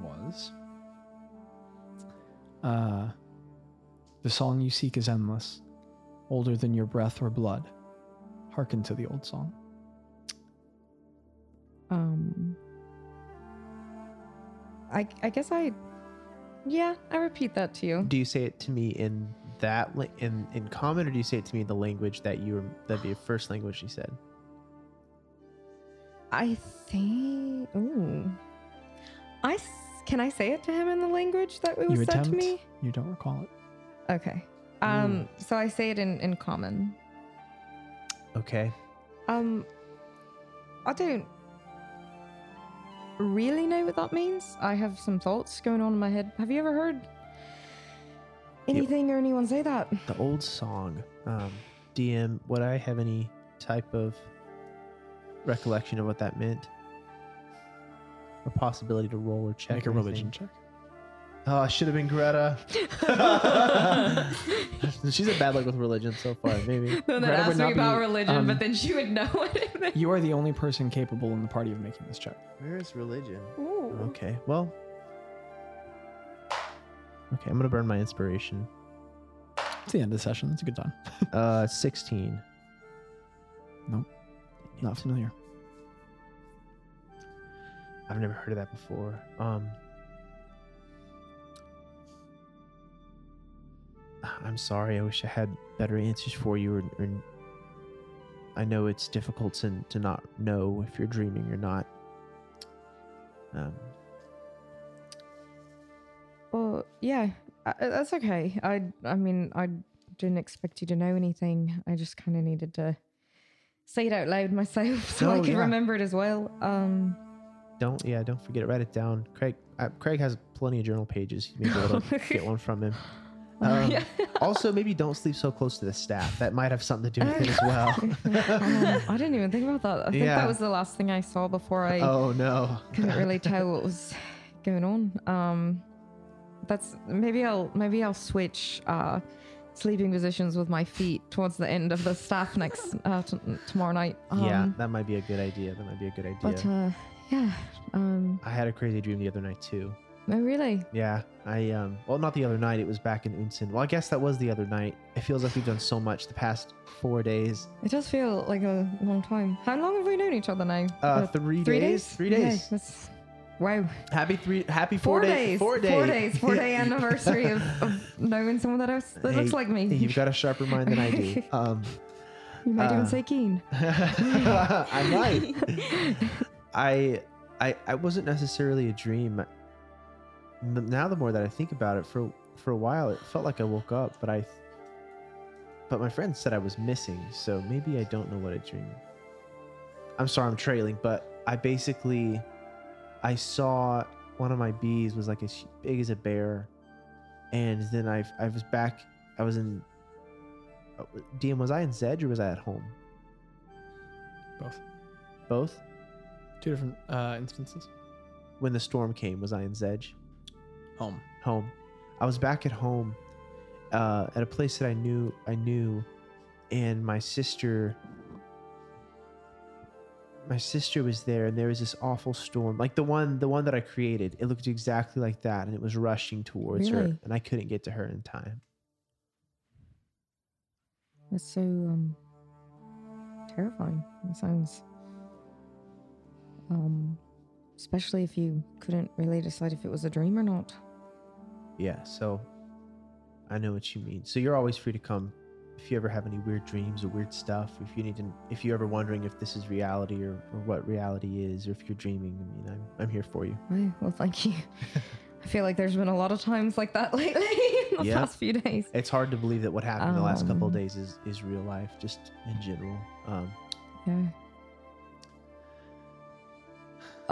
G: was uh, the song you seek is endless, older than your breath or blood. Hearken to the old song.
E: Um, I I guess I, yeah, I repeat that to you.
A: Do you say it to me in that la- in in common, or do you say it to me in the language that you were that the first language you said?
E: I think. Ooh, I s- can I say it to him in the language that it was
G: you
E: said to
G: attempt.
E: me.
G: You don't recall it.
E: Okay. Um. So I say it in in common.
A: Okay.
E: Um. I don't really know what that means. I have some thoughts going on in my head. Have you ever heard anything or anyone say that?
A: The old song. Um, DM, would I have any type of recollection of what that meant? Or possibility to roll or check?
G: Make a
A: or
G: religion
A: anything?
G: check.
A: Oh, I should have been
G: (laughs)
A: Greta. She's a bad luck with religion so far, maybe.
E: No,
G: Greta would not be, um,
E: then she would know it.
G: You are the only person capable in the party of making this check.
A: Where is religion?
D: Ooh.
A: Okay, well. Okay, I'm going to burn my inspiration.
G: It's the end of the session. It's a good time.
A: Uh, 16.
G: Nope. Not familiar.
A: I've never heard of that before. Um, (sighs) I'm sorry. I wish I had better answers for you. Or, or I know it's difficult to, to not know if you're dreaming or not. Um,
E: Well, yeah, I, I- that's okay. I, I mean, I didn't expect you to know anything. I just kind of needed to say it out loud myself (laughs) so I
A: No,
E: could
A: Oh, yeah.
E: remember it as well.
A: (laughs)
E: Um,
A: don't yeah, don't forget it. Write it down. Craig uh, Craig has plenty of journal pages. You may be able to get one from him. Um,
E: yeah.
A: Also, maybe don't sleep so close to the staff. That might have something to do with it as well.
E: Um, I didn't even think about that. I think
A: Yeah.
E: that was the last thing I saw before I
A: oh no.
E: couldn't really tell what was going on. Um, that's maybe I'll maybe I'll switch uh, sleeping positions with my feet towards the end of the staff next uh, t- tomorrow night.
A: yeah,
E: Um,
A: that might be a good idea. That might be a good idea.
E: But uh, yeah, um,
A: I had a crazy dream the other night too.
E: no, really.
A: Yeah, I um, well, not the other night. It was back in Unsen. Well, I guess that was the other night. It feels like we've done so much the past four days.
E: It does feel like a long time. How long have we known each other now?
A: Uh, three, days. Three
E: Yeah,
A: days.
E: that's, wow.
A: Happy three. Happy four,
E: Four,
A: days. Four days.
E: Four days. Four
A: (laughs)
E: day anniversary of, of knowing someone that, else, that looks
A: Hey,
E: like me.
A: You've got a sharper mind than I
E: (laughs)
A: do. Um,
E: you might
A: uh,
E: even say keen.
A: (laughs) I might. I, I, I wasn't necessarily a dream. N- Now, the more that I think about it, for for a while, it felt like I woke up, but I, but my friend said I was missing, so maybe I don't know what a dream. I'm sorry, I'm trailing, but I basically, I saw one of my bees was like as big as a bear, and then I I was back. I was in. uh, DM, was I in Zed or was I at home?
G: Both.
A: Both?
G: Two different uh, instances.
A: When the storm came, was I in Zedge?
G: Home.
A: Home. I was back at home, uh, at a place that I knew I knew, and my sister my sister was there and there was this awful storm. Like the one the one that I created, it looked exactly like that and it was rushing towards her
E: Really?
A: and I couldn't get to her in time.
E: That's so um, terrifying. It sounds. Um, especially if you couldn't really decide if it was a dream or not.
A: Yeah, so I know what you mean. So you're always free to come if you ever have any weird dreams or weird stuff. If you need to, if you're ever wondering if this is reality or, or what reality is, or if you're dreaming, I mean, I'm, I'm here for you.
E: Wow, well,
A: (laughs)
E: thank you. I feel like there's been a lot of times like that (laughs) lately in the
A: Yeah.
E: past few days.
A: It's hard to believe that what happened the last couple of
E: Um. (laughs) Mm.
A: days is, is real life, just in general. Um,
E: Yeah.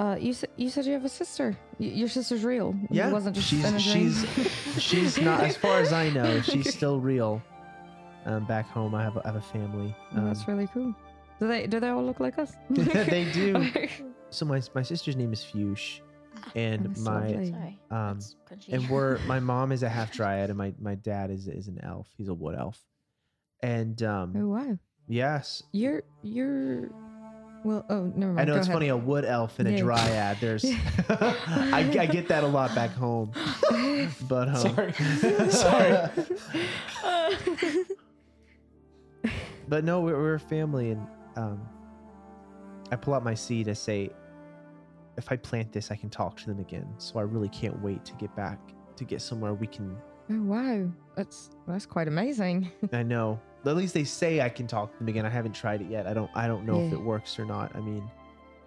E: uh, you said you said you have a sister. Y- your sister's real.
A: Yeah,
E: it wasn't just
A: she's-
E: in a dream.
A: she's- She's not, as far as I know, she's still real. Um, back home, I have a, I have a family.
E: Oh,
A: Um,
E: (laughs) That's really cool. Do they do they all look like us?
A: (laughs) they
E: (laughs)
A: do. So my my sister's name is Fuchsia, and
E: That's
A: my
E: lovely.
F: Sorry.
A: um
F: That's crunchy.
A: and we're
E: (laughs)
A: my mom is a half dryad, and my my dad is is an elf. He's a wood elf, and
E: Oh
A: um
E: wow,
A: yes,
E: you're you're. Well, oh, never mind.
A: I know
E: Go
A: it's
E: ahead.
A: funny a wood elf and a
E: Yeah.
A: dryad.
E: (laughs)
A: There's (laughs) I, I get that a lot back home, but um,
G: Sorry.
A: (laughs)
E: (laughs)
G: Sorry.
A: But no, we're, we're a family, and um, I pull out my seed. I say, if I plant this, I can talk to them again. So I really can't wait to get back to get somewhere we can.
E: Oh wow, that's that's quite amazing.
A: I know. At least they say I can talk to them again. I haven't tried it yet. I don't. I don't know if
E: Yeah.
A: it works or not. I mean,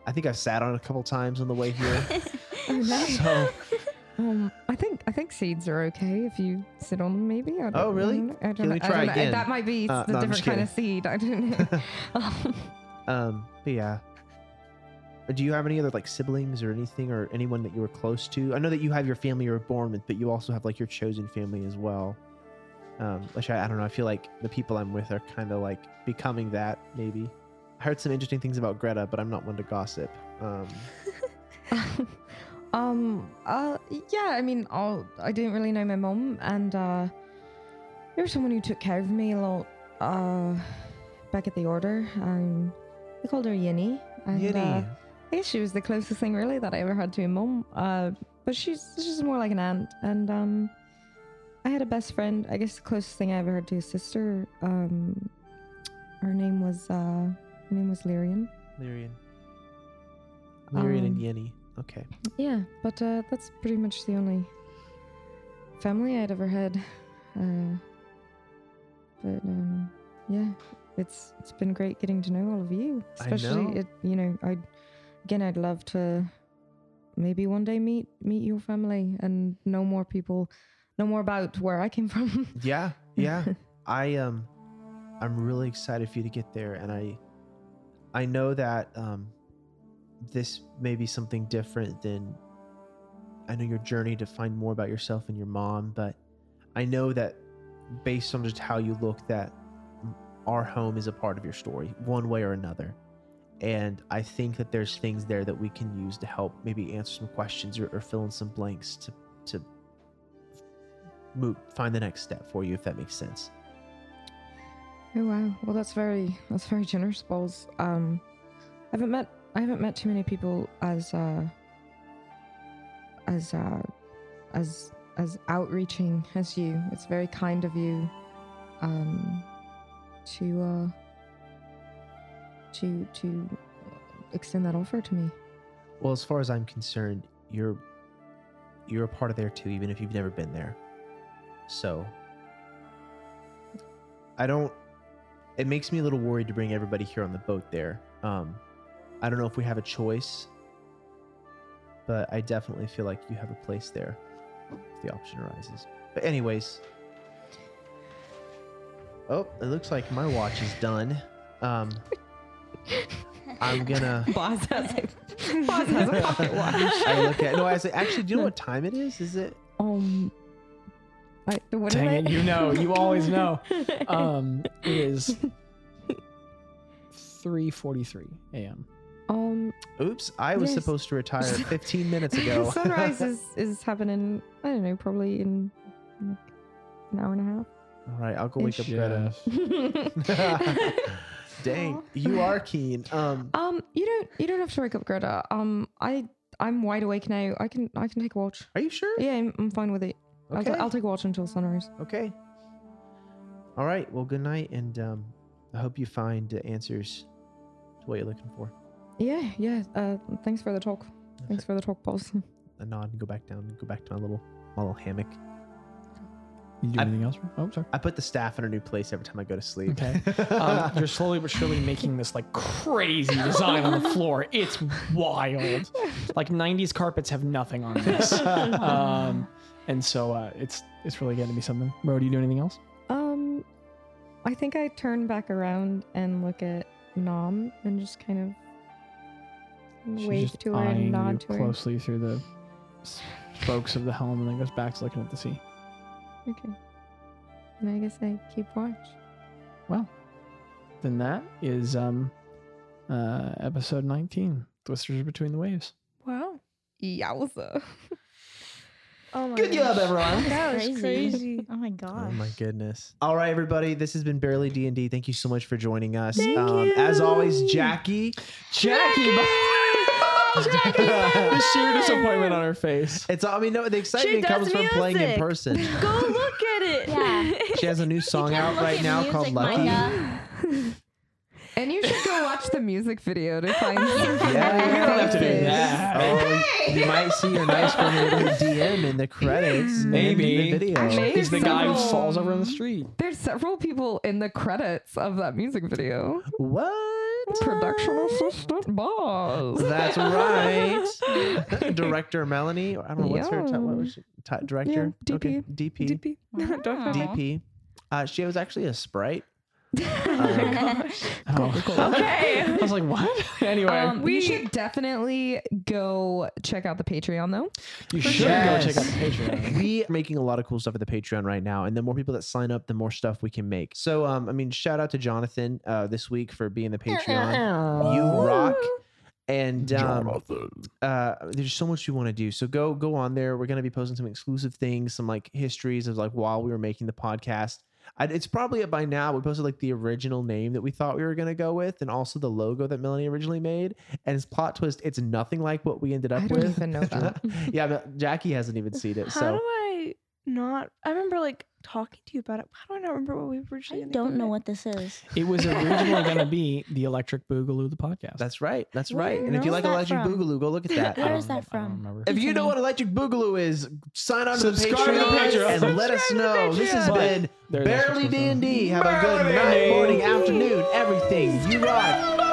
A: I think I've sat on it a couple times on the way here. (laughs)
E: Oh, nice.
A: so
E: (laughs) Um, I think I think seeds are okay if you sit on them. Maybe. I don't,
A: Oh, really?
E: I don't, I don't
A: Can we
E: know. I
A: try
E: don't know.
A: again?
E: That might be
A: Uh,
E: the
A: no, I'm just
E: different kind of seed. I don't know. um,
A: Um, but yeah. Do you have any other like siblings or anything or anyone that you were close to? I know that you have your family you were born with, but you also have like your chosen family as well. Um, which I, I don't know. I feel like the people I'm with are kind of like becoming that maybe. I heard some interesting things about Greta, but I'm not one to gossip. Um, (laughs)
E: (laughs) um uh yeah i mean I'll, i didn't really know my mom and uh you were someone who took care of me a lot uh back at the order um they called her yinny and uh,
A: Yinny.
E: i guess she was the closest thing really that i ever had to a mom uh but she's she's more like an aunt and um i had a best friend i guess the closest thing i ever had to a sister um her name was uh her name was lyrian
A: Lyrian. Lyrian and
E: Um,
A: Yenny. Okay.
E: Yeah, but uh, that's pretty much the only family I'd ever had. Uh, but um, yeah, it's it's been great getting to know all of you.
A: I
E: Especially,
A: know.
E: It, you know, I again, I'd love to maybe one day meet meet your family and know more people, know more about where I came (laughs) from.
A: Yeah. Yeah. I um I'm really excited for you to get there and I I know that um this may be something different than I know your journey to find more about yourself and your mom, but I know that based on just how you look that our home is a part of your story one way or another. And I think that there's things there that we can use to help maybe answer some questions or, or fill in some blanks to to mo- find the next step for you if that makes sense.
E: Oh wow. Well that's very that's very generous, Balls. Um I haven't met I haven't met too many people as uh as uh as as outreaching as you. It's very kind of you um to uh to to extend that offer to me.
A: Well, as far as I'm concerned, you're you're a part of there too, even if you've never been there. So I don't it makes me a little worried to bring everybody here on the boat there. Um I don't know if we have a choice, but I definitely feel like you have a place there if the option arises. But anyways, oh, it looks like my watch is done. Um I'm gonna
E: Boss has a Boss has a
A: (laughs)
E: pocket watch.
A: I look at no. I say, actually, do you know what time it is? Is it?
E: (laughs) Um I, what is
G: Dang it, you
E: (laughs)
G: know. You always know.
E: it.
G: Um, it
E: (laughs)
G: is 3.43 a.m.
E: um
A: Oops, I was
E: Yes.
A: supposed to
E: (laughs)
A: retire 15 minutes ago.
E: Sunrise
G: (laughs)
E: is, is happening, I don't know, probably in like an hour and a half.
A: (laughs) All right, I'll go wake up Greta. (laughs)
G: (laughs)
A: Dang,
D: Aw.
A: you are keen. Um,
E: (laughs) um, you don't you don't have to wake up Greta. Um, I I'm wide awake now. I can I can take a watch.
A: are you sure?
E: Yeah, I'm, I'm fine with it. I'll,
A: Okay.
E: ta- I'll take a watch until sunrise.
A: okay. All right. Well, good night, and um, I hope you find uh, answers to what you're looking for.
E: Yeah, yeah. Uh, thanks for the talk. Thanks for the talk, boss. (laughs)
A: A nod and go back down. and Go back to my little my little hammock.
G: You do
A: I-
G: anything else? Oh, sorry.
A: I put the staff in a new place every time I go to sleep.
G: Okay. Um, you're slowly but surely making this like crazy design on the floor. It's wild. Like 90s carpets have nothing on this. Um, and so uh, it's it's really getting to be something. Ro, do you do anything else?
E: Um, I think I turn back around and look at Nom and just kind of
G: She's
E: wave
G: just
E: to her
G: eyeing
E: and
G: you
E: nod to her.
G: closely through the spokes of the helm, and then goes back to looking at the sea.
E: Okay. And I guess I keep watch.
G: Well, then that is um, uh, episode nineteen. Twisters between the waves.
D: Wow.
E: Yowza.
D: Oh my
G: Good job,
D: gosh.
G: everyone.
D: That was
F: (laughs) Crazy.
D: crazy.
F: Oh my
A: Oh
F: gosh.
A: my goodness. All right, everybody. This has been Barely D&D. Thank you so much for joining us. Um,
D: Thank
A: As
D: you.
A: always, Jackie.
G: Jackie,
D: (laughs)
A: (laughs)
G: the sheer disappointment on her face.
A: It's I mean no the excitement
D: does
A: comes from playing in
D: music.
A: person.
D: (laughs) Go look at it. (laughs)
F: Yeah.
A: She has a new song out right now called Lucky.
E: And you should go watch the music video to find some
A: Yeah,
G: We don't have to do
E: faces.
G: that.
A: Oh, you might see your nice friend in the DM in the credits. and
G: Maybe.
A: in the video.
E: Maybe.
G: He's the guy who
E: Several.
G: falls over on the street.
E: There's several people in the credits of that music video.
A: What?
E: Production assistant boss.
A: That's right. (laughs) Director Melanie. I don't know what's her
E: Yeah.
A: title. What was she? Ti- director?
E: Yeah,
A: Okay,
E: DP.
A: DP.
D: DP.
F: Uh-huh.
A: DP. Uh, she was actually a sprite.
G: Oh.
D: Okay.
G: I was like, what? (laughs) anyway,
E: Um, we should definitely go check out the Patreon though.
G: you should
A: Yes.
G: go check out the
E: (laughs)
G: Patreon.
A: we are making a lot of cool stuff at the Patreon right now, and the more people that sign up, the more stuff we can make. So, um, I mean, shout out to Jonathan uh, this week for being the Patreon. you rock. And um, uh, there's so much you want to do. So go go on there. We're gonna be posting some exclusive things, some like histories of like while we were making the podcast. I, it's probably up by now. We posted like the original name that we thought we were gonna go with, and also the logo that Melanie originally made. And it's plot twist. It's nothing like what we ended up
E: I don't
A: with. (laughs)
E: even know that.
A: yeah, but Jackie hasn't even seen it.
D: How
A: So
D: do I not? I remember like talking to you about it. How do I not remember what we were
F: I
D: originally?
F: don't know what this is.
G: It was originally going to be the Electric Boogaloo, the podcast.
A: That's right. That's
F: Where
A: right. And if you
F: is
A: like
F: that
A: Electric
F: from?
A: Boogaloo, go look at that.
G: I
F: Where
G: don't
F: is that
G: know- I don't
F: from?
G: remember.
A: If you know what Electric Boogaloo is, sign on to the
G: Subscribe to the
A: Patreon
G: Patreon.
A: and let us know. This has
G: But
A: been
G: there's
A: Barely
G: actually something.
A: D&D. Have a good
G: Barely
A: night,
G: D&D.
A: morning, afternoon, everything. You rock.